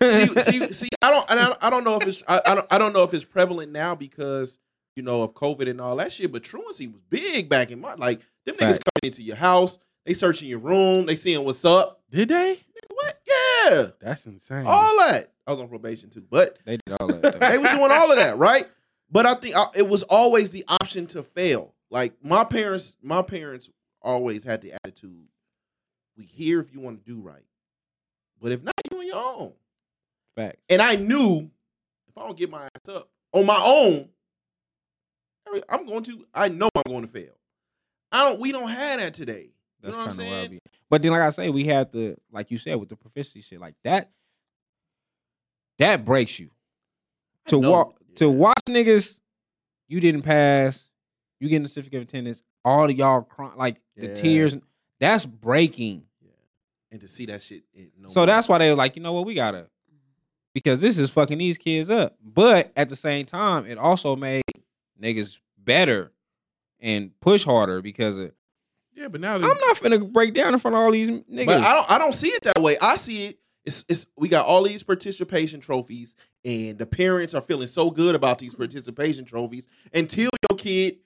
Speaker 5: see, see, see, I don't, and I, I don't know if it's, I, I don't, I don't know if it's prevalent now because you know of COVID and all that shit. But truancy was big back in my like them niggas
Speaker 3: Facts.
Speaker 5: coming into your house, they searching your room, they seeing what's up.
Speaker 1: Did they?
Speaker 5: What? Yeah,
Speaker 1: That's insane.
Speaker 5: Oh, all that. I was on probation too, but
Speaker 3: they did all that.
Speaker 5: they was doing all of that, right? But I think I, it was always the option to fail. Like my parents, my parents always had the attitude: we here if you want to do right, but if not, you on your own.
Speaker 3: Facts.
Speaker 5: And I knew if I don't get my ass up on my own, every- I'm going to. I know I'm going to fail. I don't. We don't have that today. You
Speaker 3: That's
Speaker 5: know
Speaker 3: kind
Speaker 5: what I'm
Speaker 3: of
Speaker 5: saying?
Speaker 3: wild. But then, like I say, we had the like you said with the proficiency shit like that. That breaks you.
Speaker 5: I
Speaker 3: To
Speaker 5: know.
Speaker 3: walk to
Speaker 5: Yeah.
Speaker 3: watch niggas, you didn't pass. You getting a certificate of attendance. All of y'all crying like
Speaker 5: Yeah.
Speaker 3: the tears. That's breaking.
Speaker 5: and to see that shit. It, no
Speaker 3: so
Speaker 5: more.
Speaker 3: that's why they were like, you know what, we gotta because this is fucking these kids up. But at the same time, it also made niggas better and push harder because of,
Speaker 1: Yeah, but now
Speaker 3: I'm
Speaker 1: that,
Speaker 3: not finna break down in front of all these niggas.
Speaker 5: But I don't I don't see it that way. I see it. It's it's we got all these participation trophies, and the parents are feeling so good about these participation trophies until your kid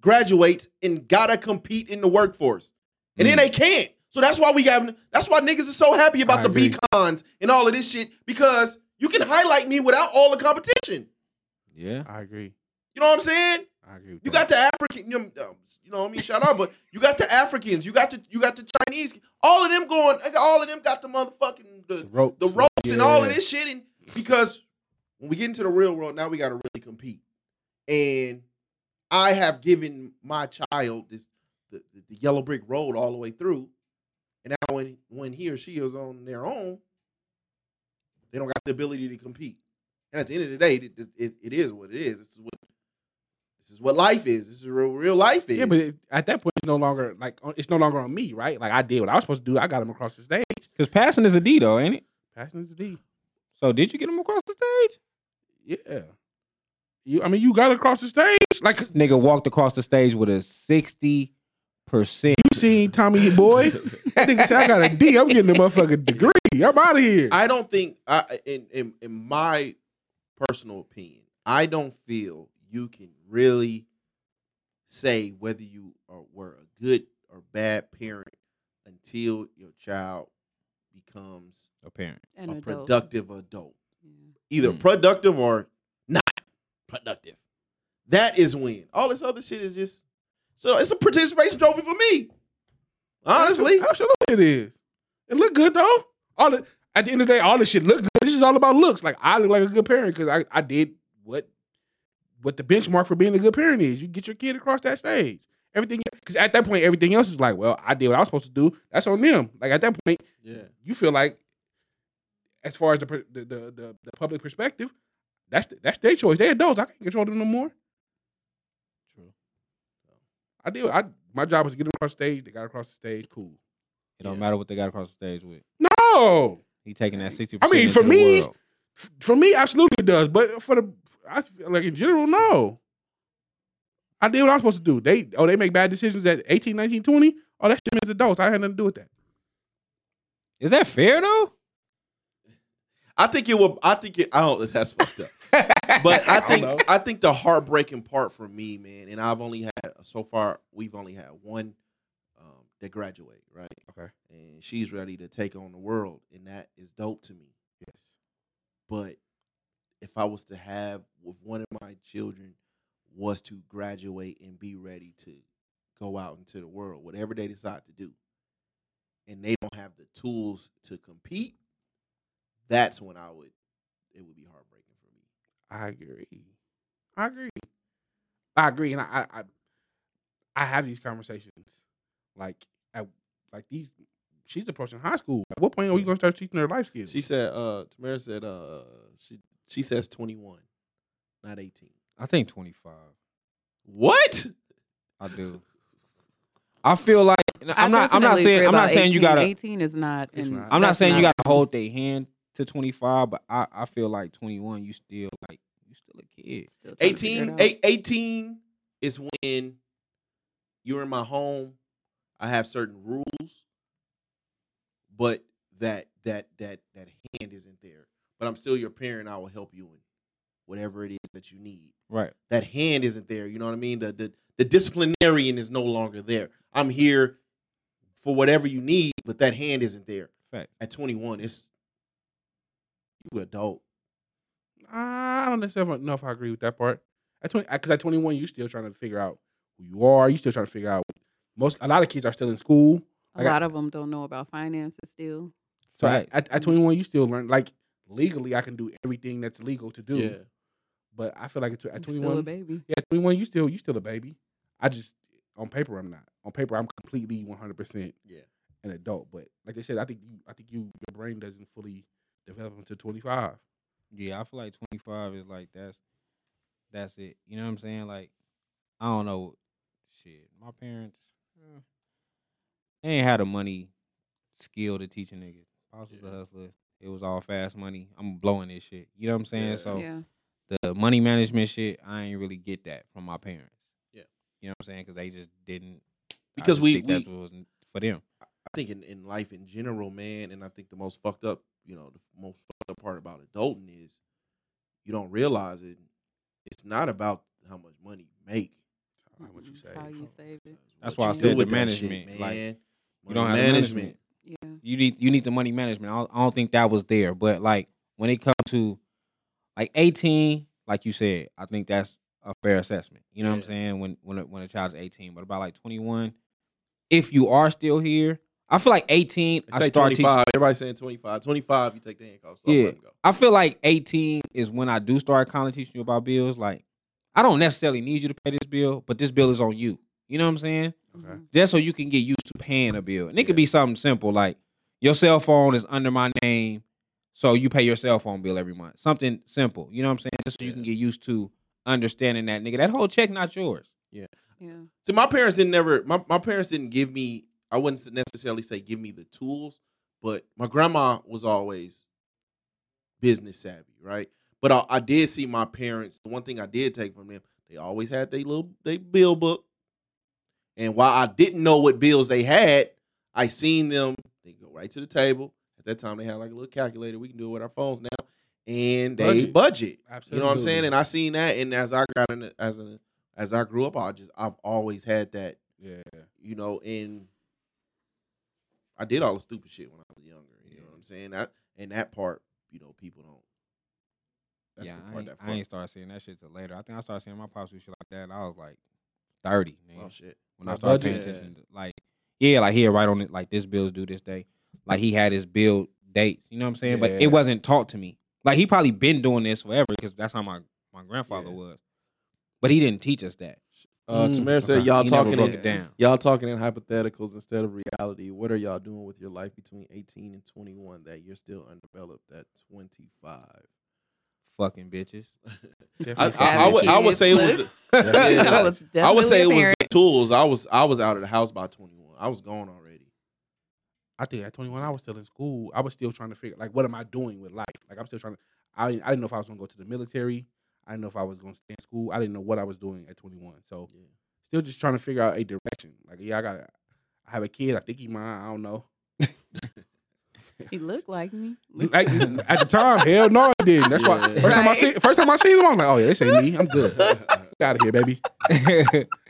Speaker 5: graduates and gotta compete in the workforce. And then
Speaker 3: Mm.
Speaker 5: they can't. So that's why we got that's why niggas are so happy about
Speaker 1: I
Speaker 5: the
Speaker 1: agree.
Speaker 5: B cons and all of this shit, because you can highlight me without all the competition.
Speaker 3: yeah.
Speaker 1: I agree.
Speaker 5: You know what I'm saying?
Speaker 1: I agree. With
Speaker 5: You
Speaker 1: that.
Speaker 5: got the African, you know, um, you know what I mean? Shout out, but you got the Africans, you got the you got the Chinese, all of them going, all of them got the motherfucking the,
Speaker 1: ropes,
Speaker 5: the ropes and all of
Speaker 1: Yeah.
Speaker 5: this shit. And because when we get into the real world, now we got to really compete. And I have given my child this the, the, the yellow brick road all the way through. And now when when he or she is on their own, they don't got the ability to compete. And at the end of the day, it, it, it is what it is. This is what this is what life is. This is real real life is.
Speaker 1: Yeah, but it, at that point, it's no longer like on- it's no longer on me, right? Like I did what I was supposed to do. I got him across the stage.
Speaker 3: Because passing is a D though, ain't it?
Speaker 1: Passing is the D.
Speaker 3: So did you get him across the stage?
Speaker 1: Yeah. You, I mean, you got across the stage. Like
Speaker 3: This nigga walked across the stage with a sixty percent.
Speaker 1: you seen Tommy Boy? That nigga said I got a D. I'm getting a motherfucking degree. I'm out of here.
Speaker 5: I don't think I in, in in my personal opinion, I don't feel you can really say whether you are, were a good or bad parent until your child becomes
Speaker 3: A parent.
Speaker 6: An
Speaker 5: a
Speaker 6: adult.
Speaker 5: productive adult.
Speaker 6: Yeah.
Speaker 5: Either
Speaker 3: Mm.
Speaker 5: productive or not productive. That is when. All this other shit is just so it's a participation trophy for me. Honestly.
Speaker 1: absolutely it is. It look good though. All the, at the end of the day, all this shit look good. This is all about looks. Like I look like a good parent because I, I did what what the benchmark for being a good parent is. You get your kid across that stage. Everything because at that point, everything else is like, well, I did what I was supposed to do. That's on them. Like at that point,
Speaker 5: Yeah.
Speaker 1: you feel like as far as the per- the the, the, the public perspective, that's the, that's their choice. They adults. I can't control them no more. True. I did. I my job was to get them across the stage. They got across the stage. Cool.
Speaker 3: It don't matter what they got across the stage with.
Speaker 1: No,
Speaker 3: He taking that sixty
Speaker 1: I
Speaker 3: percent.
Speaker 1: mean, for me, f- for me, absolutely it does. But for the, I feel like in general, no. I did what I was supposed to do. They oh they make bad decisions at 18, 19, 20. Oh, that shit is adults. I had nothing to do with that.
Speaker 3: is that fair though?
Speaker 5: I think it will. I think it. I don't. That's fucked up. but I
Speaker 1: don't
Speaker 5: think
Speaker 1: know.
Speaker 5: I, think the heartbreaking part for me, man, and I've only had so far. We've only had one um, that graduate, right?
Speaker 1: Okay.
Speaker 5: And she's ready to take on the world, and that is dope to me. Yes. But if I was to have, if one of my children was to graduate and be ready to go out into the world, whatever they decide to do, and they don't have the tools to compete, that's when I would it would be heartbreaking for me.
Speaker 1: I agree. I agree. I agree, and I I, I, I have these conversations. Like at, like these, she's approaching high school. At what point are we gonna start teaching her life skills?
Speaker 5: She said, uh, Tamara said, uh, she she says 21, not 18.
Speaker 3: I think twenty five.
Speaker 5: What?
Speaker 3: I do. I feel like and
Speaker 6: I
Speaker 3: I'm not. I'm not
Speaker 6: definitely
Speaker 3: saying.
Speaker 6: agree
Speaker 3: I'm not
Speaker 6: about
Speaker 3: saying you
Speaker 6: 18.
Speaker 3: gotta.
Speaker 6: 18 is not.
Speaker 1: It's
Speaker 6: and
Speaker 1: not.
Speaker 3: I'm not
Speaker 6: that's
Speaker 3: saying you gotta hold their hand to twenty five, but I I feel like twenty one. You still like you still a kid.
Speaker 6: still trying to figure it
Speaker 5: 18,
Speaker 6: out.
Speaker 5: eight- 18 is when you're in my home. I have certain rules, but that that that that hand isn't there. But I'm still your parent. I will help you in whatever it is that you need.
Speaker 3: Right.
Speaker 5: that hand isn't there. You know what I mean? The the, the disciplinarian is no longer there. I'm here for whatever you need, but that hand isn't there.
Speaker 3: Facts.
Speaker 5: At 21, it's you adult.
Speaker 1: I don't necessarily know if I agree with that part. At twenty, because at twenty one, you still trying to figure out who you are. You still trying to figure out. Most a lot of kids are still in school.
Speaker 6: A
Speaker 1: I got-
Speaker 6: lot of them don't know about finances still.
Speaker 1: So
Speaker 3: Facts.
Speaker 1: at, at twenty one, you still learn. Like legally, I can do everything that's legal to do.
Speaker 5: Yeah.
Speaker 1: But I feel like at,
Speaker 6: I'm
Speaker 1: at twenty
Speaker 6: still a
Speaker 1: one,
Speaker 6: baby.
Speaker 1: yeah, at twenty one, you still you still a baby. I just on paper, I'm not. On paper, I'm completely one hundred percent.
Speaker 5: Yeah.
Speaker 1: An adult, but like they said, I think you, I think you, your brain doesn't fully develop until twenty five.
Speaker 3: Yeah, I feel like 25 is like that's that's it. You know what I'm saying? Like I don't know shit. My parents eh, they ain't had the money skill to teach a nigga. Pops was a hustler. It was all fast money. I'm blowing this shit. You know what I'm saying?
Speaker 5: Yeah.
Speaker 3: So
Speaker 6: Yeah.
Speaker 3: the money management shit, I ain't really get that from my parents.
Speaker 5: Yeah.
Speaker 3: You know what I'm saying? Because they just didn't. I
Speaker 5: Because
Speaker 3: just
Speaker 5: we-
Speaker 3: think that's
Speaker 5: we-
Speaker 3: what was for them.
Speaker 5: I think in, in life in general, man, and I think the most fucked up, you know, the most fucked up part about adulting is you don't realize it. It's not about how much money you make.
Speaker 1: How much you
Speaker 6: Mhm.
Speaker 1: say?
Speaker 6: That's how you save it.
Speaker 3: That's
Speaker 5: What
Speaker 6: why I
Speaker 5: you
Speaker 6: said
Speaker 5: do
Speaker 6: the
Speaker 5: with that
Speaker 3: management, like,
Speaker 5: man.
Speaker 3: you
Speaker 5: Money
Speaker 3: don't have the management.
Speaker 6: Yeah.
Speaker 3: you need you need the money management. I don't, I don't think that was there, but like when it comes to like eighteen, like you said, I think that's a fair assessment. You know what I'm
Speaker 5: Yeah.
Speaker 3: saying? When when a, when a child's eighteen, but about like twenty one, if you are still here, I feel like eighteen.
Speaker 5: They
Speaker 3: I
Speaker 5: say
Speaker 3: start teaching.
Speaker 5: 25. Everybody's saying 25. 25, you take the handcuffs off.
Speaker 3: Yeah.
Speaker 5: Let 'em go.
Speaker 3: I feel like 18 is when I do start kind of teaching you about bills. Like, I don't necessarily need you to pay this bill, but this bill is on you. You know what I'm saying?
Speaker 1: Okay.
Speaker 3: Just so you can get used to paying a bill. And it could be something simple like your cell phone is under my name, so you pay your cell phone bill every month. Something simple. You know what I'm saying? Just so you can get used to understanding that nigga. That whole check not yours.
Speaker 6: Mm-hmm. Yeah.
Speaker 5: So my parents didn't never my, my parents didn't give me I wouldn't necessarily say give me the tools, but my grandma was always business savvy, right? But I, I did see my parents. The one thing I did take from them, they always had their little they bill book. And while I didn't know what bills they had, I seen them. They go right to the table. At that time, they had like a little calculator. We can do it with our phones now, and they
Speaker 1: Budget.
Speaker 5: budget.
Speaker 1: Absolutely.
Speaker 5: You know what I'm saying? And I seen that, and as I got in, as a, as I grew up, I just I've always had that,
Speaker 1: yeah.
Speaker 5: you know. And I did all the stupid shit when I was younger. You know what I'm saying? That and that part, you know, people don't. That's
Speaker 3: yeah,
Speaker 5: the
Speaker 3: I
Speaker 5: part
Speaker 3: ain't,
Speaker 5: that
Speaker 3: I ain't
Speaker 5: fucked.
Speaker 3: start seeing that shit till later. I think I started seeing my pops do shit like that. And I was like 30. Nigga.
Speaker 5: Oh shit!
Speaker 3: when
Speaker 1: My
Speaker 3: I started paying
Speaker 5: budget.
Speaker 3: attention. to- Like, yeah, like he had right on it. Like this bill's due this day. Like he had his bill dates. You know what I'm saying? But
Speaker 1: Yeah.
Speaker 3: it wasn't taught to me. Like he probably been doing this forever because that's how my my grandfather
Speaker 5: Yeah.
Speaker 3: was. But he didn't teach us that.
Speaker 5: Uh,
Speaker 6: Mm,
Speaker 5: Tamara said
Speaker 3: Okay.
Speaker 5: y'all
Speaker 3: He never
Speaker 5: talking
Speaker 3: broke
Speaker 5: in,
Speaker 3: it down.
Speaker 5: y'all talking in hypotheticals instead of reality. What are y'all doing with your life between 18 and 21 that you're still undeveloped at 25?
Speaker 3: Fucking bitches.
Speaker 5: I,
Speaker 1: Definitely.
Speaker 5: I, I would I would say it was. The,
Speaker 6: I
Speaker 5: Yeah.
Speaker 6: was definitely
Speaker 5: I would say
Speaker 6: a
Speaker 5: it was
Speaker 6: parent.
Speaker 5: the tools. I was I was out of the house by 21. I was gone already.
Speaker 1: I think at 21, I was still in school. I was still trying to figure like, what am I doing with life? Like, I'm still trying to. I, I didn't know if I was going to go to the military. I didn't know if I was going to stay in school. I didn't know what I was doing at 21. So, still just trying to figure out a direction. Like, yeah, I got. to I have a kid. I think he mine. I don't know.
Speaker 6: He looked like me.
Speaker 1: Like at the time, hell no, I didn't. That's why
Speaker 5: Yeah.
Speaker 1: first time I
Speaker 6: Right.
Speaker 1: see first time I seen him, I'm like, oh yeah, this ain't me. I'm good. out of here, baby. I-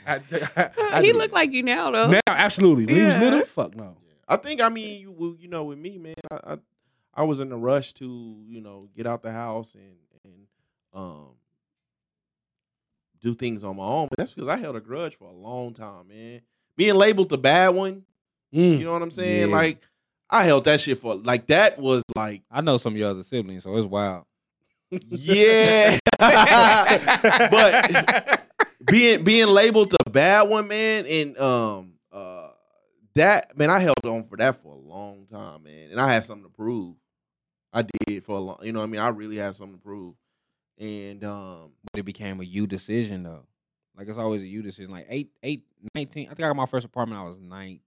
Speaker 1: I- I
Speaker 6: he
Speaker 1: did.
Speaker 6: looked like you now though.
Speaker 1: now. Absolutely, when he was
Speaker 6: Yeah.
Speaker 1: little, fuck no.
Speaker 5: I think I mean you well, you know with me man I, I I was in a rush to you know get out the house and and um do things on my own but that's because I held a grudge for a long time man being labeled the bad one
Speaker 1: Mm.
Speaker 5: you know what I'm saying
Speaker 3: Yeah.
Speaker 5: like I held that shit for like that was like
Speaker 3: I know some of your other siblings, so it's wild.
Speaker 5: yeah but being being labeled the bad one, man, and um uh that man, I held on for that for a long time, man, and I had something to prove. I did for a long, you know, what I mean, I really had something to prove, and um
Speaker 3: But it became a you decision though. Like it's always a you decision. Like eight, eight, 19. I think I got my first apartment. I was nineteen.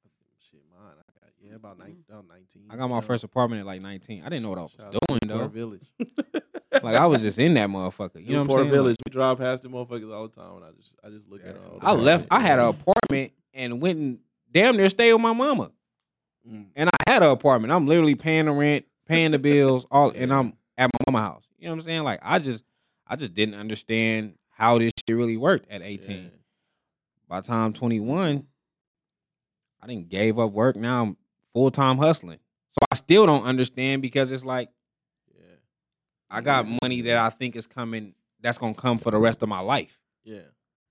Speaker 5: shit, mine, I got yeah, about nine, about nineteen.
Speaker 3: Mm-hmm. I got my first apartment at like nineteen. I didn't know what I was
Speaker 5: Shout out
Speaker 3: doing
Speaker 5: Newport
Speaker 3: though.
Speaker 5: Village,
Speaker 3: Like I was just in that motherfucker. You know what
Speaker 5: Newport
Speaker 3: I'm saying?
Speaker 5: Village. we drive past them motherfuckers all the time, and I just, I just look at them. all the
Speaker 3: I
Speaker 5: time.
Speaker 3: left. I had an apartment and went and damn near stayed with my mama.
Speaker 5: Mm.
Speaker 3: And I had an apartment. I'm literally paying the rent, paying the bills, all, and I'm at my mama house. You know what I'm saying? Like I just, I just didn't understand how this shit really worked at 18.
Speaker 5: Yeah.
Speaker 3: By the time 21, I didn't gave up work. Now I'm full time hustling. So I still don't understand because it's like
Speaker 5: Yeah.
Speaker 3: I got money that I think is coming that's gonna come for the rest of my life.
Speaker 5: Yeah.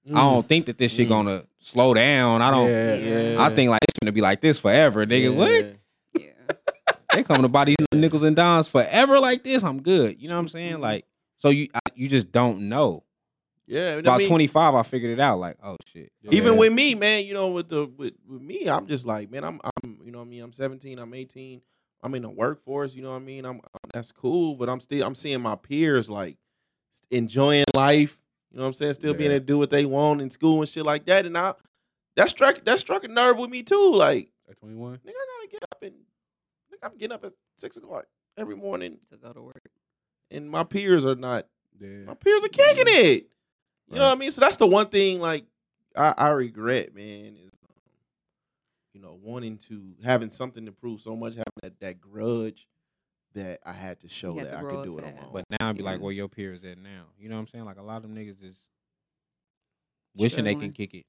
Speaker 3: I don't think that this shit
Speaker 5: Mm.
Speaker 3: gonna slow down. I don't.
Speaker 5: Yeah, yeah,
Speaker 3: I think like it's gonna be like this forever, nigga. What?
Speaker 6: Yeah.
Speaker 3: They coming to buy these nickels and dimes forever like this. I'm good. You know what I'm saying? Like, so you I, you just don't know.
Speaker 5: Yeah.
Speaker 3: About
Speaker 5: twenty.
Speaker 3: 25, I figured it out. Like, oh shit.
Speaker 5: Even
Speaker 1: Yeah.
Speaker 5: with me, man, you know, with the with, with me, I'm just like, man, I'm I'm you know what I mean, I'm 17, I'm 18, I'm in the workforce, you know what I mean? I'm, I'm- that's cool, but I'm still I'm seeing my peers like enjoying life, you know what I'm saying? Still being
Speaker 1: Yeah.
Speaker 5: able to do what they want in school and shit like that. And I that struck that struck a nerve with me too. Like,
Speaker 1: At 21.
Speaker 5: nigga, I gotta get up and nigga, I'm getting up at six o'clock every morning
Speaker 6: To go to work.
Speaker 5: and my peers are not
Speaker 1: Yeah.
Speaker 5: my peers are kicking it. You know
Speaker 1: Right.
Speaker 5: what I mean? So that's the one thing like I, I regret, man, is um, you know, wanting to having something to prove so much, having that, that grudge that I had to show
Speaker 6: had
Speaker 5: that
Speaker 6: to
Speaker 5: I
Speaker 6: grow
Speaker 5: could
Speaker 6: up
Speaker 5: do it on my
Speaker 6: fast.
Speaker 5: own.
Speaker 3: But now I'd be like,
Speaker 6: Yeah.
Speaker 3: where your peers at now? You know what I'm saying? Like a lot of them niggas is wishing they can
Speaker 6: Struggling.
Speaker 3: kick it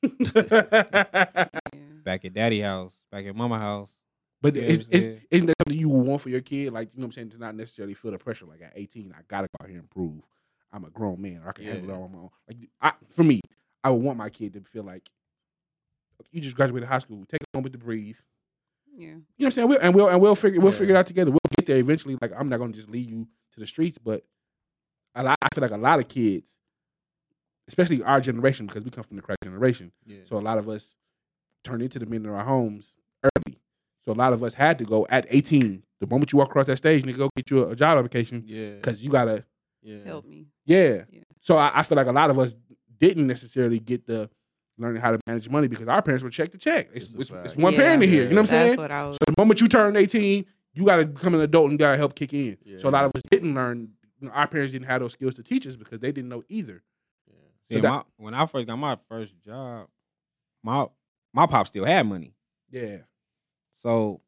Speaker 6: Yeah.
Speaker 3: back at daddy house, back at mama house.
Speaker 1: But
Speaker 3: Yeah,
Speaker 1: is,
Speaker 3: it's-
Speaker 1: is,
Speaker 3: yeah.
Speaker 1: isn't that something you want for your kid? Like, you know what I'm saying? To not necessarily feel the pressure. Like, at 18, I got to go out here and prove I'm a grown man. I can handle it all on my own. Like, I, for me, I would want my kid to feel like, you just graduated high school. Take a moment to breathe.
Speaker 6: Yeah.
Speaker 1: You know what I'm saying? We'll, and we'll and we'll figure we'll
Speaker 3: Yeah.
Speaker 1: figure it out together. We'll get there eventually. Like I'm not gonna just lead you to the streets, but a lot, I feel like a lot of kids, especially our generation, because we come from the crack generation.
Speaker 5: Yeah.
Speaker 1: So a lot of us turned into the men in our homes early. So a lot of us had to go at 18. The moment you walk across that stage, nigga, go get you a, a job application
Speaker 5: yeah.
Speaker 1: because you gotta
Speaker 5: yeah.
Speaker 6: Help me.
Speaker 1: yeah.
Speaker 6: Yeah.
Speaker 1: So I, I feel like a lot of us didn't necessarily get the learning how to manage money because our parents were check to check. It's,
Speaker 5: It's a
Speaker 1: it's, it's
Speaker 5: fact.
Speaker 1: one parent in
Speaker 5: Yeah.
Speaker 1: here. You know what I'm
Speaker 6: That's
Speaker 1: saying?
Speaker 6: what I was.
Speaker 1: So the moment you turn 18, you got to become an adult and got to help kick in. So a lot of us didn't learn. you know, our parents didn't have those skills to teach us because they didn't know either. So
Speaker 3: See,
Speaker 1: that-
Speaker 3: my, when I first got my first job, my my pop still had money.
Speaker 1: Yeah.
Speaker 3: So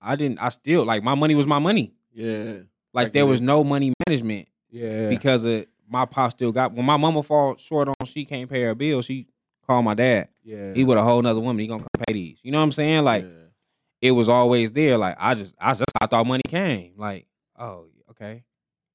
Speaker 3: I didn't I still like my money was my money.
Speaker 5: Yeah.
Speaker 3: Like
Speaker 1: Like,
Speaker 3: there
Speaker 1: yeah.
Speaker 3: was no money management
Speaker 1: Yeah.
Speaker 3: because of my pop still got when my mama fall short on she can't pay her bill, she called my dad.
Speaker 1: yeah.
Speaker 3: He with a whole nother woman, he gonna come pay these. You know what I'm saying? Like it was always there. Like I just I just I thought money came. Like, oh, okay.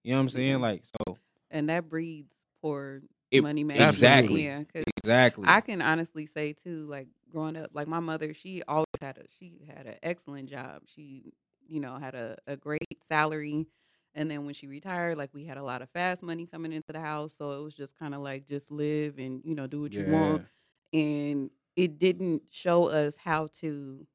Speaker 3: You know what I'm saying?
Speaker 6: Mhm.
Speaker 3: Like so
Speaker 6: and that breeds poor
Speaker 3: It-
Speaker 6: money management.
Speaker 3: exactly.
Speaker 6: Yeah, 'cause
Speaker 3: exactly.
Speaker 6: I can honestly say too, like growing up, like my mother, she always had a she had an excellent job. She, you know, had a, a great salary. And then when she retired, like we had a lot of fast money coming into the house. So it was just kind of like just live and, you know, do what you want. And it didn't show us how to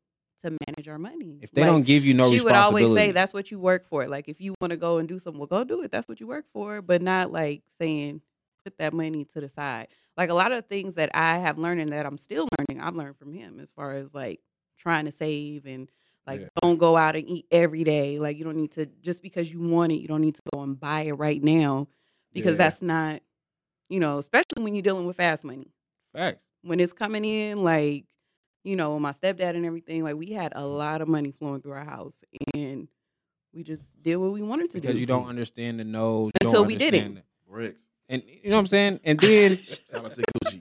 Speaker 6: to manage our money.
Speaker 3: if they
Speaker 6: Like,
Speaker 3: don't give you no
Speaker 6: she would
Speaker 3: responsibility,
Speaker 6: always say that's what you work for. Like if you want to go and do something, well, go do it. That's what you work for. But not like saying put that money to the side. Like a lot of things that I have learned and that I'm still learning, I've learned from him as far as like trying to save and like
Speaker 1: Yeah.
Speaker 6: don't go out and eat every day. Like you don't need to just because you want it, you don't need to go and buy it right now because
Speaker 1: Yeah.
Speaker 6: that's not, you know, especially when you're dealing with fast money
Speaker 3: facts.
Speaker 6: when it's coming in, like, you know, my stepdad and everything, like we had
Speaker 3: Mm-hmm.
Speaker 6: a lot of money flowing through our house and we just did what we wanted to
Speaker 3: Because
Speaker 6: do.
Speaker 3: you don't understand the no you
Speaker 6: Mm-hmm. Until
Speaker 3: don't
Speaker 6: we didn't.
Speaker 3: understand the-
Speaker 5: bricks.
Speaker 3: And you know what I'm saying? And then
Speaker 5: Shout out to Gucci.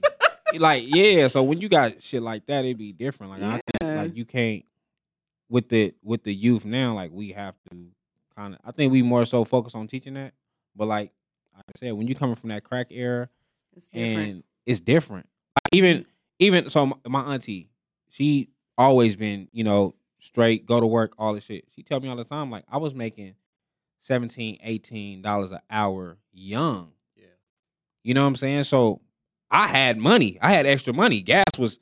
Speaker 3: like yeah, so when you got shit like that, it'd be different. Like I
Speaker 6: Yeah.
Speaker 3: like you can't with the with the youth now like we have to kind of i think we more so focus on teaching that but like i said when you coming from that crack era
Speaker 6: it's different. Mm.
Speaker 3: and it's different like even even so my, my auntie she always been you know straight go to work all this shit she tell me all the time like i was making 17 18 dollars an hour young
Speaker 5: Yeah.
Speaker 3: you know what i'm saying so i had money i had extra money gas was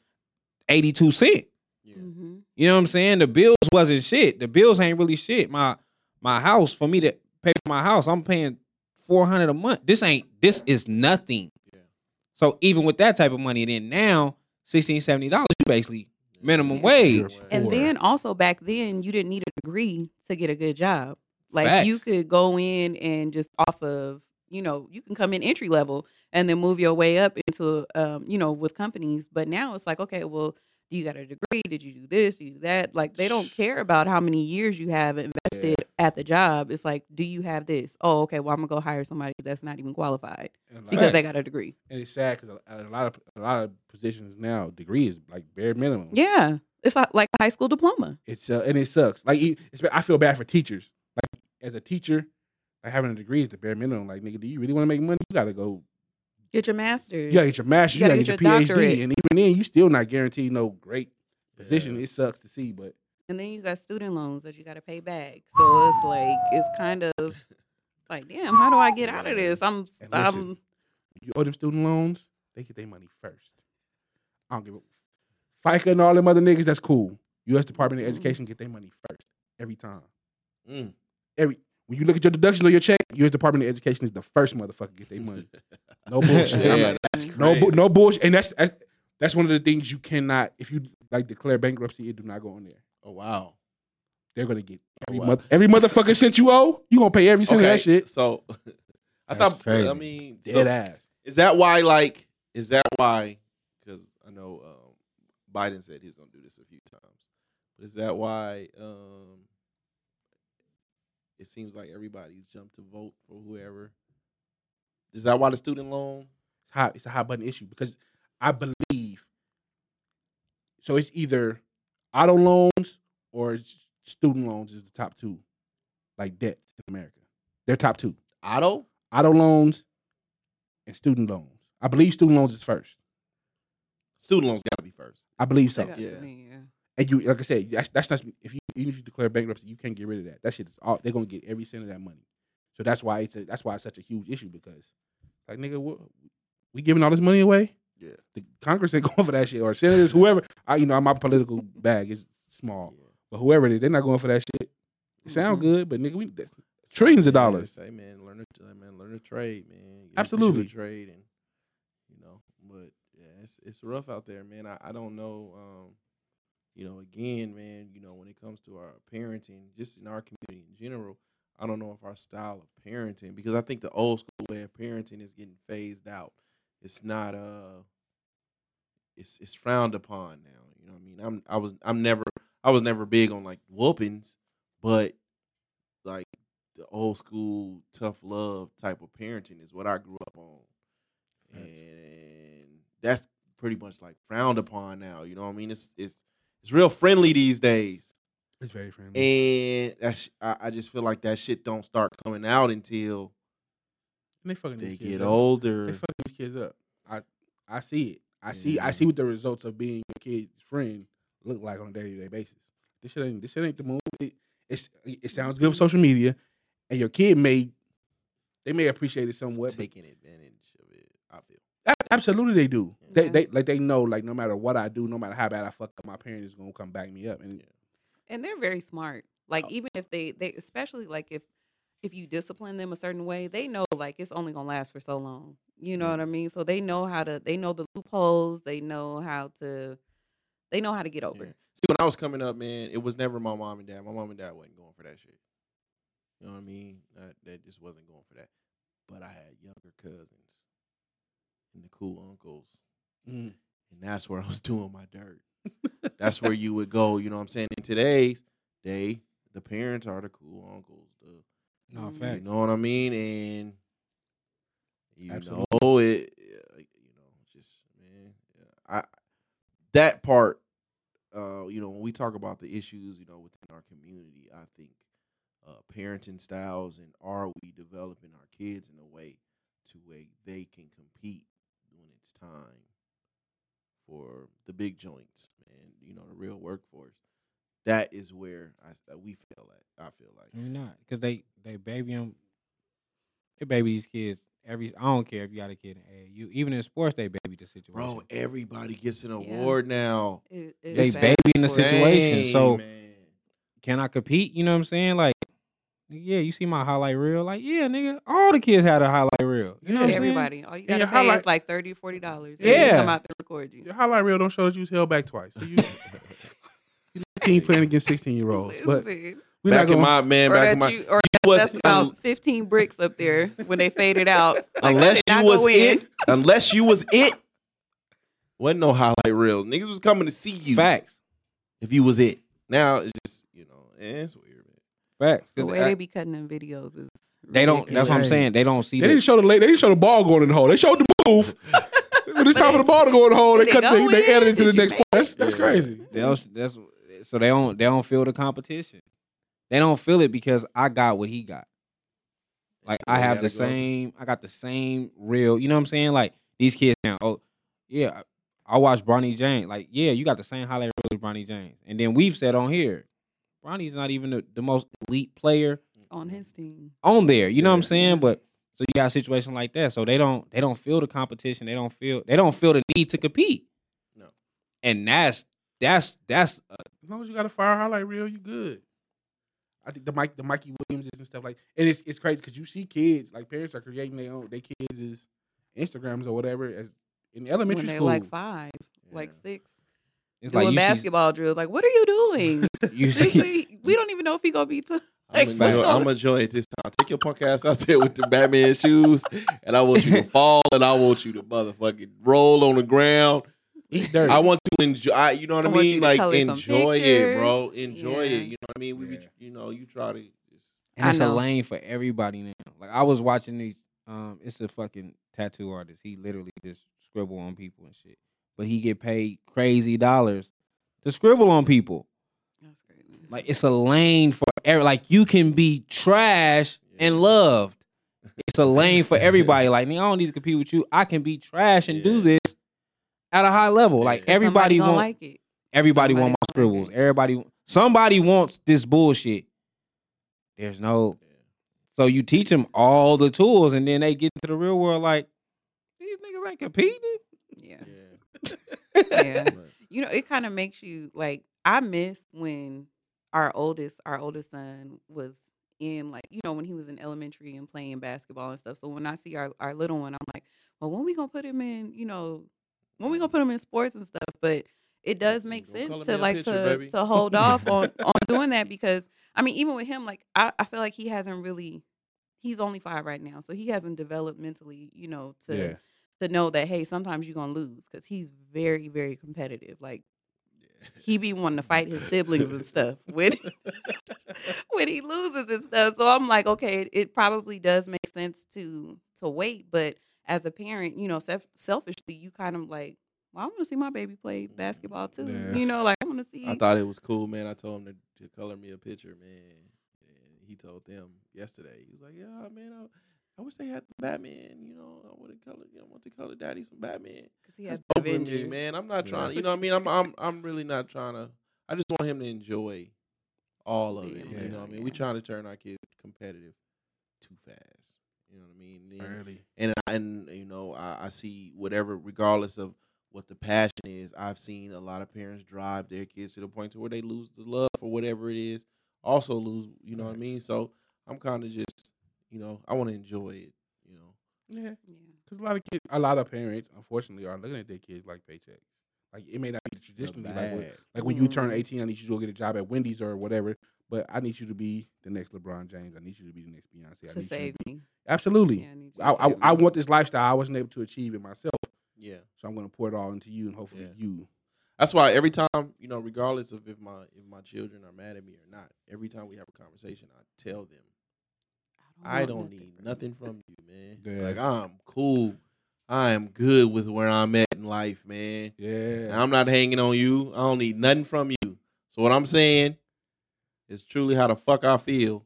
Speaker 3: 82 cent
Speaker 5: Yeah.
Speaker 6: hmm
Speaker 3: you know what I'm saying? The bills wasn't shit. The bills ain't really shit. My my house for me to pay for my house, I'm paying four hundred a month. This ain't this is nothing.
Speaker 5: Yeah.
Speaker 3: So even with that type of money, then now sixteen seventy dollars, you basically minimum
Speaker 6: Yeah.
Speaker 3: wage.
Speaker 6: And
Speaker 1: Or-
Speaker 6: then also back then, you didn't need a degree to get a good job. Like you
Speaker 3: Facts.
Speaker 6: could go in and just off of, you know, you can come in entry level and then move your way up into, um, you know, with companies. But now it's like, okay, well, do you got a degree? Did you do this? Do you do that? Like they don't care about how many years you have invested at the job. It's like, do you have this? Oh, okay. Well, I'm gonna go hire somebody that's not even qualified
Speaker 1: And, like,
Speaker 6: because they got a degree.
Speaker 1: and it's sad because a, a lot of a lot of positions now degree is like bare minimum.
Speaker 6: Yeah, it's like, like a high school diploma.
Speaker 1: e, It's uh, and it sucks. Like it- it's, I feel bad for teachers. Like as a teacher, Like having a degree is the bare minimum. Like, nigga, do you really want to make money? You gotta go.
Speaker 6: Get your master's.
Speaker 1: You gotta get your master's. You gotta, get, your, PhD.
Speaker 6: doctorate.
Speaker 1: And even then, you still not guaranteed no great position. It sucks to see, but
Speaker 6: and then you got student loans that you got to pay back. So it's like it's kind of like, damn, how do I get out of this? I'm
Speaker 1: And listen,
Speaker 6: I'm
Speaker 1: you owe them student loans. They get their money first. I don't give a FICA and all them other niggas. That's cool. U.S. Department of Education get their money first every time.
Speaker 5: Mm.
Speaker 1: Every when you look at your deductions on your check, U.S. Department of Education is the first motherfucker get their money. No bullshit. I'm
Speaker 5: Yeah,
Speaker 1: like,
Speaker 5: that's
Speaker 6: mm,
Speaker 1: no,
Speaker 5: crazy.
Speaker 1: bu- no bullshit. And that's, that's that's one of the things you cannot. If you like declare bankruptcy, it do not go on there.
Speaker 5: Oh wow. Oh,
Speaker 1: They're gonna get every
Speaker 5: wow.
Speaker 1: month. Every motherfucker sent you owe. You gonna pay every cent of that shit.
Speaker 5: So I
Speaker 3: That's
Speaker 5: thought I
Speaker 3: crazy.
Speaker 5: mean
Speaker 1: Dead
Speaker 5: so
Speaker 1: ass.
Speaker 5: is that why like is that why cuz I know um, Biden said he was going to do this a few times. But is that why um it seems like everybody's jumped to vote for whoever. Is that why the student loan?
Speaker 1: it's hot it's a hot button issue because I believe so it's either auto loans or it's student loans is the top two like debts in America. They're top two.
Speaker 5: Auto?
Speaker 1: Auto loans and student loans. I believe student loans is first.
Speaker 5: Student loans got to be first.
Speaker 1: I believe
Speaker 6: they
Speaker 1: so.
Speaker 6: got to
Speaker 5: yeah.
Speaker 6: me, yeah.
Speaker 1: And you like I said, that's that's not if you even if you declare bankruptcy, you can't get rid of that. That shit is all they're gonna get every cent of that money. So that's why it's a, that's why it's such a huge issue because like nigga, what, we giving all this money away?
Speaker 5: Yeah.
Speaker 1: the Congress ain't going for that shit, or senators, whoever. I, you know, my political bag is small, but whoever it is, they're not going for that shit. It sound
Speaker 6: Mhm.
Speaker 1: good, but nigga, we that- trillions of
Speaker 5: Man,
Speaker 1: dollars.
Speaker 5: Say, man, learn to man, learn to trade, man. Get into
Speaker 1: Absolutely.
Speaker 5: your trade, and you know, but yeah, it's it's rough out there, man. I, I don't know, um, you know, again, man, you know, when it comes to our parenting, just in our community in general, I don't know if our style of parenting, because I think the old school way of parenting is getting phased out. It's not uh, it's it's frowned upon now. You know, what I mean, I'm I was I'm never I was never big on like whoopings, but like the old school tough love type of parenting is what I grew up on. And that's pretty much like frowned upon now. You know what I mean? It's it's it's real friendly these days.
Speaker 1: It's very friendly.
Speaker 5: And that's, I, I just feel like that shit don't start coming out until
Speaker 1: they fucking
Speaker 5: they
Speaker 1: these kids up.
Speaker 5: get
Speaker 1: They
Speaker 5: older.
Speaker 1: fucking these kids up. I I see it. I see I see what the results of being your kid's friend look like on a day to day basis. This shit ain't this shit ain't the move. It, it's it sounds good for social media, and your kid may they may appreciate it somewhat, but
Speaker 5: taking advantage of it, I feel.
Speaker 1: A- Absolutely, they do. They,
Speaker 6: Yeah.
Speaker 1: they like they know like no matter what I do, no matter how bad I fuck up, my parent is gonna come back me up. And
Speaker 6: And they're very smart. Like even if they they especially like if if you discipline them a certain way, they know like it's only gonna last for so long. You know what I mean? So they know how to they know the loopholes, they know how to they know how to get over.
Speaker 5: Yeah.
Speaker 6: it.
Speaker 5: See, when I was coming up, man, it was never my mom and dad. My mom and dad wasn't going for that shit. You know what I mean? That they just wasn't going for that. But I had younger cousins and the cool uncles,
Speaker 1: Mm.
Speaker 5: and that's where I was doing my dirt. that's where you would go. You know what I'm saying? In today's day, the parents are the cool uncles. The
Speaker 3: No,
Speaker 6: Mm.
Speaker 5: you know what I mean? And you
Speaker 1: Absolutely.
Speaker 5: know it. yeah, You know, just man, yeah, I that part. Uh, you know, when we talk about the issues, you know, within our community, I think uh, parenting styles and are we developing our kids in a way to where they can compete when it's time for the big joints and you know the real workforce. That is where I we feel at. I feel like
Speaker 3: We're not because they they baby them. They baby these kids every. I don't care if you got a kid in AAU. Even in sports, they baby the situation.
Speaker 5: Bro, everybody gets an
Speaker 6: Yeah.
Speaker 5: award now.
Speaker 6: It-
Speaker 3: They
Speaker 6: it's
Speaker 3: baby in the
Speaker 6: backwards.
Speaker 3: situation. so-
Speaker 5: man.
Speaker 3: Can I compete? You know what I'm saying? Like, yeah, you see my highlight reel. Like, yeah, nigga, all the kids had a highlight reel. You know what I'm saying?
Speaker 6: Everybody, all you
Speaker 1: And
Speaker 6: gotta
Speaker 1: your
Speaker 6: pay
Speaker 1: highlight-
Speaker 6: is like 30 40 dollars. Yeah,
Speaker 3: Yeah.
Speaker 6: come out to record you.
Speaker 1: your highlight reel don't show that you was held back twice. So you, you 19 playing against 16 year olds, but
Speaker 6: Listen.
Speaker 1: we're
Speaker 5: back
Speaker 1: not
Speaker 5: in
Speaker 1: going.
Speaker 5: my man,
Speaker 6: or
Speaker 5: back in
Speaker 6: that
Speaker 5: my
Speaker 6: you, or
Speaker 5: was-
Speaker 6: that's about 15 bricks up there when they faded out. Like, I
Speaker 5: unless
Speaker 6: did not
Speaker 5: you
Speaker 6: go
Speaker 5: was
Speaker 6: in.
Speaker 5: it, unless you was it, wasn't no highlight reels. Niggas was coming to see you
Speaker 3: Facts,
Speaker 5: if you was it. Now it's just you know, eh, it's weird, man.
Speaker 3: facts. 'Cause
Speaker 6: The way
Speaker 3: I-
Speaker 6: they be cutting them videos is
Speaker 3: they don't. That's what I'm
Speaker 1: Hey.
Speaker 3: saying. They don't see.
Speaker 1: They didn't
Speaker 3: The,
Speaker 1: show the la- they didn't show the ball going in the hole. They showed the move. when it's time for the ball to go in the hole, they
Speaker 6: Did it
Speaker 1: cut
Speaker 6: go
Speaker 1: they, they
Speaker 6: in?
Speaker 1: edited to the
Speaker 6: Did you
Speaker 1: next
Speaker 6: make
Speaker 1: point. That's, that's
Speaker 5: Yeah.
Speaker 1: crazy.
Speaker 3: they don't. That's so they don't. They don't feel the competition. They don't feel it because I got what he got. Like I
Speaker 5: you
Speaker 3: have the
Speaker 5: gotta go.
Speaker 3: same, I got the same real. You know what I'm saying? Like these kids now. Oh, yeah, I, I watch Bronny James. Like yeah, you got the same highlight reel as Bronny James. And then we've said on here, Bronny's not even the, the most elite player
Speaker 6: on his team.
Speaker 3: on there. You know what I'm saying? But so you got a situation like that. So they don't they don't feel the competition. They don't feel they don't feel the need to compete.
Speaker 5: No.
Speaker 3: And that's that's that's uh,
Speaker 1: As long as you got a fire highlight reel, you good. I think the Mike, the Mikey Williamses and stuff like, and it's it's crazy because you see kids like parents are creating their own, their kids is Instagrams or whatever as in elementary
Speaker 6: when they
Speaker 1: school.
Speaker 6: like five, like six,
Speaker 3: it's
Speaker 6: doing
Speaker 3: like you see-
Speaker 6: basketball drills. Like, what are you doing?
Speaker 3: you
Speaker 6: This
Speaker 3: see,
Speaker 6: week, we don't even know if he gonna be. T-
Speaker 5: I'm
Speaker 6: Like,
Speaker 5: a
Speaker 6: what's
Speaker 5: joy-
Speaker 6: going-
Speaker 5: I'm a joy at this time. Take your punk ass out there with the Batman shoes, and I want you to fall, and I want you to motherfucking roll on the ground.
Speaker 1: Eat dirt.
Speaker 5: I want to enjoy. I, you know what
Speaker 6: I
Speaker 5: I,
Speaker 6: want you
Speaker 5: mean?
Speaker 6: to
Speaker 5: Like
Speaker 6: color some
Speaker 5: enjoy it, bro. Enjoy
Speaker 6: Yeah.
Speaker 5: it. You know what I mean? We, be
Speaker 1: Yeah.
Speaker 5: you know, you try to. Just,
Speaker 3: and
Speaker 6: I
Speaker 3: it's a
Speaker 6: know.
Speaker 3: lane for everybody now. Like I was watching these. Um, it's a fucking tattoo artist. He literally just scribble on people and shit. But he get paid crazy dollars to scribble on people.
Speaker 6: That's crazy.
Speaker 3: Like it's a lane for every. Like you can be trash and loved. It's a lane for everybody. Like nigga, I don't need to compete with you. I can be trash and do
Speaker 5: Yeah.
Speaker 3: this at a high level. Like
Speaker 5: Yeah.
Speaker 6: Somebody
Speaker 3: everybody
Speaker 6: gonna
Speaker 3: wants.
Speaker 6: like it.
Speaker 3: everybody
Speaker 6: somebody
Speaker 3: want my
Speaker 6: gonna like
Speaker 3: scribbles. Everybody. Somebody wants this bullshit. There's no. So you teach them all the tools, and then they get into the real world. Like these niggas ain't competing.
Speaker 6: Yeah,
Speaker 5: yeah.
Speaker 6: yeah. you know, it kind of makes you like. I miss when our oldest, our oldest son was in like you know when he was in elementary and playing basketball and stuff. So when I see our our little one, I'm like, well, when we gonna put him in? You know, when we gonna put him in sports and stuff? But it does make
Speaker 5: Don't color
Speaker 6: sense
Speaker 5: me
Speaker 6: to
Speaker 5: a
Speaker 6: like
Speaker 5: picture,
Speaker 6: to
Speaker 5: baby.
Speaker 6: to hold off on on doing that because I mean even with him, like I, I feel like he hasn't really. He's only five right now, so he hasn't developed mentally, you know, to
Speaker 1: yeah,
Speaker 6: to know that hey, sometimes you're gonna lose because he's very, very competitive. Like he be wanting to fight his siblings and stuff when when he loses and stuff. So I'm like, okay, it, it probably does make sense to to wait, but as a parent, you know, self- selfishly, you kind of like, well, I want to see my baby play basketball too.
Speaker 1: Yeah.
Speaker 6: You know, like I want to see.
Speaker 5: I thought it was cool, man. I told him to, to color me a picture, man. And he told them yesterday. He was like, "Yeah, man, I, I wish they had the Batman. You know, I would have colored. You know, want to color daddy some Batman.
Speaker 6: Cause he
Speaker 5: That's
Speaker 6: has
Speaker 5: dope in you,
Speaker 6: Avengers.
Speaker 5: man. I'm not
Speaker 1: Yeah.
Speaker 5: trying. to You know, what I mean, I'm, I'm, I'm really not trying to. I just want him to enjoy all of it.
Speaker 1: Yeah.
Speaker 5: You know, what I mean, we
Speaker 6: Yeah.
Speaker 5: trying to turn our kids competitive too fast. You know what I mean? Then-
Speaker 1: early.
Speaker 5: and and you know I, I see whatever regardless of what the passion is i've seen a lot of parents drive their kids to the point to where they lose the love for whatever it is also lose you know what i mean so i'm kind of just you know i want to enjoy it you know
Speaker 1: Yeah,
Speaker 6: Yeah.
Speaker 1: because a lot of kids, a lot of parents, unfortunately, are looking at their kids like paychecks. Like it may not be traditionally like what, like when you turn
Speaker 6: Mhm.
Speaker 1: eighteen, I need you to go get a job at Wendy's or whatever. But I need you to be the next LeBron James. I need you to be the next Beyonce. I
Speaker 6: To
Speaker 1: need you
Speaker 6: save
Speaker 1: to be-
Speaker 6: me.
Speaker 1: absolutely.
Speaker 6: Yeah, I need you to
Speaker 1: I, I,
Speaker 6: save
Speaker 1: I
Speaker 6: me.
Speaker 1: want this lifestyle. I wasn't able to achieve it myself,
Speaker 5: yeah
Speaker 1: so I'm going to pour it all into you, and hopefully
Speaker 5: Yeah.
Speaker 1: you.
Speaker 5: that's why every time you know regardless of if my if my children are mad at me or not every time we have a conversation i tell them I
Speaker 6: want
Speaker 5: don't
Speaker 6: nothing
Speaker 5: need
Speaker 6: from you.
Speaker 5: nothing from you, man.
Speaker 1: Yeah.
Speaker 5: Like I'm cool. I am good with where I'm at in life, man. And
Speaker 1: Yeah,
Speaker 5: I'm not hanging on you. I don't need nothing from you. So what I'm saying is truly how the fuck I feel.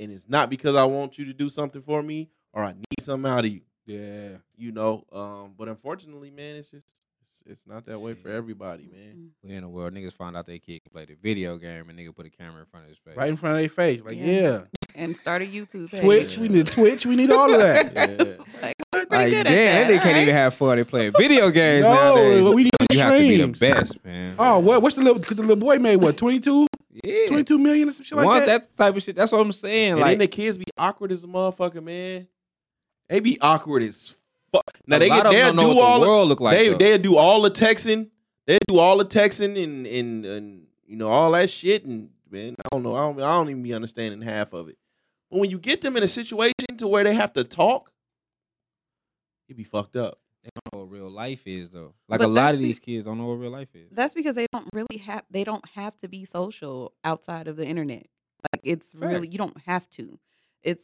Speaker 5: And it's not because I want you to do something for me or I need something out of you.
Speaker 1: yeah.
Speaker 5: You know, um, but unfortunately, man, it's just it's, it's not that way for
Speaker 3: Shit.
Speaker 5: everybody, man.
Speaker 6: Mm.
Speaker 3: We in the world, niggas find out their kid can play the video game, and nigga put a camera in front of his face.
Speaker 1: Right in front of their face, like
Speaker 6: Yeah.
Speaker 1: yeah,
Speaker 6: Mm, And start a YouTube page.
Speaker 1: Twitch. We need Twitch. We need all of that.
Speaker 5: Yeah.
Speaker 6: Like, we're pretty
Speaker 3: Like,
Speaker 6: good at
Speaker 3: yeah, that
Speaker 6: that.
Speaker 3: nigga can't
Speaker 6: alright?
Speaker 3: even have fun at playing video games
Speaker 1: No,
Speaker 3: nowadays.
Speaker 1: but we need
Speaker 3: you have to be the
Speaker 1: streams.
Speaker 3: best, man.
Speaker 1: Oh, what? What's the little? Cause the little boy made what 22,
Speaker 3: yeah.
Speaker 1: 22 million or some shit like
Speaker 3: Once
Speaker 1: that.
Speaker 3: that. type of shit, that's what I'm saying.
Speaker 5: And
Speaker 3: like
Speaker 5: then the kids be awkward as a motherfucker, man. They be awkward as fuck. Now
Speaker 3: a
Speaker 5: they
Speaker 3: lot
Speaker 5: get
Speaker 3: of them don't
Speaker 5: they'll
Speaker 3: know
Speaker 5: do
Speaker 3: what
Speaker 5: all
Speaker 3: the world look like.
Speaker 5: they
Speaker 3: though.
Speaker 5: they do all the texting. They do all the texting and and and you know all that shit. And man, I don't know. I don't, I don't even be understanding half of it. But when you get them in a situation to where they have to talk, it be fucked up.
Speaker 3: They don't know what real life is though. Like
Speaker 6: But
Speaker 3: a lot
Speaker 6: that's
Speaker 3: of
Speaker 6: be-
Speaker 3: these kids don't know what real life is.
Speaker 6: That's because they don't really have they don't have to be social outside of the internet. Like it's really
Speaker 3: Facts.
Speaker 6: you don't have to. It's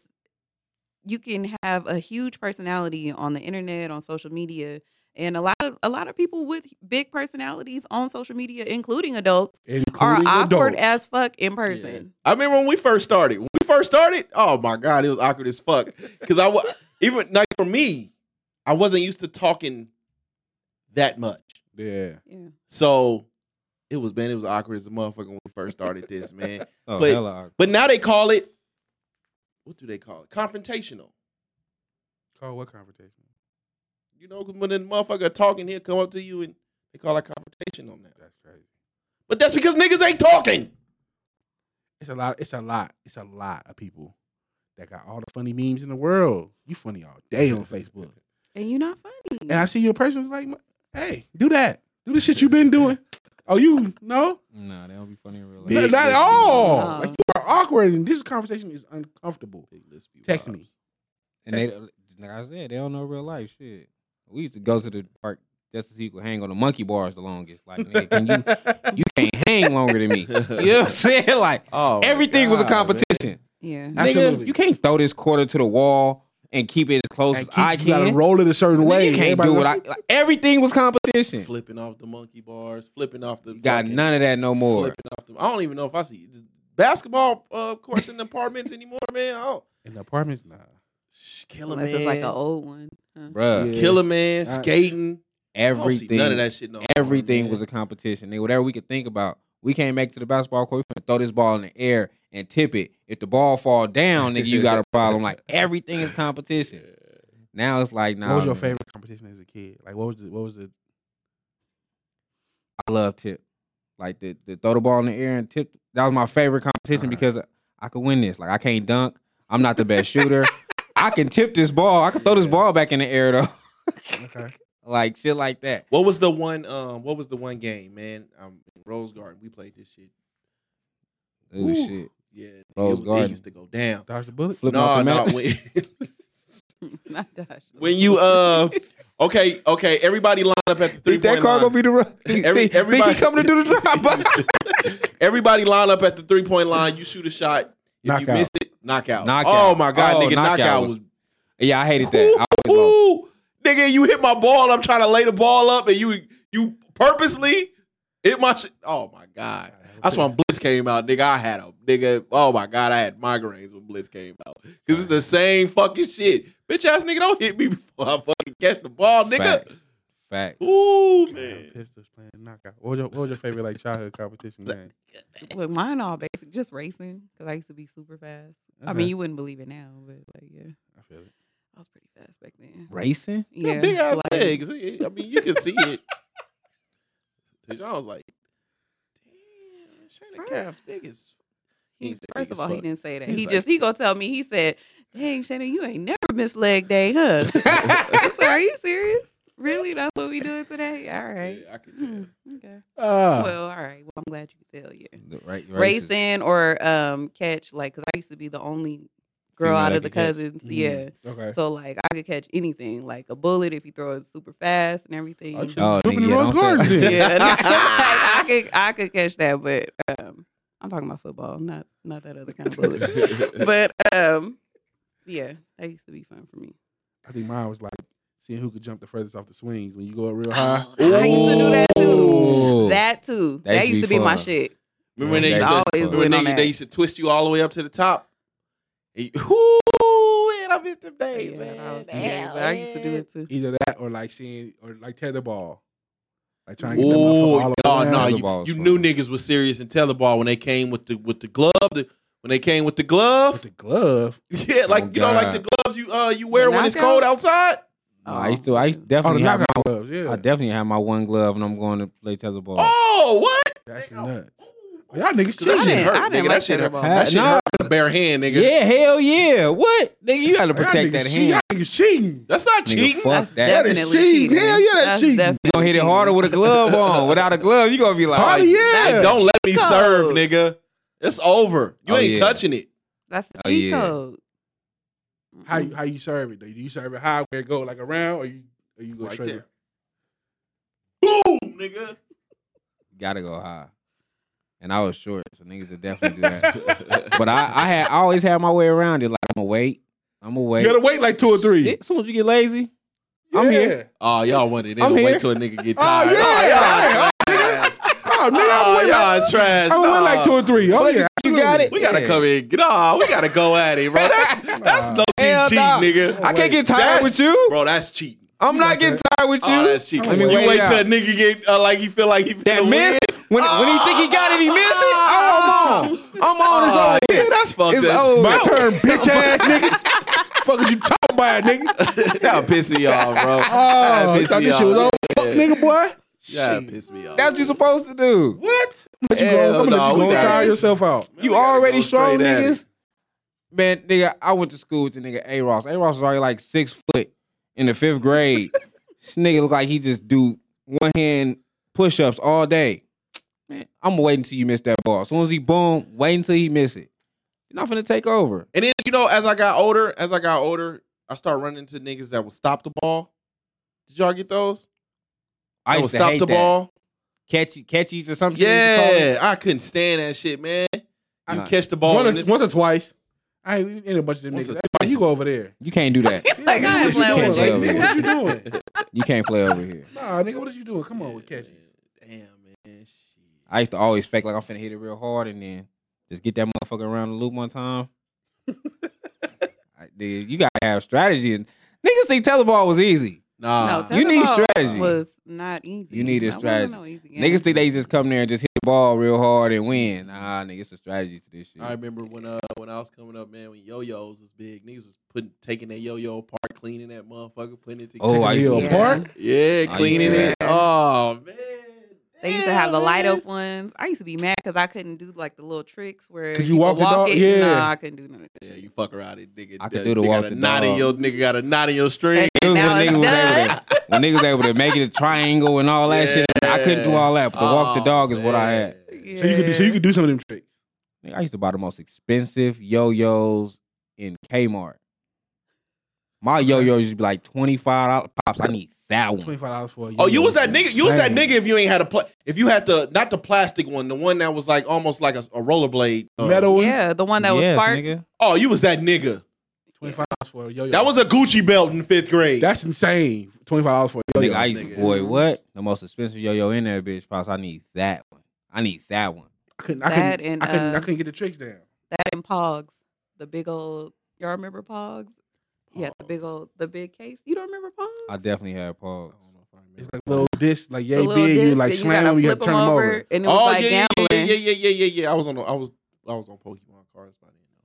Speaker 6: you can have a huge personality on the internet, on social media, and a lot of a lot of people with big personalities on social media, including adults,
Speaker 1: Including
Speaker 6: are awkward
Speaker 1: adults.
Speaker 6: as fuck in
Speaker 5: Yeah.
Speaker 6: person.
Speaker 5: I remember when we first started. When we first started, oh my god, it was awkward as fuck. Because I was even like for me, I wasn't used to talking that much.
Speaker 1: Yeah.
Speaker 6: Yeah.
Speaker 5: So it was man, it was awkward as a motherfucker when we first started this, man.
Speaker 3: Oh,
Speaker 5: But-
Speaker 3: hella awkward.
Speaker 5: But now they call it what do they call it? Confrontational.
Speaker 1: Call what confrontation?
Speaker 5: You know, 'cause when the motherfucker talking, he'll come up to you and they call it confrontational now.
Speaker 1: That's crazy.
Speaker 5: But that's because niggas ain't talking.
Speaker 1: It's a lot. It's a lot. It's a lot of people that got all the funny memes in the world. You funny all day on Facebook,
Speaker 6: And you're not funny.
Speaker 1: and I see you in person. It's like, hey, do that. Do the shit you been doing. Oh, you no,
Speaker 3: Nah, that don't be funny in real life.
Speaker 1: not,
Speaker 5: Big
Speaker 1: not at
Speaker 5: lips be
Speaker 1: all.
Speaker 6: wild.
Speaker 1: Like you are awkward, and this conversation is uncomfortable. Text me.
Speaker 3: And they, like I said, they don't know real life shit. We used to go to the park just to see who could hang on the monkey bars the longest. Like, nigga, can you, you can't hang longer than me. You know what I'm saying? Like,
Speaker 5: Oh,
Speaker 3: everything was a competition.
Speaker 6: Yeah.
Speaker 1: Absolutely.
Speaker 3: Nigga, you can't throw this quarter to the wall and keep it as close
Speaker 1: And
Speaker 3: as
Speaker 1: keep-
Speaker 3: I
Speaker 1: You gotta
Speaker 3: can.
Speaker 1: roll it a certain
Speaker 3: Nigga
Speaker 1: way.
Speaker 3: can't
Speaker 1: Everybody
Speaker 3: do it.
Speaker 1: like-
Speaker 3: I, like, everything was competition.
Speaker 5: flipping off the monkey bars, flipping off the
Speaker 3: Got
Speaker 5: fucking-
Speaker 3: none of that no more.
Speaker 5: Flipping off the, I don't even know if I see basketball uh, courts in apartments anymore, man. I don't
Speaker 1: in the apartments, nah.
Speaker 5: Sh- killer
Speaker 6: Unless
Speaker 5: man,
Speaker 6: it's like an old one. huh?
Speaker 3: Bruh,
Speaker 1: Yeah.
Speaker 5: killer man,
Speaker 1: I-
Speaker 5: skating. I don't see
Speaker 3: everything.
Speaker 5: none of that shit. No, more,
Speaker 3: everything
Speaker 5: man.
Speaker 3: was a competition. Nigga, whatever we could think about, we came back to the basketball court. We finna throw this ball in the air and tip it. If the ball fall down, nigga, you got a problem. Like everything is competition. Now it's like, nah.
Speaker 1: what was your
Speaker 3: man,
Speaker 1: favorite competition as a kid? Like, what was the what was the
Speaker 3: I love tip. Like the, the throw the ball in the air and tip. That was my favorite competition
Speaker 1: Alright.
Speaker 3: because I could win this. Like I can't dunk. I'm not the best shooter. I can tip this ball. I can throw this ball back in the air though.
Speaker 1: okay?
Speaker 3: like shit like that.
Speaker 5: What was the one? Um, what was the one game, man? Um, in Rose Garden, we played this shit.
Speaker 3: Ooh,
Speaker 5: Ooh.
Speaker 3: shit.
Speaker 5: Yeah, it
Speaker 3: Rose
Speaker 5: was-
Speaker 3: Garden.
Speaker 5: it used to go down.
Speaker 1: Dodge the bullet.
Speaker 3: Flipping off the
Speaker 5: No, no.
Speaker 3: mat.
Speaker 5: When,
Speaker 6: not Dash.
Speaker 5: when you uh, okay, okay, everybody line up at the three
Speaker 3: Think that
Speaker 5: point
Speaker 3: car
Speaker 5: line.
Speaker 3: gonna be the run? Think,
Speaker 5: Every-
Speaker 3: think- think
Speaker 5: everybody-
Speaker 3: he coming to do the drop?
Speaker 5: everybody line up at the three point line. You shoot a shot. If you
Speaker 1: Knockout.
Speaker 5: miss it, knockout.
Speaker 3: Knockout.
Speaker 5: Oh my god,
Speaker 3: Oh,
Speaker 5: nigga, knockout,
Speaker 3: knockout
Speaker 5: was,
Speaker 3: was- yeah, I hated that. I always lost.
Speaker 5: Ooh, nigga, you hit my ball. I'm trying to lay the ball up, and you you purposely hit my. Sh- oh my god, that's when Blitz came out, nigga. I had a nigga. Oh my god, I had migraines when Blitz came out because it's the same fucking shit. Bitch ass nigga, don't hit me before I fucking catch the ball, nigga.
Speaker 3: Facts. Facts.
Speaker 5: Ooh
Speaker 1: Man.
Speaker 5: man,
Speaker 1: Pistols playing knockout. What was your, what was your favorite like childhood competition game?
Speaker 6: Well, mine all basic, just racing because I used to be super fast. I mean,
Speaker 5: Uh-huh.
Speaker 1: Okay.
Speaker 6: you wouldn't believe it now, but like, yeah,
Speaker 1: I feel it.
Speaker 6: I was pretty fast back then.
Speaker 3: Racing?
Speaker 5: yeah,
Speaker 6: Yeah,
Speaker 5: big ass
Speaker 6: like-
Speaker 5: legs. I mean, you can see it. Bitch, I was like, damn, Shannon calves big as. He
Speaker 6: He,
Speaker 5: ain't say
Speaker 6: first
Speaker 5: big
Speaker 6: of
Speaker 5: as
Speaker 6: all, he
Speaker 5: fuck.
Speaker 6: didn't say that.
Speaker 5: He
Speaker 6: He,
Speaker 5: was like-
Speaker 6: just he gonna tell me. He said, "Dang, Shannon, you ain't never missed leg day, huh?" I said, "Are you serious? Really? That's what we doing today? All right.
Speaker 5: Yeah, I could tell.
Speaker 6: Hmm, okay.
Speaker 1: Uh,
Speaker 6: well, all right. Well, I'm glad you could tell. Yeah,
Speaker 3: The Right, races.
Speaker 6: racing or um catch. Like, cause I used to be the only girl
Speaker 3: Female
Speaker 6: out
Speaker 3: that
Speaker 6: of the
Speaker 3: could catch.
Speaker 6: cousins.
Speaker 1: Mhm.
Speaker 6: Yeah.
Speaker 1: Okay.
Speaker 6: So like I could catch anything, like a bullet if you throw it super fast and everything.
Speaker 1: Oh, you should
Speaker 3: Oh,
Speaker 1: jump in
Speaker 3: nigga,
Speaker 1: the
Speaker 3: yeah,
Speaker 1: Rose
Speaker 3: don't say-
Speaker 1: Garden then.
Speaker 6: yeah, like, I could I could catch that, but um, I'm talking about football, not not that other kind of bullet. but um, yeah, that used to be fun for me.
Speaker 1: I think mine was like seeing who could jump the furthest off the swings when you go up
Speaker 4: Oh.
Speaker 1: real high.
Speaker 6: I used to do that too.
Speaker 3: Ooh.
Speaker 6: That too.
Speaker 3: That
Speaker 6: That, used to be, my
Speaker 3: fun.
Speaker 6: shit.
Speaker 5: Remember when they used
Speaker 6: That's
Speaker 5: to,
Speaker 6: always
Speaker 5: remember
Speaker 6: win
Speaker 5: when
Speaker 6: on
Speaker 5: they,
Speaker 6: that.
Speaker 5: they used to twist you all the way up to the top? And you- Ooh, man, I missed them days,
Speaker 6: Yeah, I
Speaker 5: man.
Speaker 6: was serious, but I used to do it too.
Speaker 1: Either that or like seeing or like tetherball. Like trying to get that motherfucker
Speaker 5: Oh,
Speaker 1: all
Speaker 5: oh
Speaker 1: around.
Speaker 5: no,
Speaker 3: Tetherball
Speaker 5: you,
Speaker 3: is
Speaker 5: you
Speaker 3: fun.
Speaker 5: knew niggas was serious in tetherball when they came with the with the glove. The, when they came with the glove,
Speaker 1: With the glove.
Speaker 5: yeah, like
Speaker 3: Oh,
Speaker 5: you know, like
Speaker 3: God.
Speaker 5: the gloves you uh you wear
Speaker 6: The
Speaker 5: when it's
Speaker 6: knockout?
Speaker 5: cold outside.
Speaker 3: No, I used to. I used to definitely
Speaker 1: oh, the
Speaker 3: have. My,
Speaker 1: knockout gloves. Yeah.
Speaker 3: I definitely have my one glove, and I'm going to play tetherball.
Speaker 5: Oh, what?
Speaker 1: That's
Speaker 5: Nigga,
Speaker 1: nuts.
Speaker 5: ooh,
Speaker 1: Y'all niggas
Speaker 5: That
Speaker 6: I
Speaker 5: shit
Speaker 1: cheating.
Speaker 6: didn't,
Speaker 5: hurt,
Speaker 6: I didn't
Speaker 5: nigga. That
Speaker 6: like
Speaker 5: shit hurt.
Speaker 6: tetherball.
Speaker 5: That shit
Speaker 3: Nah.
Speaker 5: hurt with a bare hand, nigga.
Speaker 3: yeah, hell yeah! What nigga? You got to
Speaker 1: Y'all
Speaker 3: protect
Speaker 1: niggas
Speaker 3: that
Speaker 1: cheat-
Speaker 3: hand.
Speaker 1: Y'all niggas cheating.
Speaker 5: That's not
Speaker 3: Nigga,
Speaker 5: cheating.
Speaker 3: fuck
Speaker 6: That's
Speaker 3: that.
Speaker 1: is
Speaker 6: definitely
Speaker 1: cheating.
Speaker 6: cheating.
Speaker 1: Hell yeah, that's cheating.
Speaker 6: definitely
Speaker 3: You gonna hit it
Speaker 6: cheating.
Speaker 3: harder with a glove on. Without a glove, you gonna be like,
Speaker 1: Party, yeah.
Speaker 5: Don't let me
Speaker 6: Cheat
Speaker 5: serve,
Speaker 6: code.
Speaker 5: nigga. It's over. You
Speaker 3: Oh,
Speaker 5: ain't
Speaker 3: yeah.
Speaker 5: touching it.
Speaker 6: That's the
Speaker 3: Oh,
Speaker 6: cheat
Speaker 3: yeah.
Speaker 6: code.
Speaker 1: How you,
Speaker 6: Mm-mm.
Speaker 1: how you serve it? though? Do you serve it high where it go like around or you or you go
Speaker 5: Right
Speaker 1: straight?
Speaker 5: there. Boom, nigga.
Speaker 3: gotta go high. And I was short, so niggas would definitely do that. but I, I had I always had my way around it. Like I'm gonna wait. I'm gonna wait.
Speaker 1: You gotta wait like two or three.
Speaker 3: As soon as you get lazy, I'm here.
Speaker 5: Oh, y'all wanted it.
Speaker 3: I'm
Speaker 5: Wait
Speaker 3: here.
Speaker 5: till a nigga get
Speaker 1: Oh
Speaker 5: tired.
Speaker 1: yeah.
Speaker 5: Oh,
Speaker 1: yeah. Oh, out, nigga.
Speaker 5: Oh,
Speaker 1: I'm
Speaker 5: y'all trash.
Speaker 1: gonna win like
Speaker 5: Nah.
Speaker 1: two or three. Oh
Speaker 3: But
Speaker 1: yeah,
Speaker 3: you got
Speaker 1: absolutely.
Speaker 3: it.
Speaker 5: We gotta
Speaker 3: Yeah.
Speaker 5: come in. Nah, we gotta go at it, bro. That's that's no
Speaker 3: Hell
Speaker 5: cheat,
Speaker 3: nah.
Speaker 5: nigga.
Speaker 3: I can't get tired
Speaker 5: That's-
Speaker 3: with you.
Speaker 5: bro. That's cheating.
Speaker 3: I'm not getting tired with you.
Speaker 5: Oh, that's cheating.
Speaker 1: Let me
Speaker 5: you
Speaker 3: wait
Speaker 5: wait
Speaker 3: it
Speaker 5: till a
Speaker 3: out.
Speaker 5: nigga get uh, like he feel like he
Speaker 3: that
Speaker 5: finna
Speaker 3: miss when when he think he got it, he miss it. Oh, I'm on. I'm on. It's
Speaker 5: Oh,
Speaker 3: over.
Speaker 5: yeah, that's fucked
Speaker 3: It's
Speaker 5: up.
Speaker 3: over.
Speaker 1: My turn, bitch ass nigga. Fuck is you talking about, nigga?
Speaker 5: That'll piss me off, bro.
Speaker 1: Oh,
Speaker 5: That'll
Speaker 1: you
Speaker 5: piss
Speaker 1: thought
Speaker 5: me
Speaker 1: this shit was
Speaker 5: off.
Speaker 1: old, fuck nigga, boy.
Speaker 5: That'll
Speaker 1: Shit.
Speaker 5: piss me off.
Speaker 3: That's what you supposed to do.
Speaker 1: What? Let you
Speaker 5: Hell
Speaker 1: go. I'm gonna
Speaker 5: nah,
Speaker 1: let you
Speaker 5: we
Speaker 1: go and
Speaker 5: gotta-
Speaker 1: tire yourself out.
Speaker 3: You already strong,
Speaker 5: straight at it.
Speaker 3: niggas. Man, nigga, I went to school with the nigga A Ross. A Ross was already like six foot in the fifth grade. this nigga look like he just do one hand push ups all day. Man, I'm gonna wait until you miss that ball. As soon as he boom, wait until he miss it. You're not finna take over.
Speaker 5: And then you know, as I got older, as I got older, I started running into niggas that would stop the ball. Did y'all get those?
Speaker 3: I
Speaker 5: That
Speaker 3: used to
Speaker 5: would stop
Speaker 3: hate
Speaker 5: the
Speaker 3: that.
Speaker 5: ball.
Speaker 3: Catchy, catchies or something.
Speaker 5: Yeah, I couldn't stand that shit, man. You
Speaker 3: Nah.
Speaker 5: catch the ball. and
Speaker 1: Once
Speaker 5: it's-
Speaker 1: or- once or twice. I ain't in a bunch of them
Speaker 5: Oh, Once or
Speaker 1: niggas.
Speaker 5: twice.
Speaker 1: You go over there.
Speaker 3: You can't do that.
Speaker 1: Yeah,
Speaker 6: Like,
Speaker 1: nigga,
Speaker 6: I ain't
Speaker 1: what you
Speaker 6: playing
Speaker 1: doing?
Speaker 3: with you.
Speaker 1: Like, nigga, what you doing?
Speaker 3: You can't play over here.
Speaker 1: Nah, nigga, what is you doing? Come on with catches.
Speaker 5: Damn, man. Shit.
Speaker 3: I used to always fake like I'm finna hit it real hard and then just get that motherfucker around the loop one time. I, dude, you gotta have strategy. And niggas think tetherball was easy.
Speaker 5: Nah.
Speaker 6: No,
Speaker 3: you need
Speaker 6: tetherball
Speaker 3: strategy.
Speaker 6: Was not easy.
Speaker 3: You need a
Speaker 6: That wasn't
Speaker 3: strategy.
Speaker 6: no easy game.
Speaker 3: Niggas think they just come there and just hit the ball real hard and win. Nah, nigga, it's a strategy to this shit.
Speaker 5: I remember when uh when I was coming up, man, when yo-yos was big, niggas was putting taking that yo-yo apart, cleaning that motherfucker, putting it together.
Speaker 3: oh, I used to
Speaker 1: Yo,
Speaker 3: do that.
Speaker 1: apart?
Speaker 5: yeah,
Speaker 3: I
Speaker 5: cleaning
Speaker 3: used
Speaker 5: it. Oh man.
Speaker 6: They used to have the
Speaker 5: Damn,
Speaker 6: light
Speaker 5: man.
Speaker 6: up ones. I used to be mad because I couldn't do like the little tricks where
Speaker 1: Could you
Speaker 6: could
Speaker 1: walk the dog?
Speaker 6: it.
Speaker 1: Yeah.
Speaker 6: No, I couldn't do none of that.
Speaker 5: Yeah,
Speaker 6: shit.
Speaker 5: you fuck around it, nigga.
Speaker 3: I could
Speaker 5: That
Speaker 3: do the
Speaker 5: nigga
Speaker 3: walk
Speaker 5: got a
Speaker 3: the
Speaker 5: knot
Speaker 3: dog.
Speaker 5: in your nigga got a knot in your string.
Speaker 3: Niggas
Speaker 6: Now
Speaker 3: when
Speaker 6: it's
Speaker 3: niggas was able
Speaker 6: done.
Speaker 3: to when niggas able to make it a triangle and all that shit. I couldn't do all that, but the walk the
Speaker 5: Oh,
Speaker 3: dog is what I
Speaker 5: man.
Speaker 3: had.
Speaker 1: So you could do, so you could do some of them tricks.
Speaker 3: Nigga, I used to buy the most expensive yo-yos in Kmart. My yo-yo used to be like twenty five dollars. Pops, I need that
Speaker 1: Twenty
Speaker 3: one.
Speaker 1: five dollars for a
Speaker 5: Oh, you was that
Speaker 1: yo-yo.
Speaker 5: nigga. You was that
Speaker 1: Insane.
Speaker 5: nigga if you ain't had a pla- if you had the not the plastic one, the one that was like almost like a, a rollerblade. uh,
Speaker 1: metal one.
Speaker 6: Yeah, the one that was
Speaker 3: Yes,
Speaker 6: spark.
Speaker 3: nigga.
Speaker 5: Oh, you was that nigga.
Speaker 1: Twenty five dollars for a yo yo.
Speaker 5: That was a Gucci belt in fifth grade.
Speaker 1: that's insane. Twenty five dollars for a yo
Speaker 3: Nigga,
Speaker 1: yo.
Speaker 3: I used
Speaker 5: nigga.
Speaker 3: to, boy, what? The most expensive yo-yo in there, bitch. Pops, I need that one. I need that one.
Speaker 1: I couldn't. I
Speaker 6: That
Speaker 1: couldn't.
Speaker 6: and,
Speaker 1: I couldn't.
Speaker 6: uh,
Speaker 1: I couldn't get the tricks down.
Speaker 6: That and Pogs, the big old. Y'all remember Pogs? Yeah, the big old, the big case. You don't remember Pogs?
Speaker 3: I definitely had Paul.
Speaker 5: Oh,
Speaker 1: It's like little disc, like
Speaker 6: The
Speaker 1: yay
Speaker 6: little
Speaker 1: big. You
Speaker 6: disc
Speaker 1: like
Speaker 6: that
Speaker 1: slam
Speaker 6: gotta
Speaker 1: them, you
Speaker 6: flip
Speaker 1: gotta turn them over.
Speaker 6: and it was
Speaker 5: oh
Speaker 6: like
Speaker 5: yeah, yeah, yeah,
Speaker 6: gambling.
Speaker 5: yeah, yeah, yeah, yeah, yeah. I was on. The, I was. I was on Pokemon cards by then.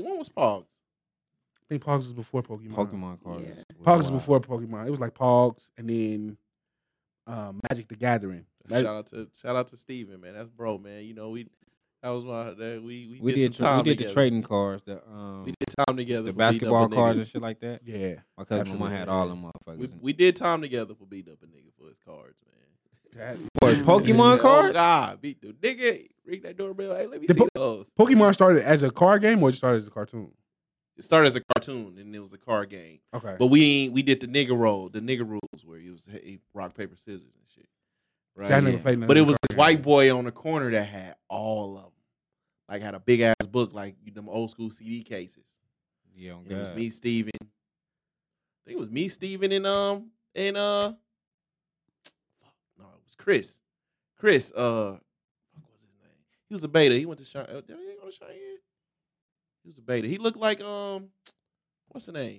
Speaker 5: Wait, when was Pogs?
Speaker 1: I think Pogs was before Pokemon.
Speaker 3: Pokemon cards.
Speaker 6: Yeah.
Speaker 3: was
Speaker 1: Pogs was before
Speaker 3: wild.
Speaker 1: Pokemon. It was like Pogs and then um, Magic the Gathering.
Speaker 5: Shout
Speaker 1: Magic,
Speaker 5: out to shout out to Steven, man. That's bro, man. You know we that was my that we we,
Speaker 3: We
Speaker 5: did,
Speaker 3: did tra-
Speaker 5: some time
Speaker 3: we did the
Speaker 5: together.
Speaker 3: trading cards, the um,
Speaker 5: We did time
Speaker 3: the
Speaker 5: together. for beating up a
Speaker 3: basketball
Speaker 5: nigga.
Speaker 3: cards and shit like that.
Speaker 1: yeah,
Speaker 3: My cousin my mom
Speaker 1: Absolutely.
Speaker 3: had all them motherfuckers.
Speaker 5: We, we did time together for beating up a nigga for his cards, man.
Speaker 1: That-
Speaker 3: For his Pokemon
Speaker 5: Oh
Speaker 3: cards?
Speaker 5: God, beat the nigga, ring that doorbell. Hey, let me
Speaker 1: The
Speaker 5: see
Speaker 1: po-
Speaker 5: those.
Speaker 1: Pokemon started as a card game or it started as a cartoon?
Speaker 5: It started as a cartoon and it was a card game,
Speaker 1: Okay.
Speaker 5: but we ain't, we did the nigga roll, the nigga rules where you was hey, rock paper scissors and shit, right?
Speaker 1: See, I never
Speaker 3: yeah.
Speaker 1: played none
Speaker 5: but it
Speaker 1: of the
Speaker 5: was
Speaker 1: card
Speaker 5: this white
Speaker 1: games.
Speaker 5: boy on the corner that had all of them, like had a big ass book, like you them old school CD cases.
Speaker 3: yeah, on
Speaker 5: And It was
Speaker 3: Oh, God.
Speaker 5: me, Steven. I think it was me, Steven, and um and uh fuck, no, it was Chris. Chris, uh fuck was his name? He was a beta. He went to Cheyenne. Did he go to Cheyenne? He was a beta. He looked like um what's the name?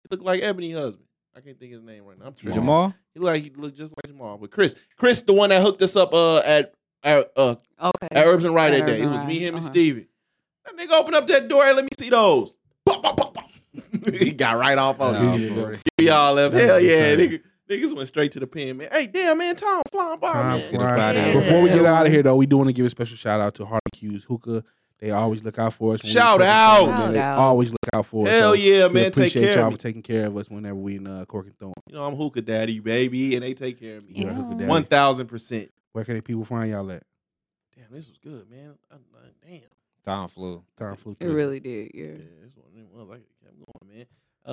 Speaker 5: He looked like Ebony husband. I can't think of his name right now. I'm tripping.
Speaker 3: Jamal?
Speaker 5: He looked like he looked just like Jamal. But Chris, Chris, the one that hooked us up uh at at uh
Speaker 6: Okay.
Speaker 5: at Herbs and Rye
Speaker 6: At
Speaker 5: that
Speaker 6: Herbs
Speaker 5: day. It
Speaker 6: and
Speaker 5: was me,
Speaker 6: Rye,
Speaker 5: him, and
Speaker 6: uh-huh.
Speaker 5: Steven. That nigga opened up that door and let me see those. Pop, pop, pop, pop. he got right off on
Speaker 1: Nah,
Speaker 5: it.
Speaker 1: yeah.
Speaker 3: bro.
Speaker 5: Y'all left.
Speaker 1: That's
Speaker 5: Hell
Speaker 1: what I'm
Speaker 5: yeah.
Speaker 1: saying.
Speaker 5: Nigga, niggas went straight to the pen, man. Hey, damn, man, Tom, flying by,
Speaker 1: Time
Speaker 5: man.
Speaker 3: Get up outta
Speaker 1: flies.
Speaker 3: here.
Speaker 1: Before we get
Speaker 6: Yeah.
Speaker 1: out of here, though, we do want to give a special shout out to Harley Hughes Hookah. They always look out for us. when we
Speaker 5: Shout
Speaker 1: fucking
Speaker 5: out.
Speaker 1: come in.
Speaker 6: Shout
Speaker 1: They
Speaker 6: out.
Speaker 1: always look out for us.
Speaker 5: Hell
Speaker 1: So
Speaker 5: yeah,
Speaker 1: we
Speaker 5: man. Take
Speaker 1: Appreciate
Speaker 5: care
Speaker 1: y'all
Speaker 5: of me.
Speaker 1: for taking care of us whenever we in uh, Cork and Thorn.
Speaker 5: You know, I'm hookah daddy, baby, and they take care of me.
Speaker 1: You're a hookah
Speaker 6: Yeah.
Speaker 1: daddy.
Speaker 5: 1,000%.
Speaker 1: Where can the people find y'all at?
Speaker 5: Damn, this was good, man. I, I, damn.
Speaker 3: Time flew.
Speaker 1: Time flew
Speaker 6: It
Speaker 1: through.
Speaker 6: really did. Yeah.
Speaker 5: Yeah, this one, this one, like, kept going, man.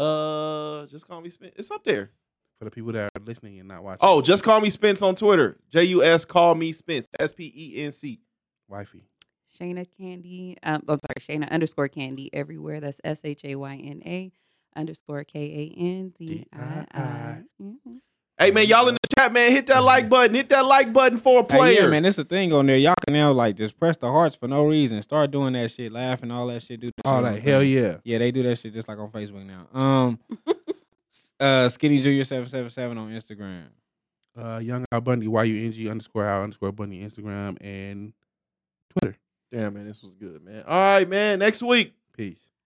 Speaker 5: Uh, just call me Spence. It's up there.
Speaker 1: for the people that are listening and not watching.
Speaker 5: Oh, just call me Spence on Twitter. J U S call me Spence. S P E N C.
Speaker 1: wifey.
Speaker 6: Shayna Candy. Um, I'm sorry, Shayna underscore Candy everywhere. That's S H A Y N A underscore K A N D I I. Mhm.
Speaker 5: Hey man, y'all in the chat, man, hit that like button. Hit that like button for a
Speaker 3: Hey,
Speaker 5: player.
Speaker 3: yeah, man, it's a thing on there. Y'all can now like just press the hearts for no reason. Start doing that shit, laughing, all that shit. Do that
Speaker 1: All
Speaker 3: shit
Speaker 1: that
Speaker 3: on
Speaker 1: Oh, hell
Speaker 3: Facebook.
Speaker 1: yeah.
Speaker 3: Yeah, they do that shit just like on Facebook now. Um, s- uh, Skinny Junior seven seven seven on Instagram.
Speaker 1: Uh, Young Al Bundy, Y U N G underscore Al underscore Bundy Instagram and Twitter.
Speaker 5: Damn man, this was good, man. All right, man. Next week.
Speaker 1: Peace.